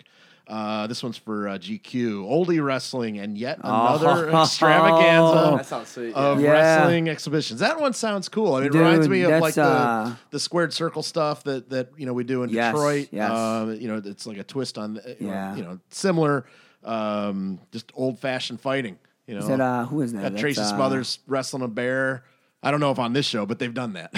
Uh, this one's for uh, GQ. Oldie Wrestling and yet
*laughs*
another
Oh.
that
extravaganza
sounds sweet.
Oh. of
Yeah.
wrestling exhibitions. That one sounds cool. I mean, it
Dude,
reminds me of
that's,
like the,
uh,
the squared circle stuff that, that you know we do in
Yes,
Detroit.
yes.
Uh, you know, it's like a twist on, uh,
Yeah.
you know, similar. um, just old fashioned fighting. You know,
Is that uh, who is that?
got
That's,
Tracy
uh,
Smothers wrestling a bear. I don't know if on this show, but they've
*laughs*
done that.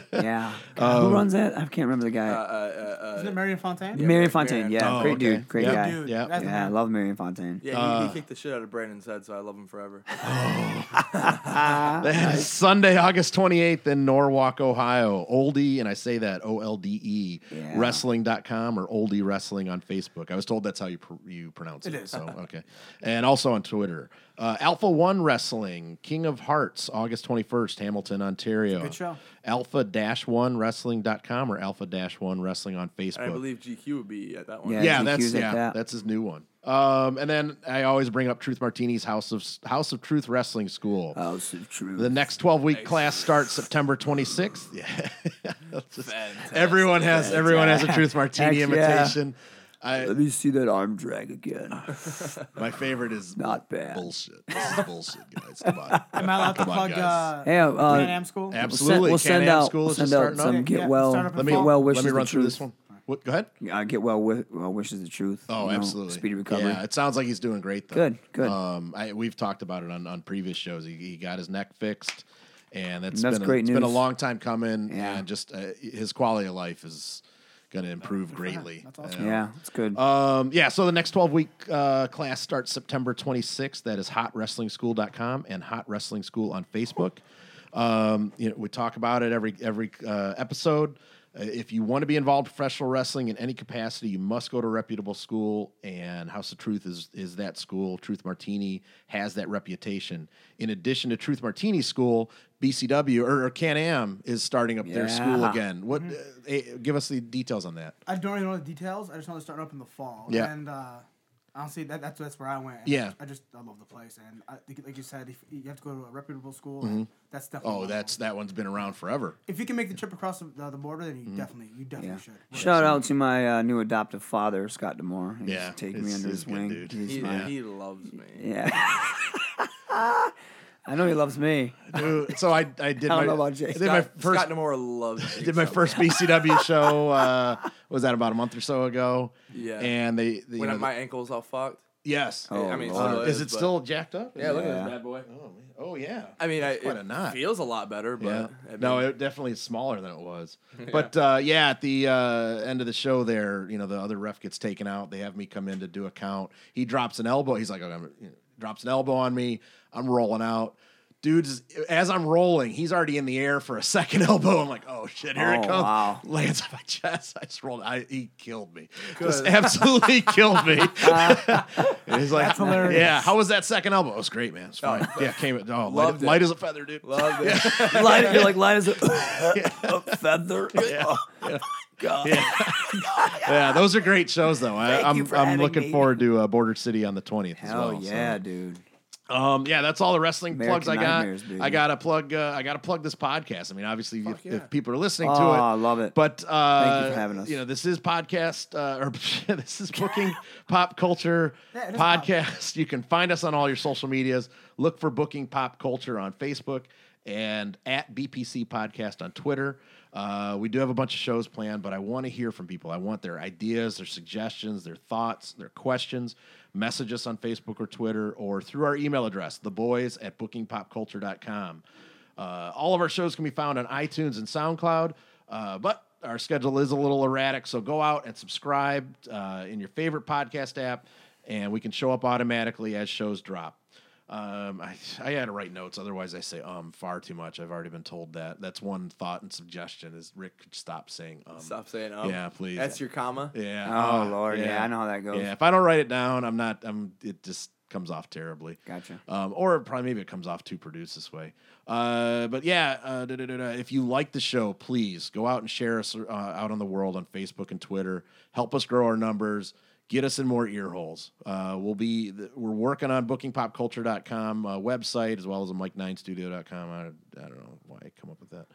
*laughs*
*laughs*
Yeah. God,
Oh.
who runs that? I can't remember the guy.
Uh,
Isn't it Marion Fontaine?
Marion Fontaine. Yeah,
Oh,
great
okay.
dude. Great
Yeah.
guy.
Dude,
Yeah.
*laughs*
that's the
Yeah, I
man.
love Marion Fontaine.
Yeah, he,
uh,
he kicked the shit out of Brandon's head, so I love him forever.
*laughs* Sunday, August 28th in Norwalk, Ohio. Oldie, and I say that O L D E,
Yeah.
wrestling.com or Oldie Wrestling on Facebook. I was told that's how you, pr- you pronounce it.
It is. *laughs*
So, okay. And also on Twitter. Uh, Alpha One Wrestling, King of Hearts, August 21st, Hamilton, Ontario.
good show.
Alpha Dash One Wrestling.com or Alpha Dash One Wrestling on Facebook.
And I believe GQ would be at that one.
Yeah.
yeah,
GQ's
that's
at
yeah,
that.
that's his new one. Um, and then I always bring up Truth Martini's House of House of Truth Wrestling School.
House of Truth.
The next 12 week class starts September 26th. *laughs* Yeah. That's just- everyone has everyone has a truth martini
Heck yeah.
imitation. I,
Let me see that arm drag again.
*laughs* my favorite is
Not bad.
bullshit. This is bullshit, guys. Come
*laughs*
on.
Am I allowed to
Come on,
plug
guys.
uh,
Hey, uh,
Pan Am School?
Absolutely. Can
We'll send,
Am
out,
school
we'll
is
send
just
out
starting up.
some
Yeah,
get
yeah,
well,
start up in
let
Let me-
me, get
fall.
well
Let
wishes.
me run
the
through
truth.
this one. What, go ahead.
Uh, get well with well wishes the truth.
Oh,
you know,
absolutely.
Speedy recovery.
Yeah, it sounds like he's doing great though.
Good, good.
Um, I, we've talked about it on, on previous shows. He, he got his neck fixed, and that's,
And that's
been a,
great
It's been a
news.
long time coming,
Yeah.
and just uh, his quality of life is going to improve greatly.
That's awesome.
you know?
yeah, it's good.
Um, yeah, so the next 12 week uh, class starts September 26th. That is hotwrestlingschool.com and Hot Wrestling School on Facebook. Um, you know, we talk about it every every uh, episode. Uh, If you want to be involved in professional wrestling in any capacity, you must go to a reputable school, and House of Truth is is that school. Truth Martini has that reputation. In addition to Truth Martini School, BCW or, or Can Am is starting up their school
Yeah.
again. What? Uh, eh, give us the details on that.
I don't really know the details. I just know they're starting up in the fall.
Yeah.
And uh, honestly, that, that's that's where I went. And
Yeah.
I just I love the place, and I, think, like you said, if you have to go to a reputable school. and That's definitely.
Oh,
one.
that's that one's been around forever.
If you can make the trip across the, the, the border,
Mm-hmm.
then you definitely you definitely
yeah.
should.
Shout out to my uh, new adoptive father, Scott Demore. He's
Yeah,
taking me
he's-
under
he's
his
a good
wing.
dude.
He's
He,
my-
he loves me.
*laughs* yeah. I know he loves
*laughs*
me. *laughs*
Dude, so I, I did
I don't
my,
know about Jay.
I did my
Scott,
first
Scott Namora loves me.
did my
so
first
*laughs*
BCW show uh, was that about a month or so ago.
Yeah.
and they, they you
When
know,
my ankle's all fucked.
yes.
Oh,
I mean,
Lord.
still
Uh, is it
but-
still jacked up?
Yeah, look at
Yeah.
this bad boy.
Oh, man. oh yeah.
I mean, I,
quite a
it
knot.
feels a lot better, but
yeah.
I mean,
no, it definitely is smaller than it
*laughs*
was. But uh, yeah, at the uh, end of the show, there, you know, the other ref gets taken out. They have me come in to do a count. He drops an elbow. He's like, okay, I'm, you know, drops an elbow on me. I'm rolling out. Dude's as I'm rolling, he's already in the air for a *laughs* second elbow. I'm like, oh shit, here it
Oh,
comes.
wow.
*laughs* Lands on my chest. I just rolled. I, he killed me. Just absolutely *laughs* killed
*laughs*
me. And he's like,
hilarious.
yeah. How was that second elbow? It was great, man. It's fine. yeah, came. Oh, light,
*laughs* Loved it.
light as a feather, dude.
Love it.
light, you're like light as a, *laughs* a
*laughs*
feather. Oh, God.
yeah, those are great shows, though. I,
Thank you
I'm,
for
I'm
having
looking
me.
forward to uh, Border City on the 20th as
Hell
well. so.
yeah, dude.
Um, yeah, that's all the wrestling
American
plugs I got.
Nightmares, baby.
I gotta plug. Uh, I gotta plug this podcast. I mean, obviously, if, if people are listening to
Oh,
it,
I love it.
But uh,
Thank you for having us.
You know, this is podcast uh, or *laughs* this is
*laughs*
booking pop culture
Yeah, it is pop.
podcast. You can find us on all your social medias. Look for booking pop culture on Facebook and at BPC podcast on Twitter. Uh, we do have a bunch of shows planned, but I want to hear from people. I want their ideas, their suggestions, their thoughts, their questions. Message us on Facebook or Twitter or through our email address, theboys at bookingpopculture.com. Uh, all of our shows can be found on iTunes and SoundCloud, uh, but our schedule is a little erratic. So go out and subscribe uh, in your favorite podcast app, and we can show up automatically as shows drop. Um, I, I had to write notes, otherwise I say um far too much. I've already been told that. That's one thought and suggestion is Rick could stop saying um.
Stop saying um.
Yeah, please.
That's your comma.
Yeah.
Oh,
ah,
Lord, yeah, I know how that goes.
Yeah, if I don't write it down, I'm not. I'm. It just comes off terribly.
Gotcha.
Um, or probably maybe it comes off too produced this way. Uh, but yeah, uh, da, da, da, da. if you like the show, please go out and share us uh, out on the world on Facebook and Twitter. Help us grow our numbers. Get us in more ear holes. Uh, we'll be th- we're working on bookingpopculture.com uh, website as well as a mike9studio.com. I, I don't know why I come up with that.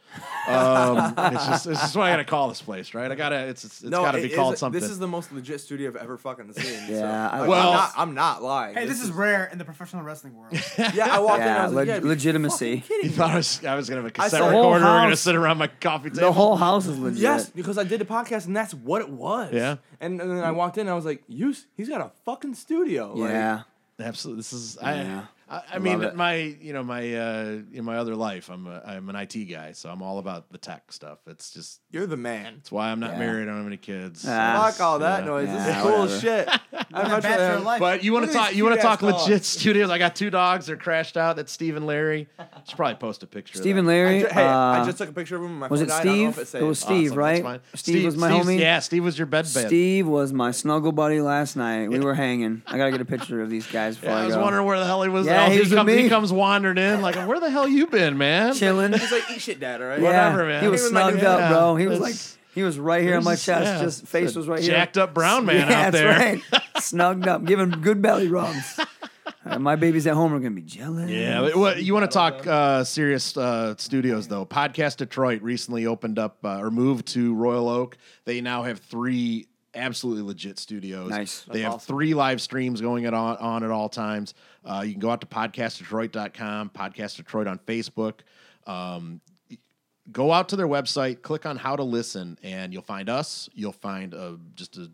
Um, it's just it's just what I gotta call this place, right? I gotta it's it's, it's
no,
gotta
it
be
is-
called something.
This is the most legit studio I've ever fucking seen.
Yeah, I-
so. like,
Well-
I'm not, I'm not lying.
Hey, this is rare in the professional
*laughs*
wrestling world.
yeah. I walked in. I
Yeah,
was like,
leg-
yeah, it'd be
legitimacy.
You thought I was, I was gonna have a cassette
saw- The
recorder.
whole
We're gonna
house.
sit around my coffee table.
The whole house is legit.
Yes, because I did the podcast and that's what it was.
Yeah.
And, and then I walked in and I was like,
like, you, he's got a fucking studio. like,
yeah.
Absolutely. This is
Yeah.
I. I, I mean,
it.
my you know my uh, in my other life, I'm a, I'm an IT guy, so I'm all about the tech stuff. It's just
you're the man.
it's why I'm not
Yeah.
married. I don't have any kids.
Ah.
Fuck all that
Yeah.
noise. this
Yeah,
is cool
whatever.
as shit. I'm not
Bachelor of Life.
But you want
Look
to
at
talk?
these
You want to
cute-ass
talk legit
dogs.
studios? I got two dogs. They're crashed out. That's Steve and Larry. Should probably post a picture.
Steve and
of that.
Larry.
I ju- hey, I
uh,
just took a picture of him. on My
was
phone.
it
I don't know if
Steve?
it's
It was
saved.
Awesome,
Steve,
that's
right?
fine.
Steve, was my
Steve's-
homie.
Yeah, Steve was your bed bed.
Steve was my snuggle buddy last night. We were hanging. I gotta get a picture of these guys before
Yeah, I was
go.
wondering where the hell he was.
oh Yeah,
Oh,
he
he,
was with
comes, he
me.
comes wandering in like, "Where the hell you been,
*laughs*
man?"
Chilling.
He's like, eat shit, dad. All right.
yeah,
whatever, man.
He was
Even
my
snugged
new-
up,
Yeah,
bro. He was like,
that's-
he was right here on my
He's-
chest.
yeah,
just
it's
face
a
was right here.
jacked up brown man
yeah,
out
that's
there. *laughs*
right. Snugged up, giving good belly rubs. Uh, my babies at home are gonna be jealous.
Yeah, but what, you want to talk uh, serious uh, studios though? Podcast Detroit recently opened up uh, or moved to Royal Oak. They now have three absolutely legit studios.
Nice.
They have three live streams going at on, on at all times. Uh, you can go out to podcastdetroit.com, Podcast Detroit on Facebook. Um, go out to their website, click on how to listen, and you'll find us. You'll find uh, just a,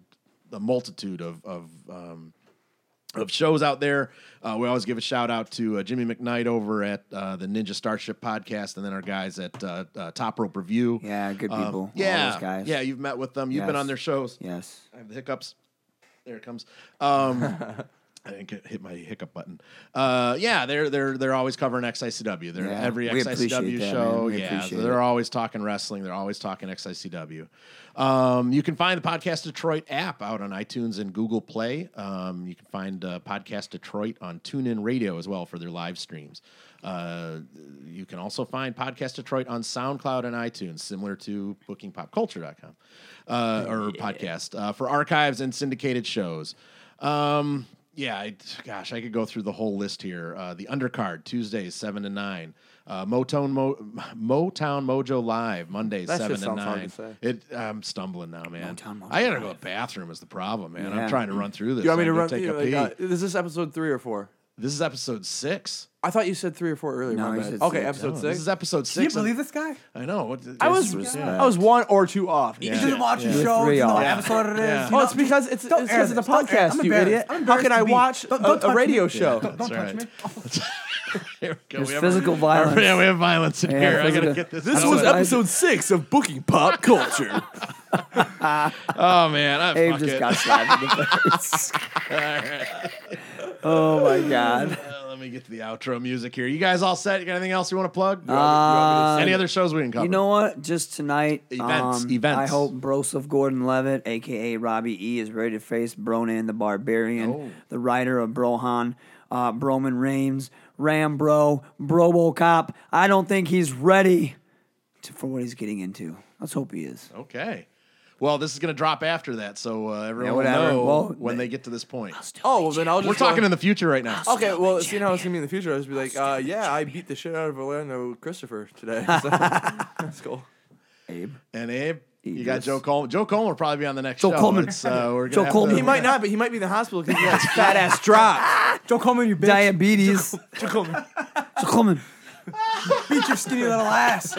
a multitude of, of um, of shows out there. Uh, we always give a shout out to uh, Jimmy McKnight over at uh, the Ninja Starship podcast, and then our guys at uh, uh, Top Rope Review.
Yeah, good
Um,
people.
yeah,
all those guys.
yeah. You've met with them. You've been
Yes.
on their shows.
Yes.
I have the hiccups. There it comes. Um, I didn't get, hit my hiccup button. Uh, yeah, they're they're they're always covering XICW. They're
Yeah,
every
we appreciate
XICW
that, man.
show.
We
yeah, so
appreciate
they're
it.
always talking wrestling. They're always talking XICW. Um, you can find the Podcast Detroit app out on iTunes and Google Play. Um, you can find uh, Podcast Detroit on TuneIn Radio as well for their live streams. Uh, you can also find Podcast Detroit on SoundCloud and iTunes, similar to BookingPopCulture.com uh, or podcast uh, for archives and syndicated shows. Um, yeah, I, gosh, I could go through the whole list here. Uh, the undercard Tuesdays seven to nine. Uh, Motown Mo, Motown Mojo Live Mondays
That
seven
just
to
sounds hard
nine.
to say.
It I'm stumbling now, man.
Motown Mojo
I gotta go to the bathroom. Is the problem, man?
Yeah.
I'm trying to run through this.
You want me to
I'm gonna
run?
Take
through,
a
like,
pee.
uh, is this episode three or four?
this is episode six.
I thought you said three or four earlier.
No,
my
he
bad.
said
okay,
six.
No,
episode
Oh, This
six.
is episode
Can you
six.
believe this guy?
Oh,
I know. What,
I was Oh,
Disrespect.
I was one or two off.
Yeah.
He doesn't watch the
Yeah.
show.
Three
Doesn't know what
off.
episode it is. you
Oh,
know?
it's because it's
Don't
it's
air
'cause it's a
this. Don't air this.
podcast,
I'm
you
embarrassed.
idiot.
I'm
How can
embarrassed
I
to be-
watch
Don't-
a-
don't
a,
touch
radio
me.
show?
Don't touch
right.
me.
Here we go.
There's
We have-
physical
*laughs*
violence.
Yeah, we have violence in
Yeah,
here. I
physical-
gotta get this.
This
out.
was
I-
episode six of Booking Pop Culture.
Oh man, I
Abe
fuck
just
it.
got slapped
*laughs*
in the face. oh my god.
Uh, let me get to the outro music here. You guys all set? You got anything else you want to plug? Any other shows we can cover?
Uh, You know what? Just tonight,
Events,
um,
events.
I hope Broseph Gordon Levitt, aka Robbie E, is ready to face Bronan the Barbarian,
Oh.
the writer of Brohan, uh, Broman Reigns, Rambro, Brobocop. I don't think he's ready to, for what he's getting into. Let's hope he is.
Okay. Well, this is going to drop after that, so uh, everyone will
whatever.
know
Well,
when
they-
they get to this point.
Oh, well, then I'll just.
We're
go-
talking in the future right now.
Okay, well, seeing how it's gonna be in the future, I'll just be like, uh, yeah, I beat the shit out of Orlando Christopher today. So *laughs* that's cool.
Abe.
And Abe, you
Idris.
got Joe Coleman. Joe Coleman will probably be on the next
Joe
show.
Coleman.
It's, uh, we're gonna
Joe
have
Coleman.
to-
He might not, but he might be in the hospital because he *laughs* got his
Fat
fat ass.
ass drop.
Joe Coleman, you
*laughs*
bitch.
Diabetes. So coming.
Beat your skinny little ass.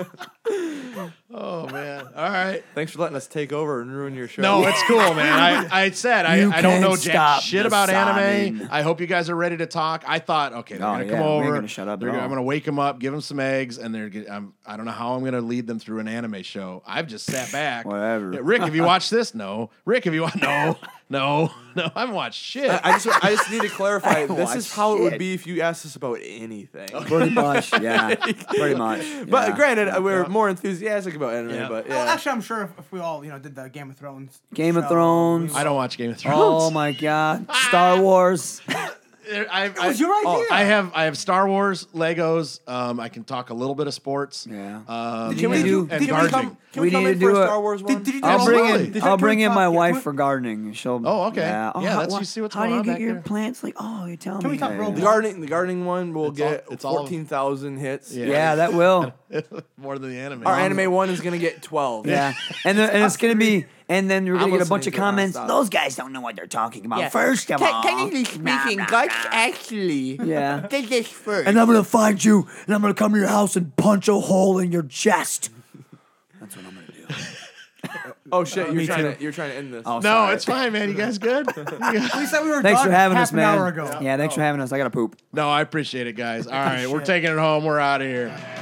Oh man! All right.
Thanks for letting us take over and ruin your show.
No, it's cool, man. I, I said I,
You
I don't know
can't
jack
stop
shit
the
about
sobbing.
anime. I hope you guys are ready to talk. I thought, okay, they're
Oh,
gonna
yeah,
come
we ain't
over.
gonna shut up at
They're gonna-
all.
I'm gonna wake them up, give them some eggs, and they're. g- I'm, I don't know how I'm gonna lead them through an anime show. I've just sat back.
Whatever.
Yeah, Rick, have you watched this? No.
*laughs*
Rick, have you watched? No, no, no. I haven't watched shit.
I just, *laughs* I just need to clarify. this is
watch
how it
shit.
would be if you asked us about anything.
Pretty much.
*laughs*
Yeah. Pretty much.
But
yeah.
granted, we're more enthusiastic about anime.
Yeah.
But
Well,
yeah, Oh,
actually, I'm sure if, if we all, you know, did the Game of Thrones.
Game of
show,
Thrones.
we
I don't watch Game of Thrones.
Oh my Oh, god. Star Wars.
*laughs* There- I, Oh,
would- It was your idea.
I have I have Star Wars, Legos. Um, I can talk a little bit of sports.
Yeah.
Um,
Can we
and-
do-
and
Did we
gardening.
come, can
We
we, come
need
in
to
for
do
a
a-
Star Wars one? Oh,
Did, did you do
I'll
all
bring
that?
in.
Did you
I'll
do
bring in
top-
my
yeah,
wife
what-
for gardening. She'll.
Oh, okay.
Oh,
Yeah,
how-
that's-
wha-
you see what's
How
going
do you
on
get
back
your
there?
plants? Like, oh, you tell
Can
me.
we talk
Yeah,
Roblox?
the gardening, the gardening one will
It's all-
get
it's all-
fourteen thousand hits.
Yeah.
Yeah, Yeah, that will.
more than the anime.
Our anime one is gonna get twelve.
Yeah, and the, and it's gonna be, and then we're gonna
I'm
get a bunch
listening
of
to it
comments.
nonstop.
Those guys don't know what they're talking about. First of all,
actually
yeah,
did this first.
and I'm gonna find you, and I'm gonna come to your house and punch a hole in your chest. That's what I'm gonna do.
Oh shit! You're
Me
trying
too.
to you're trying to end this.
Oh,
no,
sorry.
it's fine, man. You guys
*laughs*
good?
We said we were
Thanks
done
for having
half
us, man.
An hour ago.
Yeah, thanks for having us. I gotta poop.
no, I appreciate it, guys. All right, we're taking it home. We're out of here.